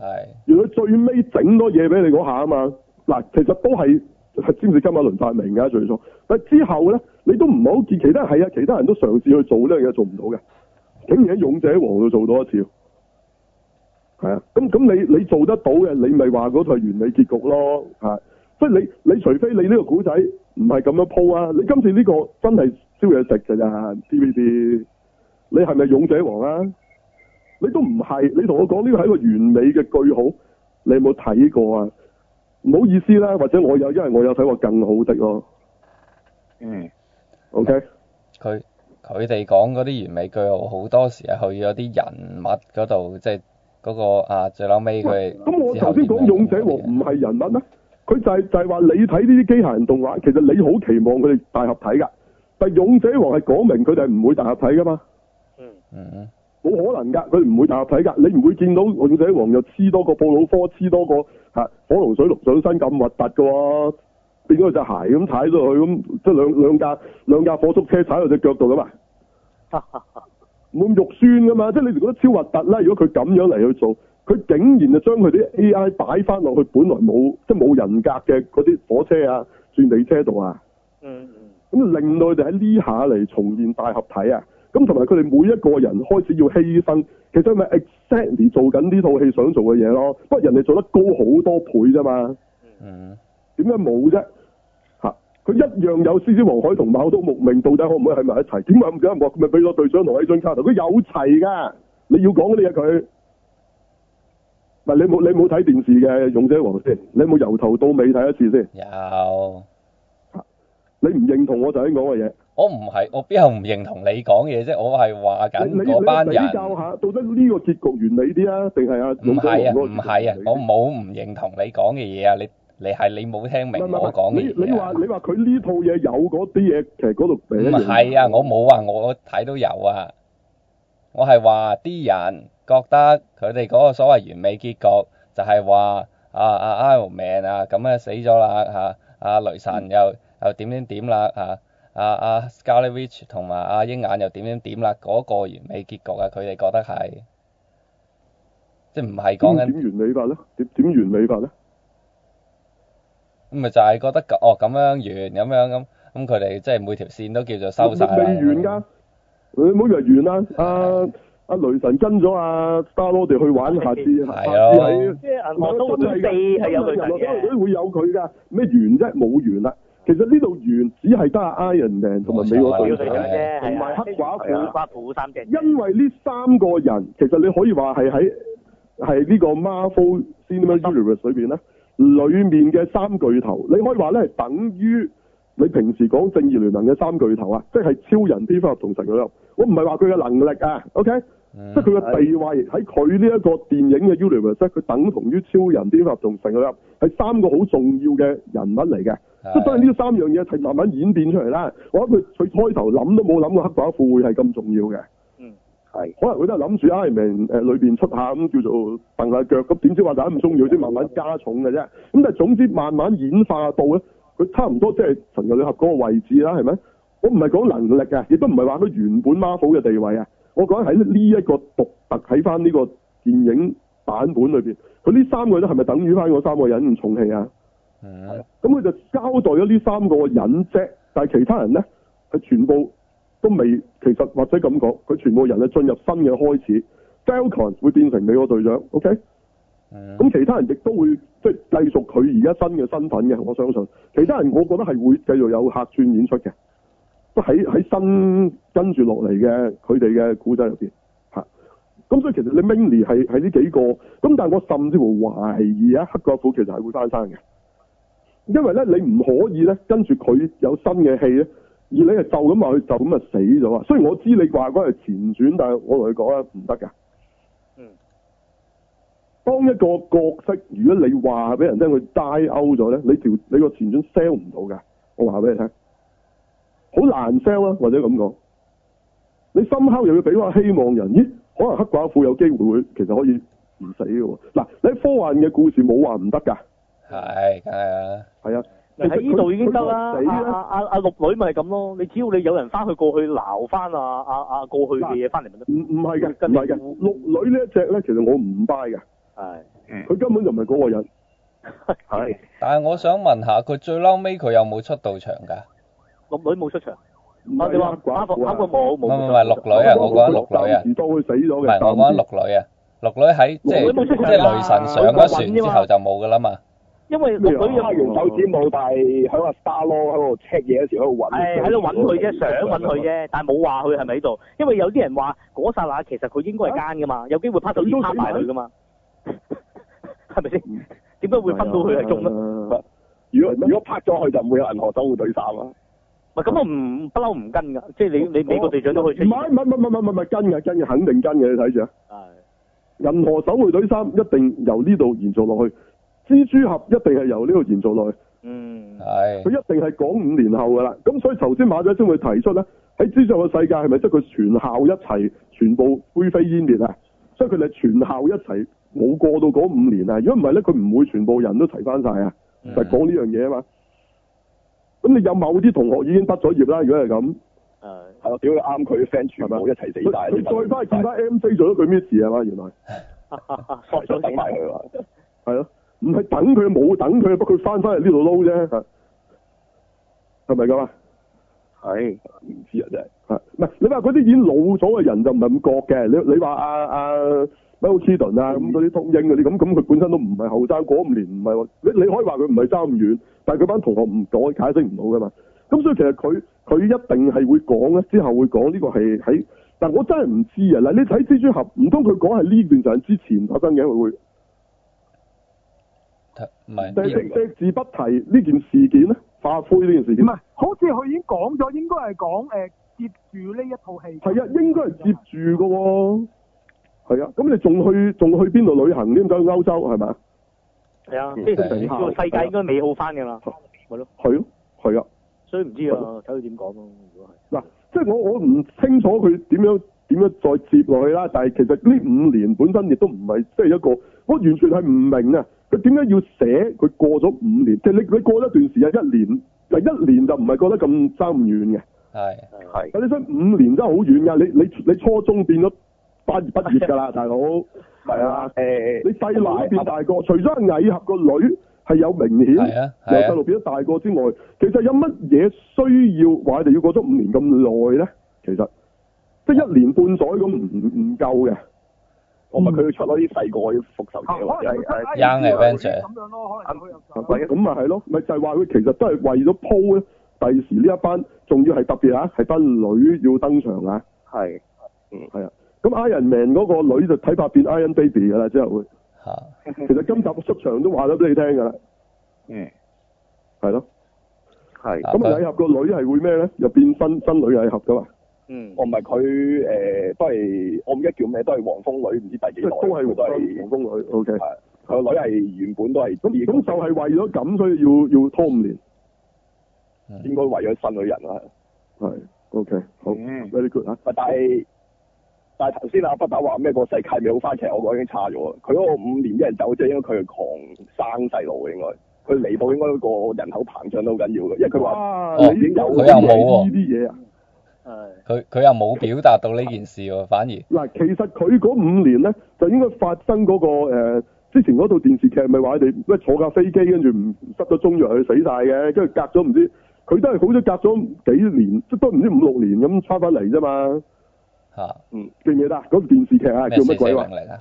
[SPEAKER 5] 係
[SPEAKER 1] 原來最尾整多嘢俾你嗰下啊嘛，嗱其實都係。係詹士金馬倫發明㗎最初，但之後咧，你都唔好見其他人係啊，其他人都嘗試去做呢樣嘢做唔到嘅。竟然喺勇者王度做到一次，係啊，咁咁你你做得到嘅，你咪話嗰套係完美結局咯，係，即係你你除非你呢個古仔唔係咁樣鋪啊，你今次呢個真係燒嘢食㗎咋 TVB，你係咪勇者王啊？你都唔係，你同我講呢個係一個完美嘅句號，你有冇睇過啊？唔好意思啦，或者我有，因為我有睇過更好的咯
[SPEAKER 2] 嗯，
[SPEAKER 1] ，OK，
[SPEAKER 5] 佢佢哋講嗰啲完美句號，好多時係去咗啲人物嗰度，即係嗰個啊最嬲尾佢
[SPEAKER 1] 咁我
[SPEAKER 5] 之後
[SPEAKER 1] 頭先
[SPEAKER 5] 點
[SPEAKER 1] 講
[SPEAKER 5] 樣
[SPEAKER 1] 勇者王
[SPEAKER 5] 嗰啲
[SPEAKER 1] 唔係人物咩？佢就係、就係、話你睇呢啲機械人動畫，其實你好期望佢哋大合體㗎，但係勇者王係講明佢哋係唔會大合體㗎嘛，
[SPEAKER 3] 嗯
[SPEAKER 5] 嗯
[SPEAKER 1] 冇可能㗎，佢哋唔會大合體㗎，你唔會見到勇者王又黐多個布魯科，黐多個嚇、火龍水龍上身咁核突㗎喎，變咗隻鞋咁踩咗佢咁，即係兩兩架兩架火速車踩落隻腳度㗎嘛。冇咁肉酸噶嘛，即係你哋覺得超核突啦。如果佢咁樣嚟去做，佢竟然就將佢啲 A.I. 擺翻落去本來冇即係冇人格嘅嗰啲火車啊、轉地車度啊，
[SPEAKER 3] 嗯嗯
[SPEAKER 1] 咁啊令到佢哋喺呢下嚟重現大合體啊。咁同埋佢哋每一個人開始要犧牲，其實咪 exactly 做緊呢套戲想做嘅嘢咯。不過人哋做得高好多倍啫嘛，
[SPEAKER 5] 嗯
[SPEAKER 1] 點解冇啫？嚇，佢一樣有獅子王海同馬都木命，到底可唔可以喺埋一齊？點解咁解？我咪俾咗隊長同 A 張卡頭，佢有齊㗎。你要講嗰啲嘢啊佢。唔係你冇你冇睇電視嘅《勇者王》先，你有冇由頭到尾睇一次先？
[SPEAKER 5] 有。
[SPEAKER 1] 你唔認同我頭先講嘅嘢，
[SPEAKER 5] 我唔係，我邊有唔認同你講嘢啫？我係話緊
[SPEAKER 1] 你你
[SPEAKER 5] 嗰班
[SPEAKER 1] 你
[SPEAKER 5] 人，
[SPEAKER 1] 比較下，到底呢個結局完美啲啊，定係啊？
[SPEAKER 5] 唔係
[SPEAKER 1] 勇者
[SPEAKER 5] 啊，
[SPEAKER 1] 王嗰個
[SPEAKER 5] 唔係啊
[SPEAKER 1] 結局完美，啲
[SPEAKER 5] 我冇唔認同你講嘅嘢啊！你你係你冇聽
[SPEAKER 1] 唔
[SPEAKER 5] 明
[SPEAKER 1] 係唔係
[SPEAKER 5] 我講嘅
[SPEAKER 1] 你你
[SPEAKER 5] 嘢
[SPEAKER 1] 話
[SPEAKER 5] 啊
[SPEAKER 1] 你話佢呢套嘢有嗰啲嘢，其實嗰度
[SPEAKER 5] 唔係啊，我冇話我睇到有啊，我係話啲人覺得佢哋嗰個所謂完美結局就係話啊啊 Iron Man 啊咁啊死咗啦嚇，啊雷神又又點點點啦嚇，啊啊 Scarlet Witch 同埋啊鷹眼又點點點啦，嗰、個完美結局啊，佢哋覺得係即係唔係講緊
[SPEAKER 1] 點點完美法咧？點點完美法咧？
[SPEAKER 5] 咁咪就係覺得咁哦咁樣完咁樣咁咁佢哋即係每條線都叫做收晒啦
[SPEAKER 1] 未完㗎，你唔好以為完啦。阿阿雷神跟咗阿 Star Lord 哋去玩，下次
[SPEAKER 3] 係
[SPEAKER 1] 下
[SPEAKER 5] 啊
[SPEAKER 1] 次喺
[SPEAKER 3] 即係銀河修會四係有雷神嘅，
[SPEAKER 1] 都會有佢㗎。咩完啫？冇完啦。其實呢度完只係得阿 Iron Man 同埋
[SPEAKER 5] 啊
[SPEAKER 1] 美國
[SPEAKER 3] 要
[SPEAKER 1] 隊
[SPEAKER 3] 佢
[SPEAKER 1] 長
[SPEAKER 3] 咁啫，
[SPEAKER 1] 同
[SPEAKER 3] 係
[SPEAKER 1] 埋
[SPEAKER 3] 啊，
[SPEAKER 1] 黑寡
[SPEAKER 2] 係
[SPEAKER 1] 婦。
[SPEAKER 2] 啊
[SPEAKER 3] 寡婦三隻，
[SPEAKER 1] 因為呢三個人其實你可以話係喺係呢個 Marvel Cinema Universe 裏邊咧，裏面嘅三巨頭，你可以話咧係等於你平時講正義聯盟嘅三巨頭啊，即係超人、蝙蝠俠同神奇女俠。我唔係話佢嘅能力啊，OK，
[SPEAKER 5] 嗯
[SPEAKER 1] 即係佢嘅地位喺佢呢一個電影嘅 universe 咧，佢等同於超人、蝙蝠俠同神奇女俠，係三個好重要嘅人物嚟嘅。
[SPEAKER 5] 嗯
[SPEAKER 1] 即係當然呢三樣嘢係慢慢演變出嚟啦。我諗佢佢開頭諗都冇諗過黑寡婦會係咁重要嘅。
[SPEAKER 2] 係
[SPEAKER 1] 可能佢都係諗住 Iron Man 誒裏邊出下咁叫做蹬下腳，咁點知話大家唔中意佢先慢慢加重嘅啫。咁但係總之慢慢演化到咧，佢差唔多即係神奇女俠嗰個位置啦，係咪？我唔係講能力啊，亦都唔係話佢原本 Marvel 嘅地位啊，我講喺呢一個獨特喺翻呢個電影版本裏邊，佢呢三個人係咪等於翻嗰三個人咁重氣啊？
[SPEAKER 5] 嗯
[SPEAKER 1] 咁佢就交代咗呢三個人啫，但係其他人呢，係全部都未，其實或者咁講，佢全部人係進入新嘅開始。Falcon 會變成美國隊長，OK？
[SPEAKER 5] 嗯
[SPEAKER 1] 咁其他人亦都會即係繼續佢而家新嘅身份嘅，我相信。其他人我覺得係會繼續有客串演出嘅，都喺喺新跟住落嚟嘅佢哋嘅古仔入邊嚇。咁所以其實你 mainly 係係呢幾個，咁但係我甚至乎懷疑啊，黑寡婦其實係會翻生嘅，因為咧你唔可以咧跟住佢有新嘅戲咧，而你係就咁話佢就咁啊死咗啊！雖然我知你話嗰係前傳，但係我同你講啊唔得㗎。當一個角色，如果你話俾人聽佢 die out 咗咧，你條你個前傳 sell 唔到㗎。我話俾你聽，好難 sell 啊，或者咁講，你深刻又要俾翻希望人，咦？可能黑寡婦有機會會其實可以唔死嘅喎。嗱，你喺科幻嘅故事冇話唔得㗎，
[SPEAKER 5] 係，梗係啦，
[SPEAKER 1] 係啊。
[SPEAKER 3] 咪喺呢度已經得啦，
[SPEAKER 1] 佢佢
[SPEAKER 3] 阿
[SPEAKER 1] 死呢
[SPEAKER 3] 阿阿阿陸女咪係咁咯，你只要你有人翻去過去鬧翻啊啊啊過去嘅嘢翻嚟咪得，
[SPEAKER 1] 唔唔係嘅，
[SPEAKER 3] 跟
[SPEAKER 1] 唔
[SPEAKER 3] 住
[SPEAKER 1] 係嘅。綠女呢一隻咧，其實我唔 buy 嘅，
[SPEAKER 3] 係
[SPEAKER 1] 佢根本就唔係嗰個人。
[SPEAKER 2] 係
[SPEAKER 5] 但係我想問下，佢最嬲尾佢有冇出到場㗎？
[SPEAKER 3] 陸女冇出場，
[SPEAKER 1] 唔
[SPEAKER 3] 我
[SPEAKER 1] 係
[SPEAKER 3] 哋話
[SPEAKER 1] 黑寡
[SPEAKER 3] 啱個
[SPEAKER 1] 婦啊
[SPEAKER 3] 啱個冇
[SPEAKER 5] 唔
[SPEAKER 3] 冇
[SPEAKER 5] 係唔
[SPEAKER 3] 出
[SPEAKER 5] 係
[SPEAKER 3] 場，
[SPEAKER 5] 綠女啊，我講緊綠女啊
[SPEAKER 1] 暫，時當佢死
[SPEAKER 5] 唔
[SPEAKER 1] 咗嘅。
[SPEAKER 5] 係我講緊綠女啊，綠女喺即
[SPEAKER 3] 綠女冇
[SPEAKER 5] 係
[SPEAKER 3] 出
[SPEAKER 5] 即
[SPEAKER 3] 場
[SPEAKER 5] 係
[SPEAKER 3] 啊
[SPEAKER 5] 雷神上咗船之後就冇㗎啦嘛。
[SPEAKER 3] 因為陸女
[SPEAKER 1] 咩啊
[SPEAKER 3] 又
[SPEAKER 6] 花園手指冇，但係喺阿 Star 咯喺度 check 嘢嗰時喺度揾，
[SPEAKER 3] 係喺度揾佢啫，想揾佢。啫，但係冇話佢係咪喺度，因為有啲人話嗰剎那其實佢應該係奸噶嘛，有機會拍手先拍埋佢噶 [laughs] 嘛，係咪先？點解
[SPEAKER 1] 啊
[SPEAKER 3] 會分到佢係中啊
[SPEAKER 1] 咧？
[SPEAKER 3] 咧？
[SPEAKER 6] 如果如果拍咗佢就唔會有銀河守護隊衫啦。
[SPEAKER 3] 咪咁我唔不嬲唔跟㗎，即係你你美國隊長都可以出
[SPEAKER 1] 啊唔
[SPEAKER 3] 現。
[SPEAKER 1] 係唔係唔係唔係唔係跟嘅跟嘅肯定跟嘅，你睇住啊！
[SPEAKER 3] 係
[SPEAKER 1] 銀河守護隊三一定由呢度延續落去，蜘蛛俠一定係由呢度延續落去，
[SPEAKER 3] 嗯，
[SPEAKER 5] 係
[SPEAKER 1] 佢一定係講五年後㗎啦。咁所以頭先馬仔先會提出咧，喺蜘蛛俠嘅世界係咪即係佢全校一齊全部灰飛煙滅啊？所以佢哋全校一齊冇過到嗰五年啊！如果唔係咧，佢唔會全部人都齊翻晒啊！
[SPEAKER 5] 嗯
[SPEAKER 1] 就係講呢樣嘢啊嘛。咁你有某啲同學已經畢咗業啦，如果係咁。
[SPEAKER 3] 係。
[SPEAKER 6] 係咯，屌啱佢 friend 全部一齊
[SPEAKER 1] 佢
[SPEAKER 6] 死晒。
[SPEAKER 1] 佢再
[SPEAKER 6] 啊
[SPEAKER 1] 翻去
[SPEAKER 6] [laughs]
[SPEAKER 1] 見翻 M C 做咗佢咩事啊嘛？原來
[SPEAKER 3] 索
[SPEAKER 6] 就
[SPEAKER 3] 咗
[SPEAKER 6] 等
[SPEAKER 3] 先，
[SPEAKER 6] 埋佢啦。啊
[SPEAKER 1] 係咯，唔係等佢冇等佢，不過佢翻翻嚟呢度撈啫，係係咪咁啊？
[SPEAKER 2] 係
[SPEAKER 6] 唔知啊真係。
[SPEAKER 1] 係唔係你話嗰啲已經老咗嘅人就唔係咁覺嘅，你你話阿阿 Michael Keaton 啊
[SPEAKER 5] 嗯
[SPEAKER 1] 咁嗰啲通英嗰啲咁咁，佢本身都唔係後生，嗰五年唔係話你你可以話佢唔係爭咁遠，但係佢班同學唔講解釋唔到噶嘛。咁所以其實佢佢一定係會講咧，之後會講呢個係喺，但我真係唔知啊！嗱，你睇蜘蛛俠，唔通佢講係呢段時間之前發生嘅，佢會
[SPEAKER 5] 唔係
[SPEAKER 1] 即
[SPEAKER 5] 呢
[SPEAKER 1] 係隻字不提呢件事件咧，化灰呢件事件
[SPEAKER 4] 唔，係，好似佢已經講咗，應該係講誒接住呢一套戲。
[SPEAKER 1] 係啊，應該係接住噶喎。係啊，咁你仲去仲去邊度旅行添？走去歐洲係咪啊？
[SPEAKER 3] 係啊，即係個世界應該美好翻㗎啦，咪咯，
[SPEAKER 1] 係咯，係啊。
[SPEAKER 3] 所以唔知啊，睇佢點講咯。如果係，
[SPEAKER 1] 嗱，即係我我唔清楚佢點樣點樣再接落去啦。但係其實呢五年本身亦都唔係即係一個，我完全係唔明啊！佢點解要寫佢過咗五年？即係你你過咗一段時間一年，嗱一年就唔係覺得咁爭咁遠嘅。
[SPEAKER 5] 係
[SPEAKER 2] 係
[SPEAKER 1] 但你想五年真係好遠㗎，你你你初中變咗畢業畢業㗎啦，大佬。係
[SPEAKER 6] 係啊，，誒，
[SPEAKER 1] 你細路都變大個，除咗蟻俠個女係有明顯
[SPEAKER 5] 係啊
[SPEAKER 1] 由
[SPEAKER 5] 係
[SPEAKER 1] 細
[SPEAKER 5] 啊
[SPEAKER 1] 路變咗大個之外，其實有乜嘢需要話佢哋要過咗五年咁耐咧？其實即係一年半載咁唔唔夠嘅。
[SPEAKER 6] 我哦咪佢要出嗰啲細個嗰啲復仇
[SPEAKER 4] 啊可能
[SPEAKER 6] 者或者係
[SPEAKER 4] 佢
[SPEAKER 5] Young Avenger
[SPEAKER 4] 咁樣咯，可能佢又
[SPEAKER 1] 咁咁啊係咯，咪就係話佢其實都係為咗鋪咧，第時呢一班仲要係特別啊，係班女要登場啊。嗯
[SPEAKER 2] 係
[SPEAKER 1] 咁 Iron Man 嗰個女就睇怕變 Iron Baby 㗎啦，之後會。
[SPEAKER 5] 嚇
[SPEAKER 1] 其實今集我出場都話咗俾你聽㗎啦，
[SPEAKER 2] 嗯
[SPEAKER 1] 係咯。
[SPEAKER 2] 係
[SPEAKER 5] 啊
[SPEAKER 1] 咁啊，蟻俠個女係會咩咧？又變新新女蟻俠噶嘛？
[SPEAKER 3] 嗯，
[SPEAKER 6] 我唔係佢誒，都係我唔記得叫咩，都係黃蜂女，唔知第幾代，
[SPEAKER 1] 即
[SPEAKER 5] 啊
[SPEAKER 1] 係都係啊
[SPEAKER 6] 佢都
[SPEAKER 1] 黃
[SPEAKER 6] 係
[SPEAKER 1] 黃蜂女。O K。
[SPEAKER 6] 係佢個女係原本都係
[SPEAKER 1] 咁咁就係為咗咁，所以要要拖五年。
[SPEAKER 5] 嗯
[SPEAKER 6] 應該為咗新女人啊啦。
[SPEAKER 1] 係。O K。好。
[SPEAKER 2] 嗯
[SPEAKER 1] very good 啊。
[SPEAKER 6] 但係但係頭先阿北打話咩個世界未好翻，其實我覺得已經差咗啦。佢嗰個五年一人走，即係因為佢係狂生細路嘅，應該佢嚟到應該個人口膨脹都好緊要嘅，因為佢話
[SPEAKER 1] 哇
[SPEAKER 5] 哦
[SPEAKER 1] 你有
[SPEAKER 6] 佢
[SPEAKER 1] 呢
[SPEAKER 6] 又
[SPEAKER 1] 啲
[SPEAKER 5] 冇喎
[SPEAKER 1] 呢啲嘢啊！
[SPEAKER 3] 係
[SPEAKER 5] 佢佢又冇表達到呢件事喎，反而
[SPEAKER 1] 嗱，其實佢嗰五年咧，就應該發生嗰、個、呃、之前嗰套電視劇咪話佢哋咩坐架飛機，跟住唔執咗中藥佢死晒嘅，跟住隔咗唔知佢都係好似隔咗幾年，即都唔知五六年咁翻返嚟啫嘛，
[SPEAKER 5] 嚇
[SPEAKER 1] 記唔記得啊？嗰、個電視劇啊，
[SPEAKER 5] 嗯咩
[SPEAKER 1] 叫
[SPEAKER 5] 四
[SPEAKER 1] 乜
[SPEAKER 5] 四
[SPEAKER 1] 鬼話
[SPEAKER 5] 零？零啊？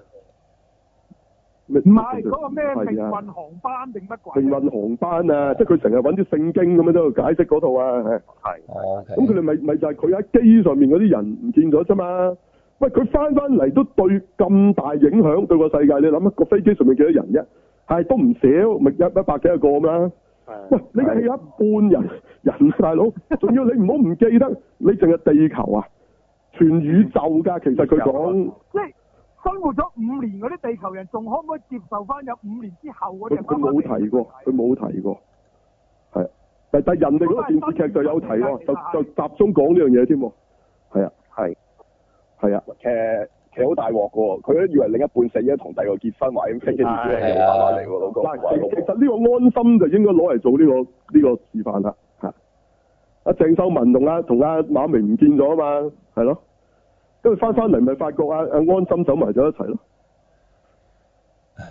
[SPEAKER 1] 咩
[SPEAKER 4] 唔係嗰個咩
[SPEAKER 1] 係
[SPEAKER 4] 命
[SPEAKER 1] 啊
[SPEAKER 4] 運航班定乜鬼
[SPEAKER 1] 命
[SPEAKER 4] 啊？
[SPEAKER 1] 運航班啊，即係佢成日揾啲聖經咁樣喺度解釋嗰套啊，係
[SPEAKER 2] 係
[SPEAKER 5] 哦，OK，
[SPEAKER 1] 咁佢哋咪咪就係佢喺機上面嗰啲人唔見咗啫嘛。喂，佢翻翻嚟都對咁大影響對個世界，你諗下個飛機上面幾多人啫？係都唔少，咪一一百幾十個咁啦。喂
[SPEAKER 3] 係，
[SPEAKER 1] 你而家有一半人 [laughs] 人啊大佬，仲要你唔好唔記得，你淨係地球啊，全宇宙㗎。其實佢講
[SPEAKER 4] 即係生活咗五年嗰啲地球人，仲可唔可以接受翻有五年之後嗰
[SPEAKER 1] 佢
[SPEAKER 4] 只
[SPEAKER 1] 佢冇提過，佢冇提過，係，但但人哋嗰個電視劇就有提喎，就就集中講呢樣嘢添喎，係啊，
[SPEAKER 2] 係
[SPEAKER 1] 係啊，
[SPEAKER 6] 其實其實好大鑊嘅喎，佢都以為另一半死咗同第二個結婚，話咁飛機自己又翻返嚟喎，老公
[SPEAKER 1] 嗱，
[SPEAKER 6] 話老
[SPEAKER 1] 其其實
[SPEAKER 6] 公
[SPEAKER 1] 呢個安心就應該攞嚟做呢、個呢、個示範啦，嚇！阿鄭秀文同阿同阿馬明唔見咗啊嘛，係咯，跟住翻翻嚟咪發覺阿阿安心走埋咗一齊咯，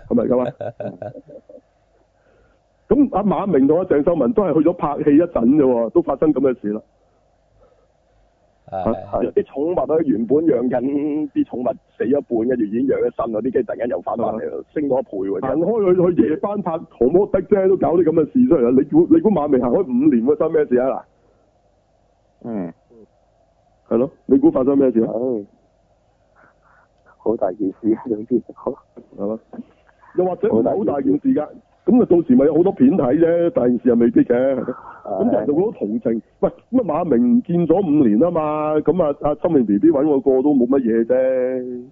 [SPEAKER 1] 係咪
[SPEAKER 5] [laughs]
[SPEAKER 1] 咁啊？咁阿馬明同阿鄭秀文都係去咗拍戲一陣啫喎，都發生咁嘅事啦。
[SPEAKER 5] 係
[SPEAKER 6] 啲寵物咧原本養緊啲寵物死一半，跟住已經養咗新嗰啲，跟住突然間又翻返
[SPEAKER 1] 嗯
[SPEAKER 6] 嚟，升咗一倍喎！真
[SPEAKER 1] 行
[SPEAKER 6] 係
[SPEAKER 1] 開佢去夜班拍《陀摩的》啫，都搞啲咁嘅事出嚟啦。你估你估馬明行開五年會生咩事啊？
[SPEAKER 2] 嗯，
[SPEAKER 1] 嗱，係咯，你估發生咩事啊？
[SPEAKER 2] 唉，好大件事啊，總之，好
[SPEAKER 1] 係嘛？又或者唔係好大件事㗎，咁啊到時咪有好多片睇啫，大件事又未必嘅。咁人就會好同情，喂，咁啊馬明唔見咗五年啊嘛，咁啊阿心明 B B 揾我個都冇乜嘢啫。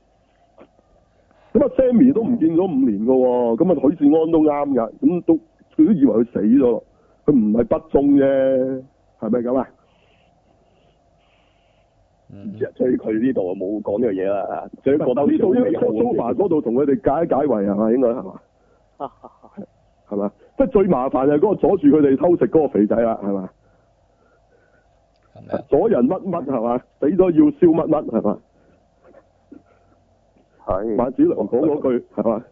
[SPEAKER 1] 咁啊 Sammy 都唔見咗五年㗎喎，咁啊許志安都啱㗎，咁都佢都以為佢死咗咯，佢唔係不忠啫，係咪咁啊？
[SPEAKER 5] 嗯
[SPEAKER 6] 所以佢呢度冇講呢樣嘢啦，啊所以覺得好似
[SPEAKER 1] 呢度應該
[SPEAKER 6] 好美好
[SPEAKER 1] sofa 嗰度同佢哋解一解圍係咪應該係嘛？係嘛？即係最麻煩就係嗰個阻住佢哋偷食嗰個肥仔啦，係嘛？
[SPEAKER 5] 咁樣
[SPEAKER 1] 阻人乜乜係嘛？俾咗要燒乜乜係嘛？
[SPEAKER 2] 係
[SPEAKER 1] 馬子良講嗰句係嘛？
[SPEAKER 6] 啊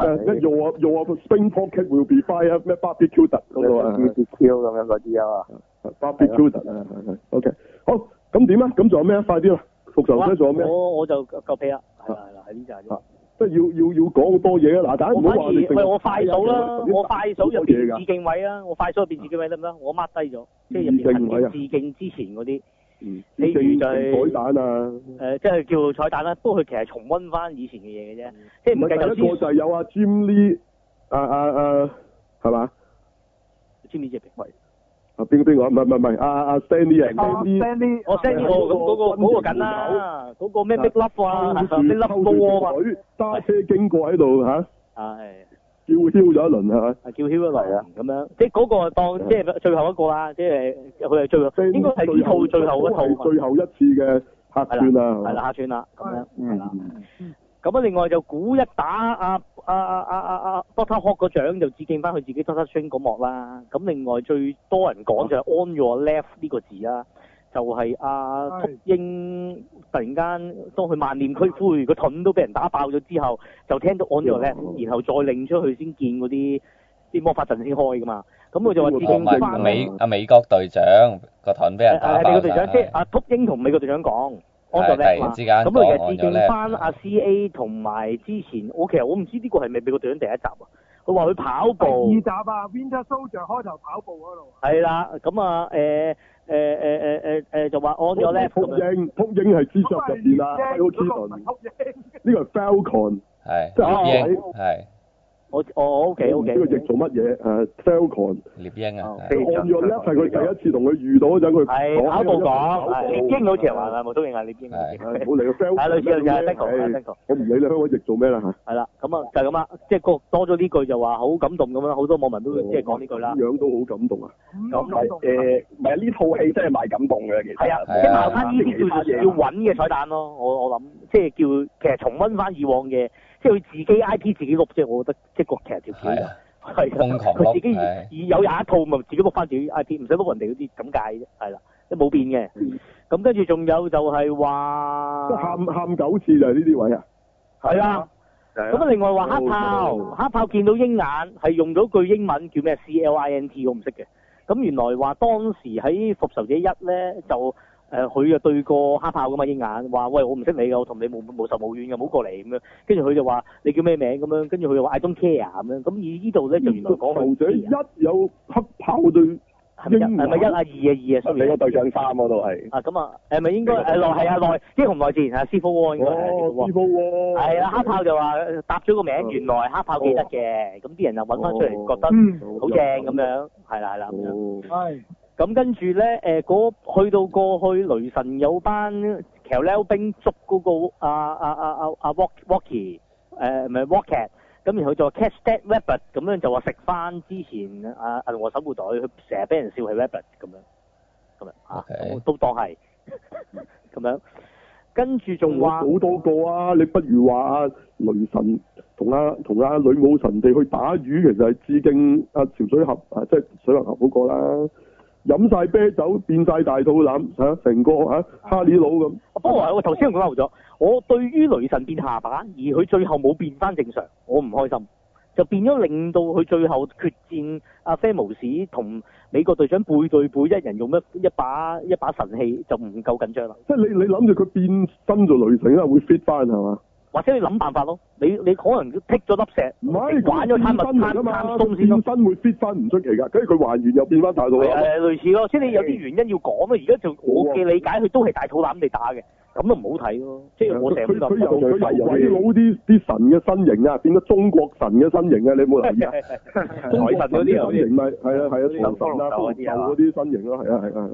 [SPEAKER 1] 誒咩
[SPEAKER 2] 係
[SPEAKER 1] your your spring 啊 pocket will be fire 咩 barbecue 特嗰度啊
[SPEAKER 2] B B Q 咁樣嗰啲啊嘛，
[SPEAKER 1] ，barbecue 特啊係係，OK 好咁點啊？咁仲有咩啊？快啲啦！復仇者仲有咩啊？
[SPEAKER 3] 我我就夠皮啦，係啦係啦，喺呢扎啫。
[SPEAKER 1] 即係要要要講好多嘢啊！嗱，大家唔
[SPEAKER 3] 我
[SPEAKER 1] 好
[SPEAKER 3] 反
[SPEAKER 1] 話你
[SPEAKER 3] 而
[SPEAKER 1] 淨
[SPEAKER 3] 喂
[SPEAKER 1] 係
[SPEAKER 3] 我快手
[SPEAKER 1] 啊
[SPEAKER 3] 啦，我快手入
[SPEAKER 1] 好多嘢
[SPEAKER 3] 邊
[SPEAKER 1] 㗎
[SPEAKER 3] 致敬位啦，我快手入邊致敬位得唔得？我 mark 低咗，即係入
[SPEAKER 1] 致敬位啊
[SPEAKER 3] 邊致敬之前嗰啲，
[SPEAKER 1] 嗯
[SPEAKER 3] 你
[SPEAKER 1] 正
[SPEAKER 3] 預就
[SPEAKER 1] 正
[SPEAKER 3] 係
[SPEAKER 1] 彩蛋啊！
[SPEAKER 3] 誒即係叫做彩蛋啦。不過佢其實重温翻以前嘅嘢嘅啫，即係
[SPEAKER 1] 唔
[SPEAKER 3] 唔計
[SPEAKER 1] 係
[SPEAKER 3] 頭
[SPEAKER 1] 第一個
[SPEAKER 3] 先
[SPEAKER 1] 就係有阿 Jim Lee，啊啊啊，係嘛？
[SPEAKER 3] 知唔知隻邊位？
[SPEAKER 1] 啊邊個邊個啊？唔係唔係唔係，阿阿 Stanley 啊
[SPEAKER 3] 哦
[SPEAKER 4] 啊
[SPEAKER 1] ，Stanley
[SPEAKER 4] ，Stanley，
[SPEAKER 3] 我 send
[SPEAKER 1] 係
[SPEAKER 3] 我咁嗰個嗰個緊啦，嗰個咩 Big Love 啊，Big
[SPEAKER 1] 抽
[SPEAKER 3] Love
[SPEAKER 1] 住
[SPEAKER 3] 高啊
[SPEAKER 1] 條腿揸車經過喺度嚇，
[SPEAKER 3] 嘛，係。
[SPEAKER 1] 叫囂咗一輪係咪？
[SPEAKER 3] 啊叫 h u g
[SPEAKER 2] 係啊
[SPEAKER 3] 咁樣，即係嗰個當即係最後一個啦，即係佢係最後，應該係呢套最後一套啊嘛，
[SPEAKER 1] 最後一次嘅客串啊啦，
[SPEAKER 3] 係啦，下串啦咁樣，係啦。
[SPEAKER 2] 嗯，
[SPEAKER 3] 咁啊，另外就估一打啊啊啊啊啊啊 Doctor Hawk 個獎就致敬翻佢自己 Doctor Strange 嗰幕啦。咁另外最多人講就係 On Your Left 呢個字啦，就係阿
[SPEAKER 4] 係
[SPEAKER 3] 秃英突然間當佢萬念俱灰，個盾都俾人打爆咗之後，就聽到 On Your Left，然後再擰出去先見嗰啲啲魔法陣先開噶嘛。咁佢就話致
[SPEAKER 5] 哦唔
[SPEAKER 3] 敬
[SPEAKER 5] 係
[SPEAKER 3] 翻
[SPEAKER 5] 阿美阿美國隊長個盾俾人
[SPEAKER 3] 誒
[SPEAKER 5] 打
[SPEAKER 3] 誒
[SPEAKER 5] 爆
[SPEAKER 3] 美國
[SPEAKER 5] 啦，
[SPEAKER 3] 隊長，即係
[SPEAKER 5] 係
[SPEAKER 3] 阿秃英同美國隊長講
[SPEAKER 5] 係
[SPEAKER 3] On Your
[SPEAKER 5] 突
[SPEAKER 3] Left 嘛
[SPEAKER 5] 然。之間
[SPEAKER 3] 咁啊佢又致敬
[SPEAKER 5] 啊咧，
[SPEAKER 3] 翻阿 C A 同埋之前，我其實我唔知呢個係咪美國隊長第一集啊？佢話佢跑
[SPEAKER 4] 第二
[SPEAKER 3] 步
[SPEAKER 4] 集啊，Winter Soldier 開頭跑步嗰度啊，
[SPEAKER 3] 係啦，咁啊誒誒誒誒誒誒就話 on your left
[SPEAKER 1] 禿
[SPEAKER 3] 咁樣，哦
[SPEAKER 1] 鷹，禿鷹係蜘蛛
[SPEAKER 4] 咁
[SPEAKER 1] 俠入
[SPEAKER 4] 係
[SPEAKER 1] 邊啦 h i
[SPEAKER 4] 啫
[SPEAKER 1] l
[SPEAKER 4] 嗰個唔係
[SPEAKER 1] Keaton，
[SPEAKER 4] 吸嘢，
[SPEAKER 1] 呢個係 Falcon，
[SPEAKER 5] 係
[SPEAKER 1] 即係阿
[SPEAKER 5] 獵
[SPEAKER 1] 偉
[SPEAKER 5] 鷹，係
[SPEAKER 3] 我我 OK
[SPEAKER 1] 呢
[SPEAKER 3] OK，
[SPEAKER 1] 個譯做乜嘢？誒 Falcon。
[SPEAKER 5] 獵鷹
[SPEAKER 3] 哦，
[SPEAKER 5] 啊係
[SPEAKER 2] 非常
[SPEAKER 1] On your left 係佢第一次同佢遇到嗰陣，佢
[SPEAKER 3] 係跑步講，係
[SPEAKER 1] 係
[SPEAKER 3] 獵鷹好似係話啦，冇都認係獵鷹，
[SPEAKER 5] 係
[SPEAKER 1] 係冇嚟個 fail，
[SPEAKER 3] 係類似
[SPEAKER 1] 咩
[SPEAKER 3] 類似係 d e c o 係 d e c o
[SPEAKER 1] 我唔理你香港譯做咩啦嚇，
[SPEAKER 3] 係啦，咁啊就係咁啦，即係個多咗呢句就話好感動咁樣，好多網民都即係講呢句啦
[SPEAKER 1] 咁，樣都好感動啊！
[SPEAKER 4] 咁
[SPEAKER 6] 咁
[SPEAKER 4] 都
[SPEAKER 6] 咪
[SPEAKER 4] 感動。
[SPEAKER 6] 誒，唔係呢套戲真係賣感動嘅，其實
[SPEAKER 3] 係啊，
[SPEAKER 5] 係啊
[SPEAKER 3] 即係鬧翻呢啲叫做
[SPEAKER 5] 啊
[SPEAKER 6] 其他嘢
[SPEAKER 3] 要揾嘅彩蛋咯。我我諗即係叫其實重温翻以往嘅，即係佢自己 I P 自己錄啫。我覺得即係個劇條
[SPEAKER 5] 係
[SPEAKER 3] 橋
[SPEAKER 5] 啊，
[SPEAKER 3] 係
[SPEAKER 5] 瘋狂
[SPEAKER 3] 佢自己
[SPEAKER 5] 碌係
[SPEAKER 3] 已有有一套咪自己錄翻自己 I P，唔使錄人哋嗰啲咁解啫。係啦，即係冇變嘅。
[SPEAKER 5] 嗯
[SPEAKER 3] 咁跟住仲有就係
[SPEAKER 1] 即係
[SPEAKER 3] 話
[SPEAKER 1] 喊喊九次就係呢啲位啊！
[SPEAKER 3] 係啦。咁啊，另外話黑炮，黑炮見到鷹眼係用咗句英文叫咩 C L I N T，我唔識嘅。咁原來話當時喺復仇者一咧就誒佢就對過黑豹噶嘛鷹眼，話喂我唔識你噶，我同你冇冇仇冇怨嘅，唔好過嚟咁樣。跟住佢就話你叫咩名咁樣，跟住佢就話 I don't care 咁樣。咁而呢度咧就原來講
[SPEAKER 1] 仇
[SPEAKER 3] 佢
[SPEAKER 1] 者一有黑豹對
[SPEAKER 3] 係咪一
[SPEAKER 1] 英文
[SPEAKER 3] 係咪一啊二啊二啊
[SPEAKER 6] 你個隊長三嗰度係
[SPEAKER 3] 啊咁啊誒咪應該誒內係啊內英雄內戰啊師傅喎應該係師
[SPEAKER 1] 哦
[SPEAKER 3] 傅喎
[SPEAKER 1] 師傅喎，
[SPEAKER 3] 係啊啦，黑豹就話呃搭咗個名
[SPEAKER 1] 嗯，
[SPEAKER 3] 原來黑豹記得嘅，咁啲人就揾翻出嚟，覺得
[SPEAKER 4] 嗯，
[SPEAKER 3] 好正咁樣，係啦係啦咁樣。
[SPEAKER 1] 哦
[SPEAKER 4] 係
[SPEAKER 3] 呃咁跟住咧，誒嗰去到過去雷神有班橋溜冰捉嗰個啊啊啊啊啊 Walk Walkie 誒唔係 Walkie，咁然後就話 catch that rabbit 咁樣就話食翻之前啊銀河守護隊，佢成日俾人笑係 rabbit 咁樣，咁樣啊
[SPEAKER 5] OK
[SPEAKER 3] 我都當係 [laughs] 咁樣，跟住仲話
[SPEAKER 1] 好多個啊！你不如話阿雷神同阿同阿女武神哋去打魚，其實係致敬阿潮水俠啊，即係水行俠嗰個啦。飲晒啤酒，變晒大肚腩，嚇、成個
[SPEAKER 3] 啊
[SPEAKER 1] 嚇、哈利佬咁。
[SPEAKER 3] 不過我頭先講漏咗，我對於雷神變下巴，而佢最後冇變翻正常，我唔開心，就變咗令到佢最後決戰阿菲姆士同美國隊長背對背，一人用一一把一把神器就唔夠緊張啦。
[SPEAKER 1] 即係你你諗住佢變身做雷神啊，會 fit 翻係嘛？
[SPEAKER 3] 或者你諗辦法咯，你你可能剔咗粒石，
[SPEAKER 1] 唔係
[SPEAKER 3] 哦玩咗
[SPEAKER 1] 佢變
[SPEAKER 3] 攤物
[SPEAKER 1] 身嚟
[SPEAKER 3] 攤
[SPEAKER 1] 㗎嘛，
[SPEAKER 3] 攤
[SPEAKER 1] 佢
[SPEAKER 3] 鬆
[SPEAKER 1] 變
[SPEAKER 3] 先咯。
[SPEAKER 1] 身會 fit 翻唔啊出奇㗎，跟住佢還原又變翻大肚
[SPEAKER 3] 係啊
[SPEAKER 1] 腩。
[SPEAKER 3] 誒類似咯，即係你有啲原因要講咯。而家
[SPEAKER 1] 嗯
[SPEAKER 3] 就我嘅理解，佢都係大肚腩地打嘅，咁就唔好睇咯。即係我成日
[SPEAKER 1] 佢
[SPEAKER 3] 都
[SPEAKER 1] 佢由佢
[SPEAKER 3] 咁
[SPEAKER 6] 佢
[SPEAKER 1] 由
[SPEAKER 6] 有啲
[SPEAKER 1] 鬼佬啲啲神嘅身形啊，變咗中國神嘅身形啊！你有冇留意啊？神
[SPEAKER 2] [laughs]
[SPEAKER 3] [laughs] 中國嗰啲
[SPEAKER 1] 身形咪係啊係啊，唐
[SPEAKER 2] 唐
[SPEAKER 1] 神啊、
[SPEAKER 2] 神
[SPEAKER 1] 唐
[SPEAKER 2] 嗰
[SPEAKER 1] 秀
[SPEAKER 2] 啲啊
[SPEAKER 1] 嗰啲身形咯，係啊係啊。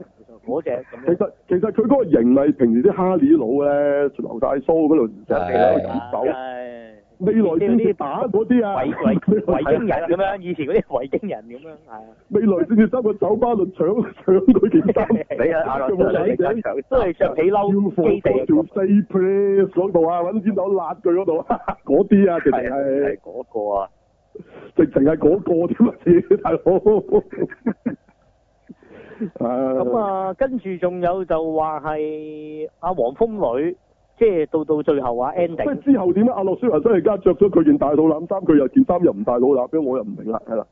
[SPEAKER 3] 嗰只咁
[SPEAKER 1] 其
[SPEAKER 3] 樣。
[SPEAKER 1] 實其實佢嗰個型咪平時啲哈利佬咧，留晒須嗰度成日喺度飲酒，
[SPEAKER 3] 係啊
[SPEAKER 1] 未來先至
[SPEAKER 3] [laughs]
[SPEAKER 1] 打 [laughs] 嗰啲啊，
[SPEAKER 3] 維維維京人啊咁樣，以前嗰啲維京人咁樣，係啊
[SPEAKER 1] 未來先至走個酒吧度搶 [laughs] 搶佢件衫，
[SPEAKER 3] [laughs]
[SPEAKER 2] 俾阿阿樂上你張相，
[SPEAKER 3] 都係着皮
[SPEAKER 1] 要
[SPEAKER 3] 褸
[SPEAKER 1] 放
[SPEAKER 3] 基地啊
[SPEAKER 1] 嗰條 stay place 嗰度啊，揾尖頭辣佢嗰度啊，嗰啲啊，直情
[SPEAKER 2] 係啊
[SPEAKER 1] 係。
[SPEAKER 2] 係嗰個啊，
[SPEAKER 1] 直情係嗰個添啊，自己大佬。
[SPEAKER 3] 咁
[SPEAKER 1] 啊，
[SPEAKER 3] 啊，跟住仲有就話係阿黃蜂女，即係到到最後啊
[SPEAKER 1] 即
[SPEAKER 3] ending
[SPEAKER 1] 係。之後點啊？阿諾舒華真係而家着咗佢件大肚腩衫，佢又件衫又唔大肚腩，咁我又唔明啦，係啦。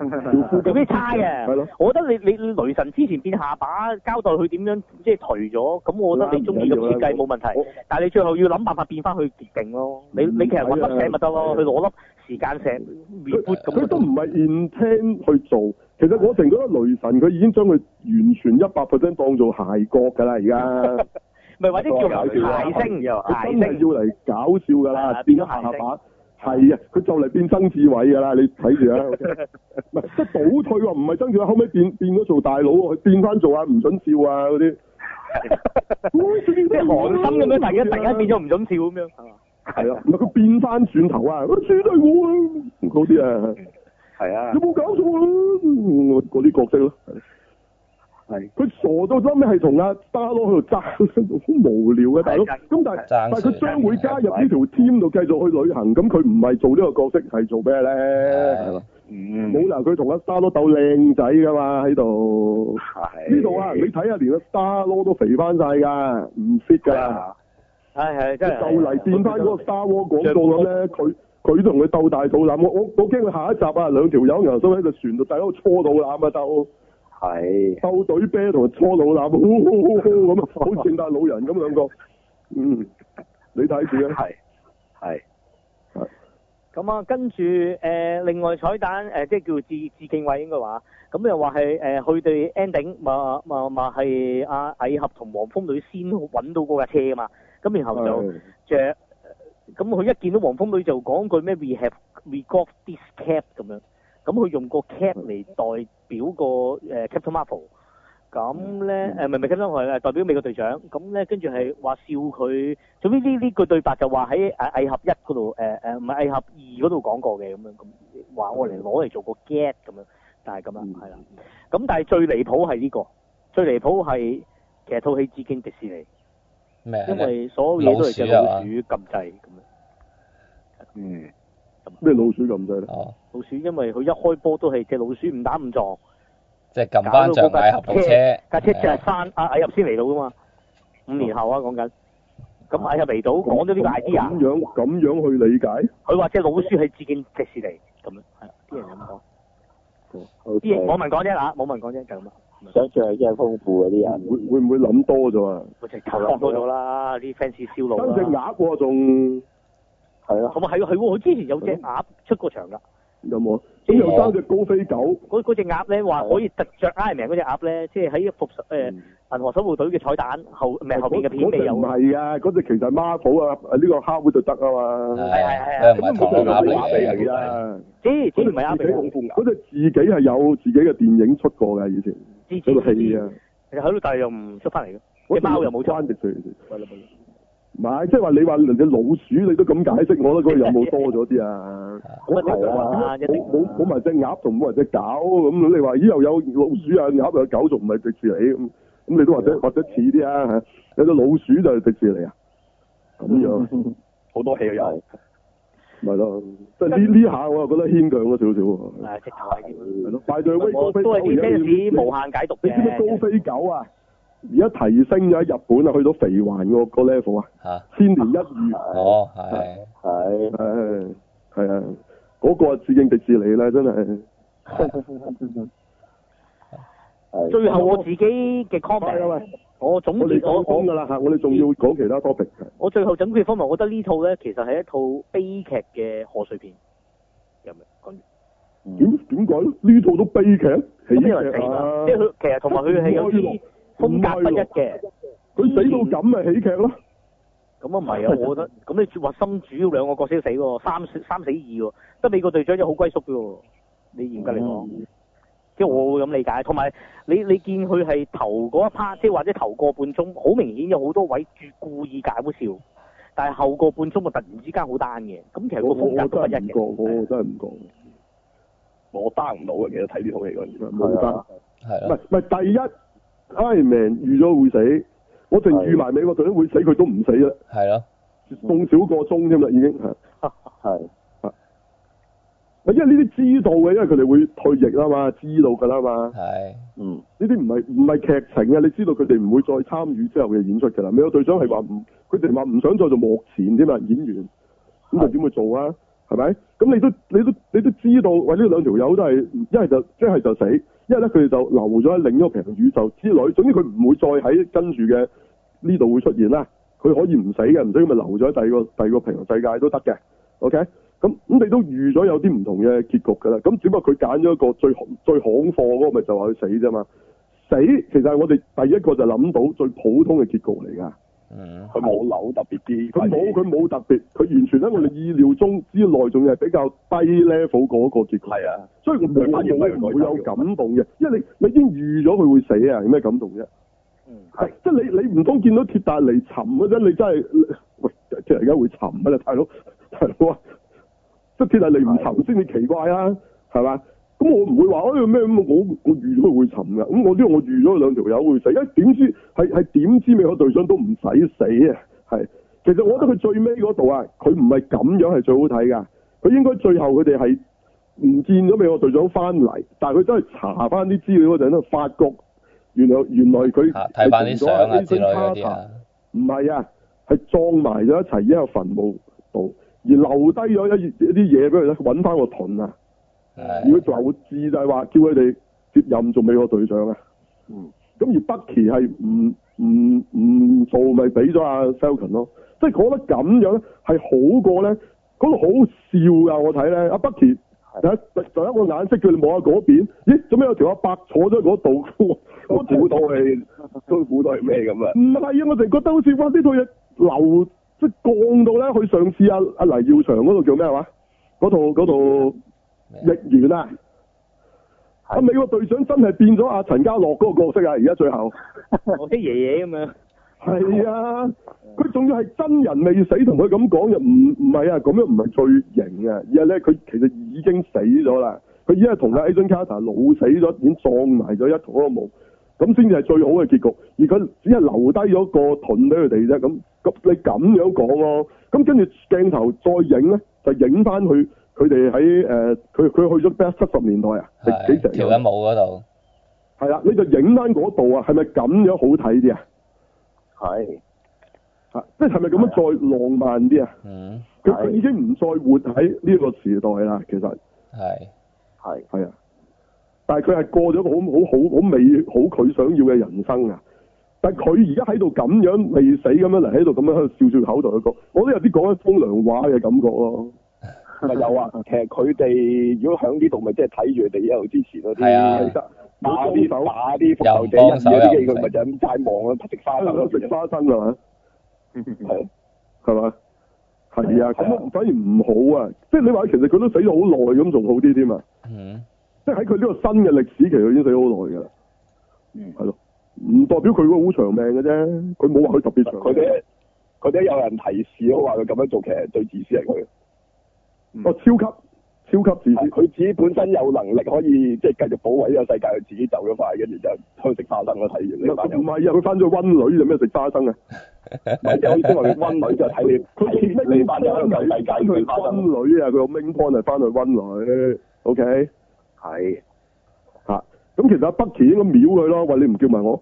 [SPEAKER 3] 有啲差嘅，
[SPEAKER 1] 係咯
[SPEAKER 3] 我覺得你你你雷神之前變下巴，交代佢點樣即係頹咗，咁我覺得你中意咁設計冇問題
[SPEAKER 1] 我。
[SPEAKER 3] 但係你最後要諗辦法變翻佢勁咯。你你其實揾粒石咪得咯，佢攞粒時間石 r e
[SPEAKER 1] 佢
[SPEAKER 3] b
[SPEAKER 1] 佢
[SPEAKER 3] 咁
[SPEAKER 1] 啊都唔係 intend 去做，其實我成覺得雷神佢已經將佢完全一百 percent 當做諧角㗎啦，而家
[SPEAKER 3] 咪或者叫
[SPEAKER 2] 大
[SPEAKER 3] 諧
[SPEAKER 2] 聲
[SPEAKER 3] 星，
[SPEAKER 2] 又
[SPEAKER 1] 佢
[SPEAKER 3] 諧
[SPEAKER 1] 真係
[SPEAKER 3] 星。
[SPEAKER 1] 要嚟搞笑㗎
[SPEAKER 3] 係
[SPEAKER 1] 啦，
[SPEAKER 3] 啊
[SPEAKER 1] 變
[SPEAKER 3] 變
[SPEAKER 1] 咗
[SPEAKER 3] 咗
[SPEAKER 1] 下
[SPEAKER 3] 諧
[SPEAKER 1] 巴。係啊，佢就嚟變曾志偉㗎啦，你睇住
[SPEAKER 3] [laughs]
[SPEAKER 1] 啊，OK 唔係即係倒退喎，唔係曾志偉，後尾變變咗做大佬喎，佢變翻做啊唔准笑啊嗰
[SPEAKER 3] [laughs]
[SPEAKER 1] 啲，
[SPEAKER 3] 即
[SPEAKER 1] 即
[SPEAKER 3] 係寒心咁樣，大家突然間變咗唔准笑咁樣，係嘛？
[SPEAKER 1] 係啊，唔係佢變翻轉頭啊，我算係我啊嗰啲啊，
[SPEAKER 2] 係啊
[SPEAKER 1] 有，冇搞錯啊嗰嗰啲角色咯。
[SPEAKER 2] 係
[SPEAKER 1] 佢傻到後尾係同阿 Star 佬喺度爭，好無聊啊嘅大佬。
[SPEAKER 2] 係
[SPEAKER 1] 咁但係但係佢將會加入呢條
[SPEAKER 2] 爭
[SPEAKER 1] team 度繼續去旅行，咁佢唔係做呢個角色係做咩咧？係嘛
[SPEAKER 2] 嗯
[SPEAKER 1] 冇理由佢同阿 Star 佬鬥靚仔㗎嘛喺度。
[SPEAKER 2] 係
[SPEAKER 1] 呢度啊，你睇下連阿 Star 佬都肥翻晒㗎，唔 fit 㗎
[SPEAKER 2] 係
[SPEAKER 1] 啦。
[SPEAKER 2] 啊，
[SPEAKER 3] 係係啊
[SPEAKER 1] 就
[SPEAKER 3] 真係。
[SPEAKER 1] 嚟變翻嗰個 Star War 廣告咁咧，佢佢同佢鬥大肚腩，我我我驚佢下一集啊，兩條友牛心喺個船度，大佬搓肚腩啊鬥。
[SPEAKER 2] 係
[SPEAKER 1] 鬥隊啤同埋搓老腩，呼呼呼呼
[SPEAKER 3] [laughs]
[SPEAKER 1] 咁啊，好似聖誕老人咁兩個。嗯，你睇住啊，
[SPEAKER 2] 係係
[SPEAKER 3] 咁啊，跟住誒、呃另外彩蛋誒、呃即係叫致致敬位應該話，咁又話係誒佢哋 ending 嘛嘛嘛係阿蟻俠同黃蜂女先揾到嗰架車嘛，咁然後就
[SPEAKER 1] 係
[SPEAKER 3] 着，咁佢一見到黃蜂女就講句咩 we have we got this cap 咁樣，咁佢用個 cap 嚟代表個誒、呃 Captain Marvel。咁咧，誒唔係唔係 Captain Marvel 係代表美國隊長，咁咧跟住係話笑佢，總之呢呢句對白就話喺誒蟻俠一嗰度，誒誒唔係蟻俠二嗰度講過嘅咁樣，咁話我嚟攞嚟做個 get 咁樣，但係咁啦，係啦，咁但係最離譜係呢個，最離譜係其實套戲致敬迪士尼，
[SPEAKER 5] 咩啊？
[SPEAKER 3] 因為所有嘢都係隻呃老鼠撳掣咁樣，
[SPEAKER 2] 嗯
[SPEAKER 1] 咩老鼠咁滯咧？
[SPEAKER 5] 哦，
[SPEAKER 3] 老鼠因為佢一開波都係隻老鼠唔打唔撞，
[SPEAKER 5] 即係撳翻象牙合同車，
[SPEAKER 3] 架
[SPEAKER 5] Ờ,
[SPEAKER 3] 車就係翻啊蟻俠先嚟到噶嘛，五年後啊講緊，啊咁蟻俠嚟到講咗呢個 idea。
[SPEAKER 1] 咁樣咁樣去理解，
[SPEAKER 3] 佢話即係老鼠係致敬迪士尼咁樣，係啦，啲人咁講，啲人網民講啫嗱，網民講啫就咁啦。
[SPEAKER 2] 想象力真係豐富嗰啲啊人，
[SPEAKER 1] 會會唔會諗多咗啊？
[SPEAKER 3] 我直頭諗多咗啦，啲 fans 燒腦
[SPEAKER 1] 跟隻
[SPEAKER 3] 啦。
[SPEAKER 1] 鴨喎，仲
[SPEAKER 2] 係咯，
[SPEAKER 3] 咁啊係喎係喎，佢之前有隻鴨出過場㗎，
[SPEAKER 1] 有冇啊？咁又生隻高飛狗，
[SPEAKER 3] 嗰嗰隻鴨咧話可以特着 Iron Man 嗰隻鴨咧，即係喺復仇誒銀河守護隊嘅彩蛋後唔係後邊嘅片尾有
[SPEAKER 1] 嗰隻唔。係啊，嗰隻其實係 Marvel 啊，呢個哈活就得啊嘛。
[SPEAKER 5] 係係係，唔係唐老鴨嚟嘅，
[SPEAKER 1] 啊！
[SPEAKER 3] 知知
[SPEAKER 1] 嗰隻
[SPEAKER 3] 唔係鴨
[SPEAKER 1] 自己
[SPEAKER 3] 嚟㗎，
[SPEAKER 1] 嗰隻自己係有自己嘅電影出過嘅以前，
[SPEAKER 3] 知知
[SPEAKER 1] 嗰個
[SPEAKER 3] 知
[SPEAKER 1] 戲啊
[SPEAKER 3] 嗯知，，其實喺度但係又唔出翻嚟嘅，只貓又冇錯
[SPEAKER 1] 關迪士尼唔係，即係話你話人哋老鼠，你都咁解釋，我覺得嗰個有冇多咗啲啊？
[SPEAKER 3] 咁
[SPEAKER 1] 我
[SPEAKER 3] 啊
[SPEAKER 1] 就話
[SPEAKER 3] 一定
[SPEAKER 1] 冇冇冇埋隻鴨，同冇埋隻狗咁，你話咦又有老鼠啊，鴨又有狗，仲唔係迪士尼咁？咁你都
[SPEAKER 3] 嗯
[SPEAKER 1] 或者或者似啲啊嚇有隻老鼠就係迪士尼啊，咁
[SPEAKER 3] 嗯
[SPEAKER 1] 樣
[SPEAKER 6] 好多戲都有。
[SPEAKER 1] 咪咯，即係呢呢下我又覺得牽強咗少少喎。
[SPEAKER 3] 啊，直頭係添。
[SPEAKER 1] 係咯，大隊威高
[SPEAKER 3] 我
[SPEAKER 1] 飛狗
[SPEAKER 3] 都係
[SPEAKER 1] 而
[SPEAKER 3] 啲
[SPEAKER 1] 家
[SPEAKER 3] fans
[SPEAKER 1] 要
[SPEAKER 3] 無限解讀
[SPEAKER 1] 你知唔知
[SPEAKER 3] 嘅。
[SPEAKER 1] 高飛狗啊？而家提升咗喺日本啊，去到肥環個個 level 啊，
[SPEAKER 5] 嚇，
[SPEAKER 1] 千年一遇。
[SPEAKER 3] [laughs]
[SPEAKER 5] 哦係，
[SPEAKER 2] 係
[SPEAKER 1] 唉，係啊，嗰、個致敬迪士尼啦，真係。
[SPEAKER 2] 係
[SPEAKER 3] 最後我自己嘅 comment，
[SPEAKER 1] 啊喂，
[SPEAKER 3] 我總
[SPEAKER 1] 我哋
[SPEAKER 3] 結嗯我嗯
[SPEAKER 1] 講講
[SPEAKER 3] 我
[SPEAKER 1] 㗎啦嚇，我哋仲要講其他 topic 嘅。
[SPEAKER 3] 我最後總結方面，我覺得呢套咧其實係一套悲劇嘅賀歲片。有冇講完？
[SPEAKER 1] 點點解呢套都悲劇喜
[SPEAKER 3] 嗯咁
[SPEAKER 1] 劇
[SPEAKER 3] 有人死
[SPEAKER 1] 啊
[SPEAKER 3] 嘛？即？係佢其實同埋佢係有啲風格不一嘅。
[SPEAKER 1] 佢死到咁咪喜劇咯，
[SPEAKER 3] 咁啊唔 [laughs] 係啊，我覺得咁你核心主要兩個角色都死喎，三死三死二喎，得美國隊長就好歸宿嘅喎。你嚴格嚟講，即係我會咁理解。同埋你你見佢係頭嗰一 part，即係或者頭個半鐘，好明顯有好多位注故意搞笑，但係後個半鐘就突然之間好單嘅。咁
[SPEAKER 6] 啊
[SPEAKER 3] 其實
[SPEAKER 1] 我
[SPEAKER 3] 個
[SPEAKER 1] 我
[SPEAKER 3] 風
[SPEAKER 1] 我
[SPEAKER 3] 格都不
[SPEAKER 1] 真
[SPEAKER 3] 一
[SPEAKER 1] 係唔覺，
[SPEAKER 3] 嘅。
[SPEAKER 1] 我真係
[SPEAKER 3] [laughs]
[SPEAKER 1] 唔
[SPEAKER 6] 我 down 唔到嘅，其實睇呢套戲嗰陣時
[SPEAKER 1] 覺，冇
[SPEAKER 2] 係
[SPEAKER 1] 得
[SPEAKER 2] 啊。
[SPEAKER 5] 係
[SPEAKER 1] 唔
[SPEAKER 5] 咯
[SPEAKER 1] 係，唔係第一，Iron Man 預咗會死，我淨預埋美國隊長會死，佢都唔死啦，
[SPEAKER 5] 係咯，
[SPEAKER 6] 嗯
[SPEAKER 1] 送少個鐘添啦已經嚇。
[SPEAKER 2] 係
[SPEAKER 1] 因為呢啲知道嘅，因為佢哋會退役啦嘛，知道㗎啦嘛。
[SPEAKER 5] 係
[SPEAKER 2] 嗯
[SPEAKER 1] 呢啲唔係唔係劇情啊！你知道佢哋唔會再參與之後嘅演出㗎啦。美國隊長係話唔，佢哋話唔想再做幕前添嘛，啊演員咁佢點會做啊？係咪？咁你都你都你都知道，喂呢兩條友都係一係就一係就死，一係咧佢哋就留咗喺另一個平行宇宙之類。總之佢唔會再喺跟住嘅呢度會出現啦。佢可以唔死嘅，唔死咁咪留咗喺第二個第二個平行世界都得嘅。OK，咁咁你都預咗有啲唔同嘅結局㗎啦。咁只不過佢揀咗一個最最行貨嗰個，咪就話佢死啫嘛。死其實係我哋第一個就諗到最普通嘅結局嚟㗎。
[SPEAKER 5] 嗯
[SPEAKER 6] 佢冇扭特別啲，
[SPEAKER 1] 佢冇佢冇特別，佢完全喺我哋意料中之內，仲要係比較低 level 嗰個結局。
[SPEAKER 6] 係啊，
[SPEAKER 1] 所以我冇
[SPEAKER 6] 佢反而
[SPEAKER 1] 冇
[SPEAKER 6] 為佢
[SPEAKER 1] 唔
[SPEAKER 6] 改
[SPEAKER 1] 會有
[SPEAKER 6] 變
[SPEAKER 1] 感動嘅，因為你你已經預咗佢會死啊，有咩感動啫？
[SPEAKER 3] 嗯，
[SPEAKER 1] 係即係你你唔通見到鐵達尼沉嗰陣，你真係喂鐵達尼而家會沉啊啦，大佬 [laughs] 大佬啊！即係鐵達尼唔沉先至奇怪啊，係嘛？咁我唔會話哎呀咩咁，我我預咗佢會沉㗎，咁我呢個我預咗兩條友會死，因為點知係係點知美國隊長都唔使死啊，係。其實我覺得佢最尾嗰度啊，佢唔係咁樣係最好睇㗎，佢應該最後佢哋係唔見咗美國隊長翻嚟，但係佢真係查翻啲資料嗰陣咧，發覺原來原來佢
[SPEAKER 5] 嚇睇翻啲相啊之類嗰啲啊，
[SPEAKER 1] 唔係啊，係撞埋咗一齊喺個墳墓度，而留低咗一一啲嘢俾佢咧，揾翻個盾啊！
[SPEAKER 5] 係
[SPEAKER 1] 如果留置就係話叫佢哋接任做美國隊長啊。
[SPEAKER 2] 嗯
[SPEAKER 1] 咁而北奇係唔唔唔做，咪俾咗阿 Falcon 咯。即係我覺得咁樣咧係好過咧，嗰度好笑㗎。我睇咧，阿北奇第一就一個眼色叫你望下嗰邊，咦？做咩有條阿伯坐咗喺嗰度？我
[SPEAKER 6] 我
[SPEAKER 1] 我
[SPEAKER 6] 估到佢都估到係咩咁啊？
[SPEAKER 1] 唔係啊，我淨覺得好似哇呢套嘢流即係降到咧，佢上次阿阿黎耀祥嗰度叫咩話？嗰套嗰套
[SPEAKER 5] 咩
[SPEAKER 1] 逆緣啊！
[SPEAKER 2] 係
[SPEAKER 1] 啊美國隊長真係變咗阿陳家洛嗰個角色啊！而家最後
[SPEAKER 3] 我啲爺爺咁樣，
[SPEAKER 1] 係啊，佢仲要係真人未死，同佢咁講又唔唔係啊，咁樣唔係最型啊，而係咧佢其實已經死咗啦，佢已經係同阿 Agent Carter 老死咗，已經撞埋咗一同一個墓，咁先至係最好嘅結局。而佢只係留低咗個盾俾佢哋啫，咁咁你咁樣講咯，咁跟住鏡頭再影咧，就影翻佢佢哋喺誒，佢佢去咗 best 七十年代啊，係
[SPEAKER 5] 係
[SPEAKER 1] 幾成
[SPEAKER 5] 跳緊舞嗰度，
[SPEAKER 1] 係啦，你就影翻嗰度啊，係咪咁樣好睇啲啊？
[SPEAKER 2] 係
[SPEAKER 1] 啊，即係咪咁樣再浪漫啲啊？
[SPEAKER 5] 嗯
[SPEAKER 1] 佢
[SPEAKER 2] 係
[SPEAKER 1] 佢已經唔再活喺呢個時代啦，其實
[SPEAKER 5] 係
[SPEAKER 2] 係
[SPEAKER 1] 係啊，但係佢係過咗個好好好好美好佢想要嘅人生啊！但係佢而家喺度咁樣未死咁樣嚟喺度咁樣喺度笑笑口同佢講，我都有啲講緊風涼話嘅感覺咯。
[SPEAKER 6] 咪有啊，其實佢哋如果喺呢度咪即係睇住佢哋一路之前嗰
[SPEAKER 5] 係啊
[SPEAKER 6] 啲打啲打啲復仇者
[SPEAKER 5] 又唔幫
[SPEAKER 6] 人
[SPEAKER 5] 手
[SPEAKER 6] 嗰啲戲，
[SPEAKER 5] 又唔
[SPEAKER 6] 佢咪就咁齋望咯，食啊花生
[SPEAKER 1] 喺
[SPEAKER 6] 咯，
[SPEAKER 1] 度食花生啊嘛，係嘛？
[SPEAKER 6] 係
[SPEAKER 1] 係啊，
[SPEAKER 6] 係啊
[SPEAKER 1] 咁反而唔好啊！即係你話其實佢都死咗好耐咁，仲好啲添啊！
[SPEAKER 5] 嗯
[SPEAKER 1] 即係喺佢呢個新嘅歷史，其實佢已經死咗好耐㗎啦。
[SPEAKER 2] 嗯
[SPEAKER 1] 係咯。唔代表佢嗰個好長命嘅啫，佢冇話佢特別長命。
[SPEAKER 6] 佢哋佢哋有人提示我話佢咁樣做，其實最自私係佢。
[SPEAKER 1] 哦，超級超級自私
[SPEAKER 6] 係。佢自己本身有能力可以即係繼續保衞呢個世界，佢自己走咗翻去，跟住就去食花生咯。睇完
[SPEAKER 1] 唔
[SPEAKER 6] 呢班
[SPEAKER 1] 係唔
[SPEAKER 6] 友，
[SPEAKER 1] 係啊，佢翻咗去温女做咩食花生啊？
[SPEAKER 6] 咪有啲話佢温女就睇你，睇你班友喺度救世界
[SPEAKER 1] 佢
[SPEAKER 6] 佢花生。
[SPEAKER 1] 温女啊，佢個 main point 係翻去温女。OK，
[SPEAKER 2] 係
[SPEAKER 1] 嚇、咁其實阿 Bucky 應該秒佢咯。喂，你唔叫埋我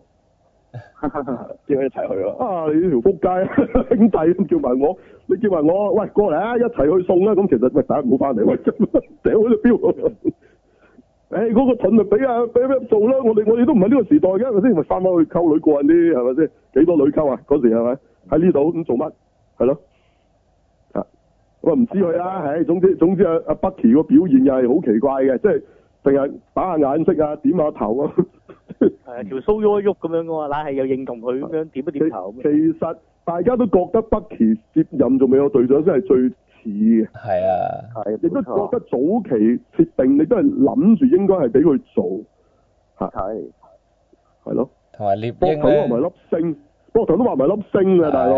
[SPEAKER 6] [laughs] 叫佢一齊去咯。
[SPEAKER 1] 啊！你呢條撲街啊 [laughs] 兄弟咁叫埋我，你叫埋我，喂過嚟啊！一齊去送啦。咁其實喂，大家唔好翻嚟，喂真係掉喺度標。哎誒嗰、個盾咪俾啊俾俾做啦！我哋我哋都唔係呢個時代嘅，係咪先？咪翻返去溝女過癮啲係咪先？幾多女溝啊？嗰時係咪喺呢度咁做乜？係咯啊！我唔知佢啦，唉，總之總之啊阿阿 Bucky 個表現又係好奇怪嘅，即係成日打下眼色啊，點下頭啊。
[SPEAKER 3] 係啊條須喐一喐咁樣噶嘛，嗱係又認同佢咁樣點一
[SPEAKER 1] 其
[SPEAKER 3] 點頭咁
[SPEAKER 1] 其
[SPEAKER 3] 樣。
[SPEAKER 1] 實大家都覺得 Bucky 接任做美國隊長先係最似嘅，
[SPEAKER 5] 係啊，
[SPEAKER 2] 係，
[SPEAKER 1] 亦都
[SPEAKER 2] 冇錯
[SPEAKER 1] 覺得早期設定你都係諗住應該係俾佢做，
[SPEAKER 2] 係
[SPEAKER 1] 係咯。
[SPEAKER 5] 同埋獵
[SPEAKER 1] 膊
[SPEAKER 5] 鷹
[SPEAKER 1] 頭都話埋
[SPEAKER 5] 咧，
[SPEAKER 1] 粒星，膊頭都話埋粒星啊，
[SPEAKER 5] 係
[SPEAKER 1] 大佬。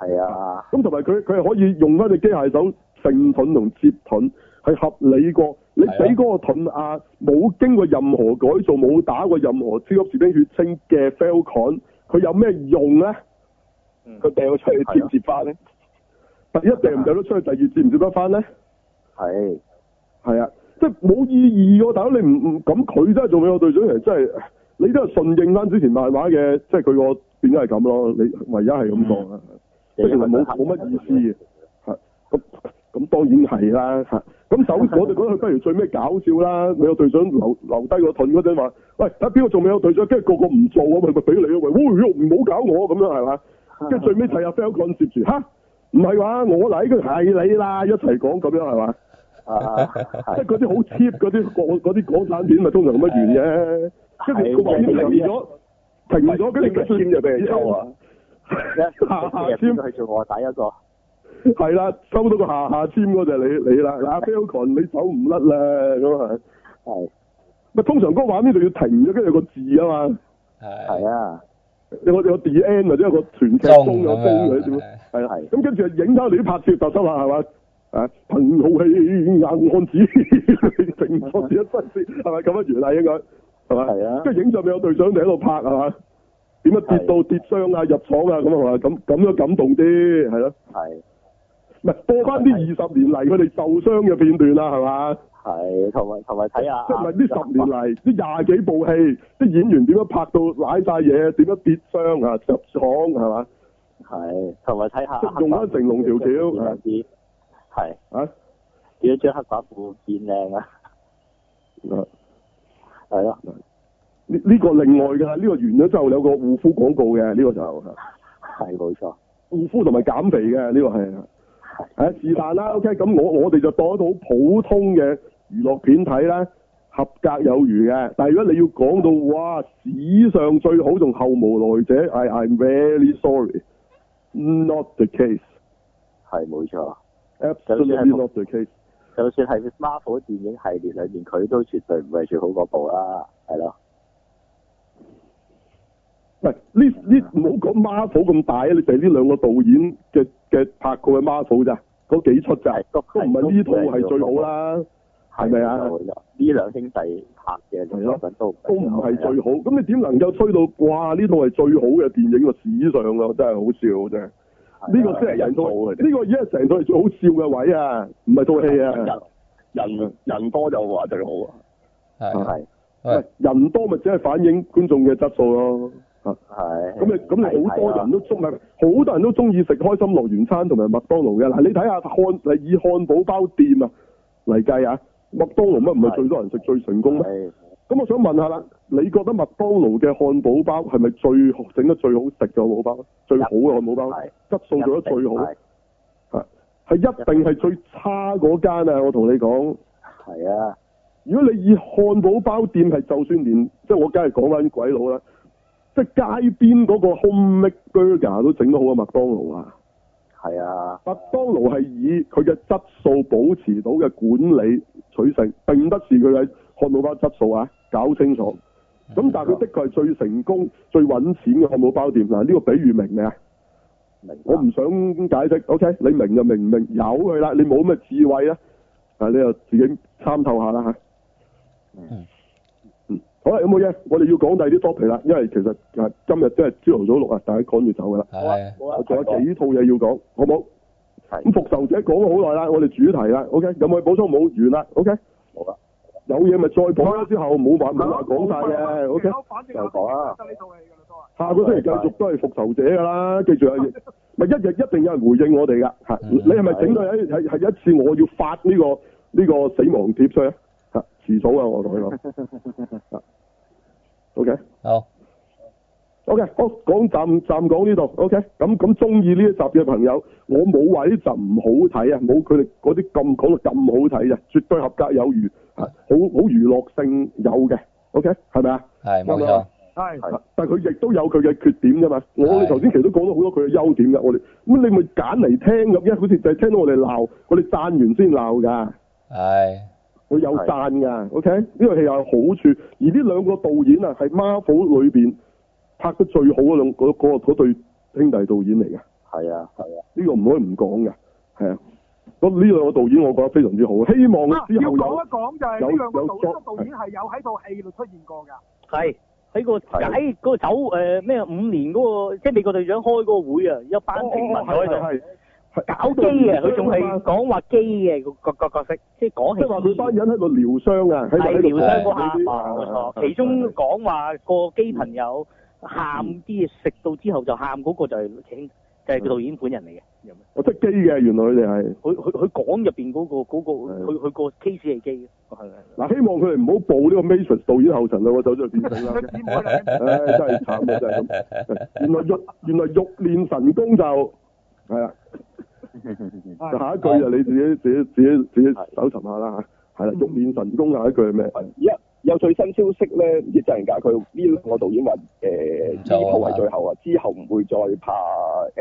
[SPEAKER 2] 係啊，
[SPEAKER 1] 咁同埋佢佢係可以用翻隻機械手揈盾同接盾，係合理過。你
[SPEAKER 5] 係啊
[SPEAKER 1] 俾嗰個盾啊，冇經過任何改造，冇打過任何超級士兵血清嘅 Falcon，佢有咩用咧？
[SPEAKER 6] 佢掉出去接唔接翻咧？
[SPEAKER 1] 第一掟唔掟得出去，第二接唔接得翻咧？
[SPEAKER 2] 係
[SPEAKER 1] 係啊，即係冇意義喎，大佬你唔唔咁佢真係做美國隊長，其實真係你都係順應翻之前漫畫嘅，即係佢個變咗係咁咯。你唯一係咁講啦，啊即係其實冇冇乜意思嘅，係咁咁當然係啦嚇。咁首
[SPEAKER 6] [laughs]
[SPEAKER 1] 我哋覺得佢不如最尾搞笑啦，美國隊長留留低個盾嗰陣話，喂睇邊個做美國隊長，跟住個個唔做啊，咪咪俾你咯，喂，喂唔好搞我咁樣係
[SPEAKER 6] [laughs]
[SPEAKER 1] 嘛？跟住最尾睇阿 Falcon 接住嚇，唔係話我嚟，佢係你啦，一齊講咁樣係嘛？
[SPEAKER 2] 啊，
[SPEAKER 1] 即係
[SPEAKER 2] 係
[SPEAKER 1] 嗰啲好 cheap 嗰啲國嗰啲港產片咪通常咁樣完嘅，跟住佢話已經停咗，停咗，跟住
[SPEAKER 6] 簽咗俾佢收啊！！
[SPEAKER 1] 下下
[SPEAKER 2] 一
[SPEAKER 1] 簽
[SPEAKER 2] 先去做我第一個，
[SPEAKER 1] 係啦，收到個下下簽嗰就係你你啦，阿 Falcon 你走唔甩啦咁啊！
[SPEAKER 2] 係
[SPEAKER 1] 咪通常嗰個畫面就要停咗，跟住有個字啊嘛，
[SPEAKER 5] 係
[SPEAKER 2] 係啊，
[SPEAKER 1] 有個有個 the end 或者有個全劇
[SPEAKER 5] 中
[SPEAKER 1] 終有
[SPEAKER 5] 咁
[SPEAKER 1] 鐘佢點
[SPEAKER 5] 樣
[SPEAKER 1] 啊？係啊
[SPEAKER 2] 係，
[SPEAKER 1] 咁跟住就影翻你啲拍攝特輯啦，係嘛？啊，憑豪氣硬漢子，情作自一身先，係咪咁樣完啦？應該係嘛？
[SPEAKER 2] 係啊
[SPEAKER 1] 跟住影上面有隊長就喺度拍係嘛？點樣跌到跌傷啊、入廠啊咁係嘛？咁咁樣感動啲係咯，
[SPEAKER 2] 係
[SPEAKER 1] 唔係播翻啲二十年嚟佢哋受傷嘅片段啦係嘛？
[SPEAKER 2] 係，同埋同埋睇下，
[SPEAKER 1] 即係唔係呢十年嚟呢廿幾部戲啲演員點樣拍到舐晒嘢，點樣跌傷啊、入廠係嘛？
[SPEAKER 2] 係，同埋睇
[SPEAKER 1] 即
[SPEAKER 2] 下
[SPEAKER 1] 係用翻成龍條橋
[SPEAKER 2] 點樣啲係
[SPEAKER 1] 啊
[SPEAKER 2] 點樣將黑寡婦變靚啊？
[SPEAKER 1] 啊！
[SPEAKER 2] 係咯，
[SPEAKER 1] 呢呢個另外㗎，呢、個完咗之後有個護膚廣告嘅，呢、個就啊
[SPEAKER 2] 係冇錯，
[SPEAKER 1] 護膚同埋減肥嘅，呢、個係誒是但啦。OK，咁我我哋就當一套好普通嘅娛樂片睇啦，合格有餘嘅。但係如果你要講到哇史上最好同後無來者，I I'm very sorry，not the case，absolutely
[SPEAKER 2] 係冇錯。就算係
[SPEAKER 1] not the case。
[SPEAKER 2] 就算係 Marvel 電影系列裏面，佢都絕對唔係最好嗰部啦，係咯，
[SPEAKER 1] 喂，呢呢唔好講 Marvel 咁大啊！你哋呢兩個導演嘅嘅拍過嘅 Marvel 咋，嗰幾出咋，
[SPEAKER 2] 都
[SPEAKER 1] 都唔係呢套係最好，啦。係咪啊
[SPEAKER 2] 冇錯呢兩兄弟拍嘅作品
[SPEAKER 1] 都
[SPEAKER 2] 都
[SPEAKER 1] 哦唔係最好，咁你點能夠吹到哇？呢套係最好嘅電影個史上啊，真係好笑真係。呢個先係人
[SPEAKER 6] 係啊
[SPEAKER 1] 套，呢個而家成套係最好笑嘅位啊，唔係套戲啊。
[SPEAKER 6] 人人人多就話最好啊！
[SPEAKER 5] 係啊
[SPEAKER 2] 係
[SPEAKER 5] 喂
[SPEAKER 1] 喂，人多咪只係反映觀眾嘅質素咯。
[SPEAKER 2] 係啊
[SPEAKER 1] 咁你咁你好多人都中，咪好多人都中意食開心樂園餐同埋麥當勞嘅。嗱，你睇下漢，嗱以漢堡包店啊嚟計啊，麥當勞乜唔係最多人食最成功咩？
[SPEAKER 2] 係
[SPEAKER 1] 咁我想問下啦，你覺得麥當勞嘅漢堡包係咪最整得最好食嘅漢堡包？最好嘅漢堡包，
[SPEAKER 2] 係
[SPEAKER 1] 質素做得最好，
[SPEAKER 2] 係
[SPEAKER 1] 係一定係最差嗰間啊！我同你講，
[SPEAKER 2] 係啊，
[SPEAKER 1] 如果你以漢堡包店係，就算連即係我梗係講翻鬼佬啦，即係街邊嗰個 homemade burger 都整得好過麥當勞啊！
[SPEAKER 2] 係啊，
[SPEAKER 1] 麥當勞係以佢嘅質素保持到嘅管理取勝，並不是佢嘅漢堡包質素啊！搞清楚，
[SPEAKER 5] 嗯
[SPEAKER 1] 咁但係佢的確係最成功、最揾錢嘅漢堡包店嗱，呢個比喻明未啊？
[SPEAKER 2] 明白
[SPEAKER 1] 我
[SPEAKER 5] 啊
[SPEAKER 1] 唔想解釋，OK？你明就明，唔明由佢啦。你冇咁嘅智慧咧，啊，你就自己參透下啦嚇。
[SPEAKER 5] 嗯
[SPEAKER 1] 嗯，好啦，有冇嘢？我哋要講第二啲 topic 啦，因為其實啊，今日都係朝頭早六啊，大家趕住走噶啦。
[SPEAKER 5] 係
[SPEAKER 2] 冇
[SPEAKER 1] 我
[SPEAKER 2] 啊
[SPEAKER 1] 仲有幾套嘢要講，好冇？
[SPEAKER 2] 係
[SPEAKER 1] 咁復仇者講咗好耐啦，我哋主題啦，OK？有冇嘢補充？冇完啦，OK？
[SPEAKER 2] 冇啦，
[SPEAKER 1] 有嘢咪再補啦，之後冇話冇話講晒嘅，OK？
[SPEAKER 4] 反正
[SPEAKER 2] 又講啦
[SPEAKER 4] 得呢套戲㗎啦，都係。
[SPEAKER 1] 下個星期繼續都係復仇者㗎啦，記住係咪一日一定有人回應我哋㗎？嚇，
[SPEAKER 5] 嗯
[SPEAKER 1] 你係咪整到係係係一次我要發呢、個呢、個死亡貼出去嚇，遲早啊！我同你講。嚇 OK
[SPEAKER 5] 好，
[SPEAKER 1] OK，好講暫暫講呢度。OK，咁咁中意呢一集嘅朋友，我冇話呢集唔好睇啊，冇佢哋嗰啲咁講到咁好睇嘅，絕對合格有餘嚇，好好娛樂性有嘅。OK，係咪啊？
[SPEAKER 5] 係哎冇錯，
[SPEAKER 4] 係。
[SPEAKER 1] 但係佢亦都有佢嘅缺點㗎嘛。我哋
[SPEAKER 5] 係
[SPEAKER 1] 頭先其實都講咗好多佢嘅優點㗎。我哋咁你咪揀嚟聽咁，因為好似就係聽到我哋鬧，我哋讚完先鬧㗎。
[SPEAKER 5] 係
[SPEAKER 1] 佢有讚㗎，OK？呢個戲有好處，而呢兩個導演啊係 Marvel 裏邊拍得最好嗰兩嗰嗰嗰對兄弟導演嚟㗎。
[SPEAKER 2] 係啊，係啊，
[SPEAKER 1] 呢、個唔可以唔講㗎，係啊。咁呢兩個導演我覺得非常之好，希望
[SPEAKER 4] 啊
[SPEAKER 1] 之
[SPEAKER 4] 要
[SPEAKER 1] 後有
[SPEAKER 4] 講一講就係呢兩個導演，呢個導演係有喺套戲度出現過㗎。
[SPEAKER 3] 係喺個
[SPEAKER 2] 係
[SPEAKER 3] 解嗰個酒誒咩五年嗰個，即係美國隊長開嗰個會啊，有
[SPEAKER 1] 哦
[SPEAKER 3] 班平民坐喺度
[SPEAKER 1] 係
[SPEAKER 3] 搞機啊，佢仲係講話機嘅個個角色，即係講
[SPEAKER 1] 即係話
[SPEAKER 3] 起
[SPEAKER 1] 佢班人喺度療傷啊，喺度
[SPEAKER 3] 係
[SPEAKER 1] 喺度
[SPEAKER 3] 療傷嗰下，
[SPEAKER 1] 講
[SPEAKER 3] 冇
[SPEAKER 1] 呢啲
[SPEAKER 3] 錯。其中講話個機朋友喊啲嘢食到之後就喊嗰個就係就係個導演本人嚟嘅。
[SPEAKER 1] 我即係機嘅，原來佢哋係
[SPEAKER 3] 佢佢佢講入邊嗰個嗰個
[SPEAKER 1] 係
[SPEAKER 3] 佢佢個 case 係機嘅，係係。
[SPEAKER 1] 嗱，希望佢哋唔好步呢個 Matrix 導演後塵啦，我走咗去變
[SPEAKER 3] [laughs]
[SPEAKER 1] 性啦
[SPEAKER 4] 佢。姊妹嚟嘅。
[SPEAKER 1] 唉，真 [laughs] 係慘啊，真係咁。原來欲原來欲練神功就係啦，就下一句啊就你自己自己自己自己搜尋下啦嚇。
[SPEAKER 3] 嗯
[SPEAKER 1] 係啦，欲練神功下一句係咩？
[SPEAKER 6] 一有最新消息咧，亦就係解佢呢兩個導演話誒
[SPEAKER 5] 唔
[SPEAKER 6] 呢
[SPEAKER 5] 做
[SPEAKER 6] 套
[SPEAKER 5] 啊
[SPEAKER 6] 係最後啊，之後唔會再拍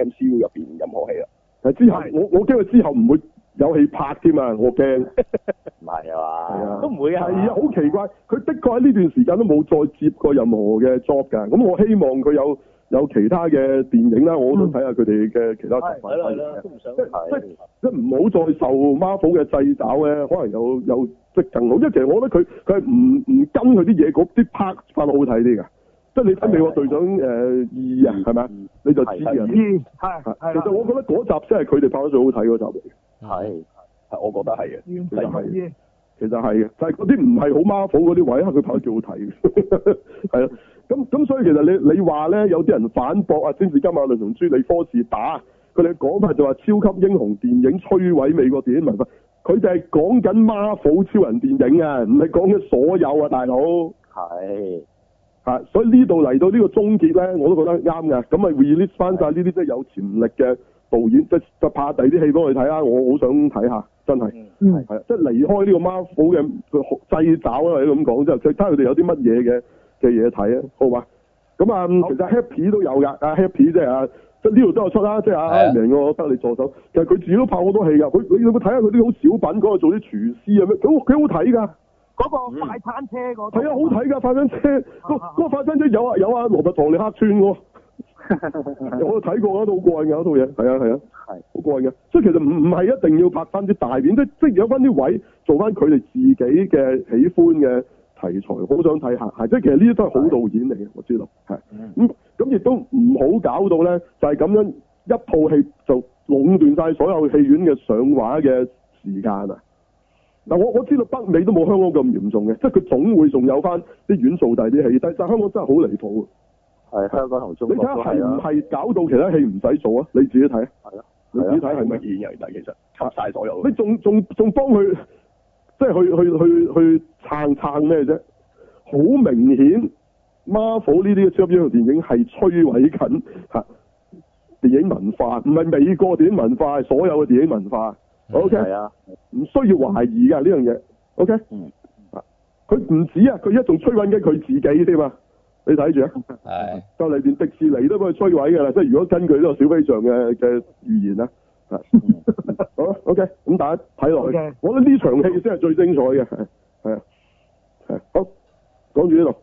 [SPEAKER 6] MCU 入邊任何戲啦。
[SPEAKER 1] 係之後我我驚佢之後唔會有戲拍添啊！我驚
[SPEAKER 2] 唔係
[SPEAKER 1] 係
[SPEAKER 2] 啊
[SPEAKER 1] 啊
[SPEAKER 3] 都唔會啊
[SPEAKER 1] 係啊，好奇怪，佢的確喺呢段時間都冇再接過任何嘅 job 㗎。咁我希望佢有有其他嘅電影啦，我都睇下佢哋嘅其他作品。
[SPEAKER 3] 嗯係啦係啦，都唔想。
[SPEAKER 1] 即
[SPEAKER 2] 嘛，
[SPEAKER 1] 即
[SPEAKER 2] 係
[SPEAKER 1] 即係唔好再受 Marvel 嘅掣肘咧，可能有有即係更好。因為其實我覺得佢佢係唔唔跟佢啲嘢嗰啲 part 拍得好睇啲㗎。即係你睇美國隊長誒二啊，係咪啊
[SPEAKER 2] 嗯
[SPEAKER 1] 你就知啊。
[SPEAKER 4] 咦係
[SPEAKER 1] 係
[SPEAKER 4] 係
[SPEAKER 1] 其
[SPEAKER 4] 啦。
[SPEAKER 1] 實我覺得嗰集先係佢哋拍得最好睇嗰集嚟嘅，
[SPEAKER 5] 嗯
[SPEAKER 2] 係
[SPEAKER 6] 係我覺得係嘅。
[SPEAKER 4] 完全同意。
[SPEAKER 1] 其實係嘅，就係嗰啲唔係好 Marvel 嗰啲位，佢拍得幾好睇 [laughs] 嘅，係啊。咁咁所以其實你你話咧，有啲人反駁啊，詹士金馬倫同朱利科士打，佢哋嘅講法就話超級英雄電影摧毀美國電影文化，佢哋係講緊 Marvel 超人電影啊，唔係講緊所有啊，大佬。
[SPEAKER 2] 係
[SPEAKER 1] 啊，所以呢度嚟到呢個終結咧，我都覺得啱嘅。咁咪 release 翻晒呢啲即係有潛力嘅導演，即即拍第啲戲俾我哋睇啦。我好想睇下，真係
[SPEAKER 3] 嗯
[SPEAKER 4] 嗯
[SPEAKER 1] 係啊即係離開呢個 Marvel 嘅掣肘啦，或者咁講之後，即係睇佢哋有啲乜嘢嘅嘅嘢睇啊，好嘛？咁啊，其實 Happy 都有㗎，啊 Happy 即係啊，即係呢度都有出啦，即係
[SPEAKER 5] 係啊
[SPEAKER 1] 啊明我得你助手。其實佢自己都拍好多戲㗎，佢你你有冇睇下佢啲好小品嗰個做啲廚師啊咩，佢好佢好睇㗎。
[SPEAKER 4] 嗰個快餐車嗰度。
[SPEAKER 1] 係啊，好睇㗎，快餐車，嗰
[SPEAKER 4] 啊啊
[SPEAKER 1] 嗰個快餐車有啊有啊，羅拔唐尼客串
[SPEAKER 4] [laughs]
[SPEAKER 1] 喎，我睇過啊，都好過癮㗎嗰套嘢，係啊係啊，
[SPEAKER 2] 係
[SPEAKER 1] 好過癮嘅。所以其實唔唔係一定要拍翻啲大片，即即有翻啲位做翻佢哋自己嘅喜歡嘅題材，好想睇下，係即係其實呢啲都係好導演嚟嘅，我知道係。
[SPEAKER 4] 嗯
[SPEAKER 1] 咁咁亦都唔好搞到咧，就係咁樣一套戲就壟斷晒所有戲院嘅上畫嘅時間啊！嗱，我我知道北美都冇香港咁嚴重嘅，即係佢總會仲有翻啲院做第啲戲，但係但係香港真係好離譜啊。
[SPEAKER 2] 係香港同中
[SPEAKER 1] 你
[SPEAKER 2] 國
[SPEAKER 1] 睇下
[SPEAKER 2] 都係啊
[SPEAKER 1] 係唔
[SPEAKER 2] 啦，
[SPEAKER 1] 係搞到其他戲唔使做啊？你自己睇啊，
[SPEAKER 2] 係咯，
[SPEAKER 1] 你自己睇係
[SPEAKER 6] 係
[SPEAKER 1] 咪
[SPEAKER 6] 咪？演人但其實吸晒所有
[SPEAKER 1] 你仲仲仲幫佢即係去去去去撐撐咩啫？好明顯，Marvel 呢啲超級英雄電影係摧毀緊嚇電影文化，唔係美國電影文化，係所有嘅電影文化。O K，
[SPEAKER 2] 係啊，
[SPEAKER 1] 唔需要懷疑㗎呢樣嘢。O K，
[SPEAKER 2] 嗯
[SPEAKER 1] 啊佢唔止啊，佢一仲摧毀緊佢自己添啊！你睇住啊！
[SPEAKER 5] [laughs] 係
[SPEAKER 1] 就嚟連迪士尼都俾佢摧毀㗎啦！即係如果根據呢個小飛象嘅嘅預言啦，係 [laughs] 好啦，OK，咁大家睇落去
[SPEAKER 4] OK
[SPEAKER 1] 我覺得呢場戲先係最精彩嘅，係係啊，係啊好，講住呢度，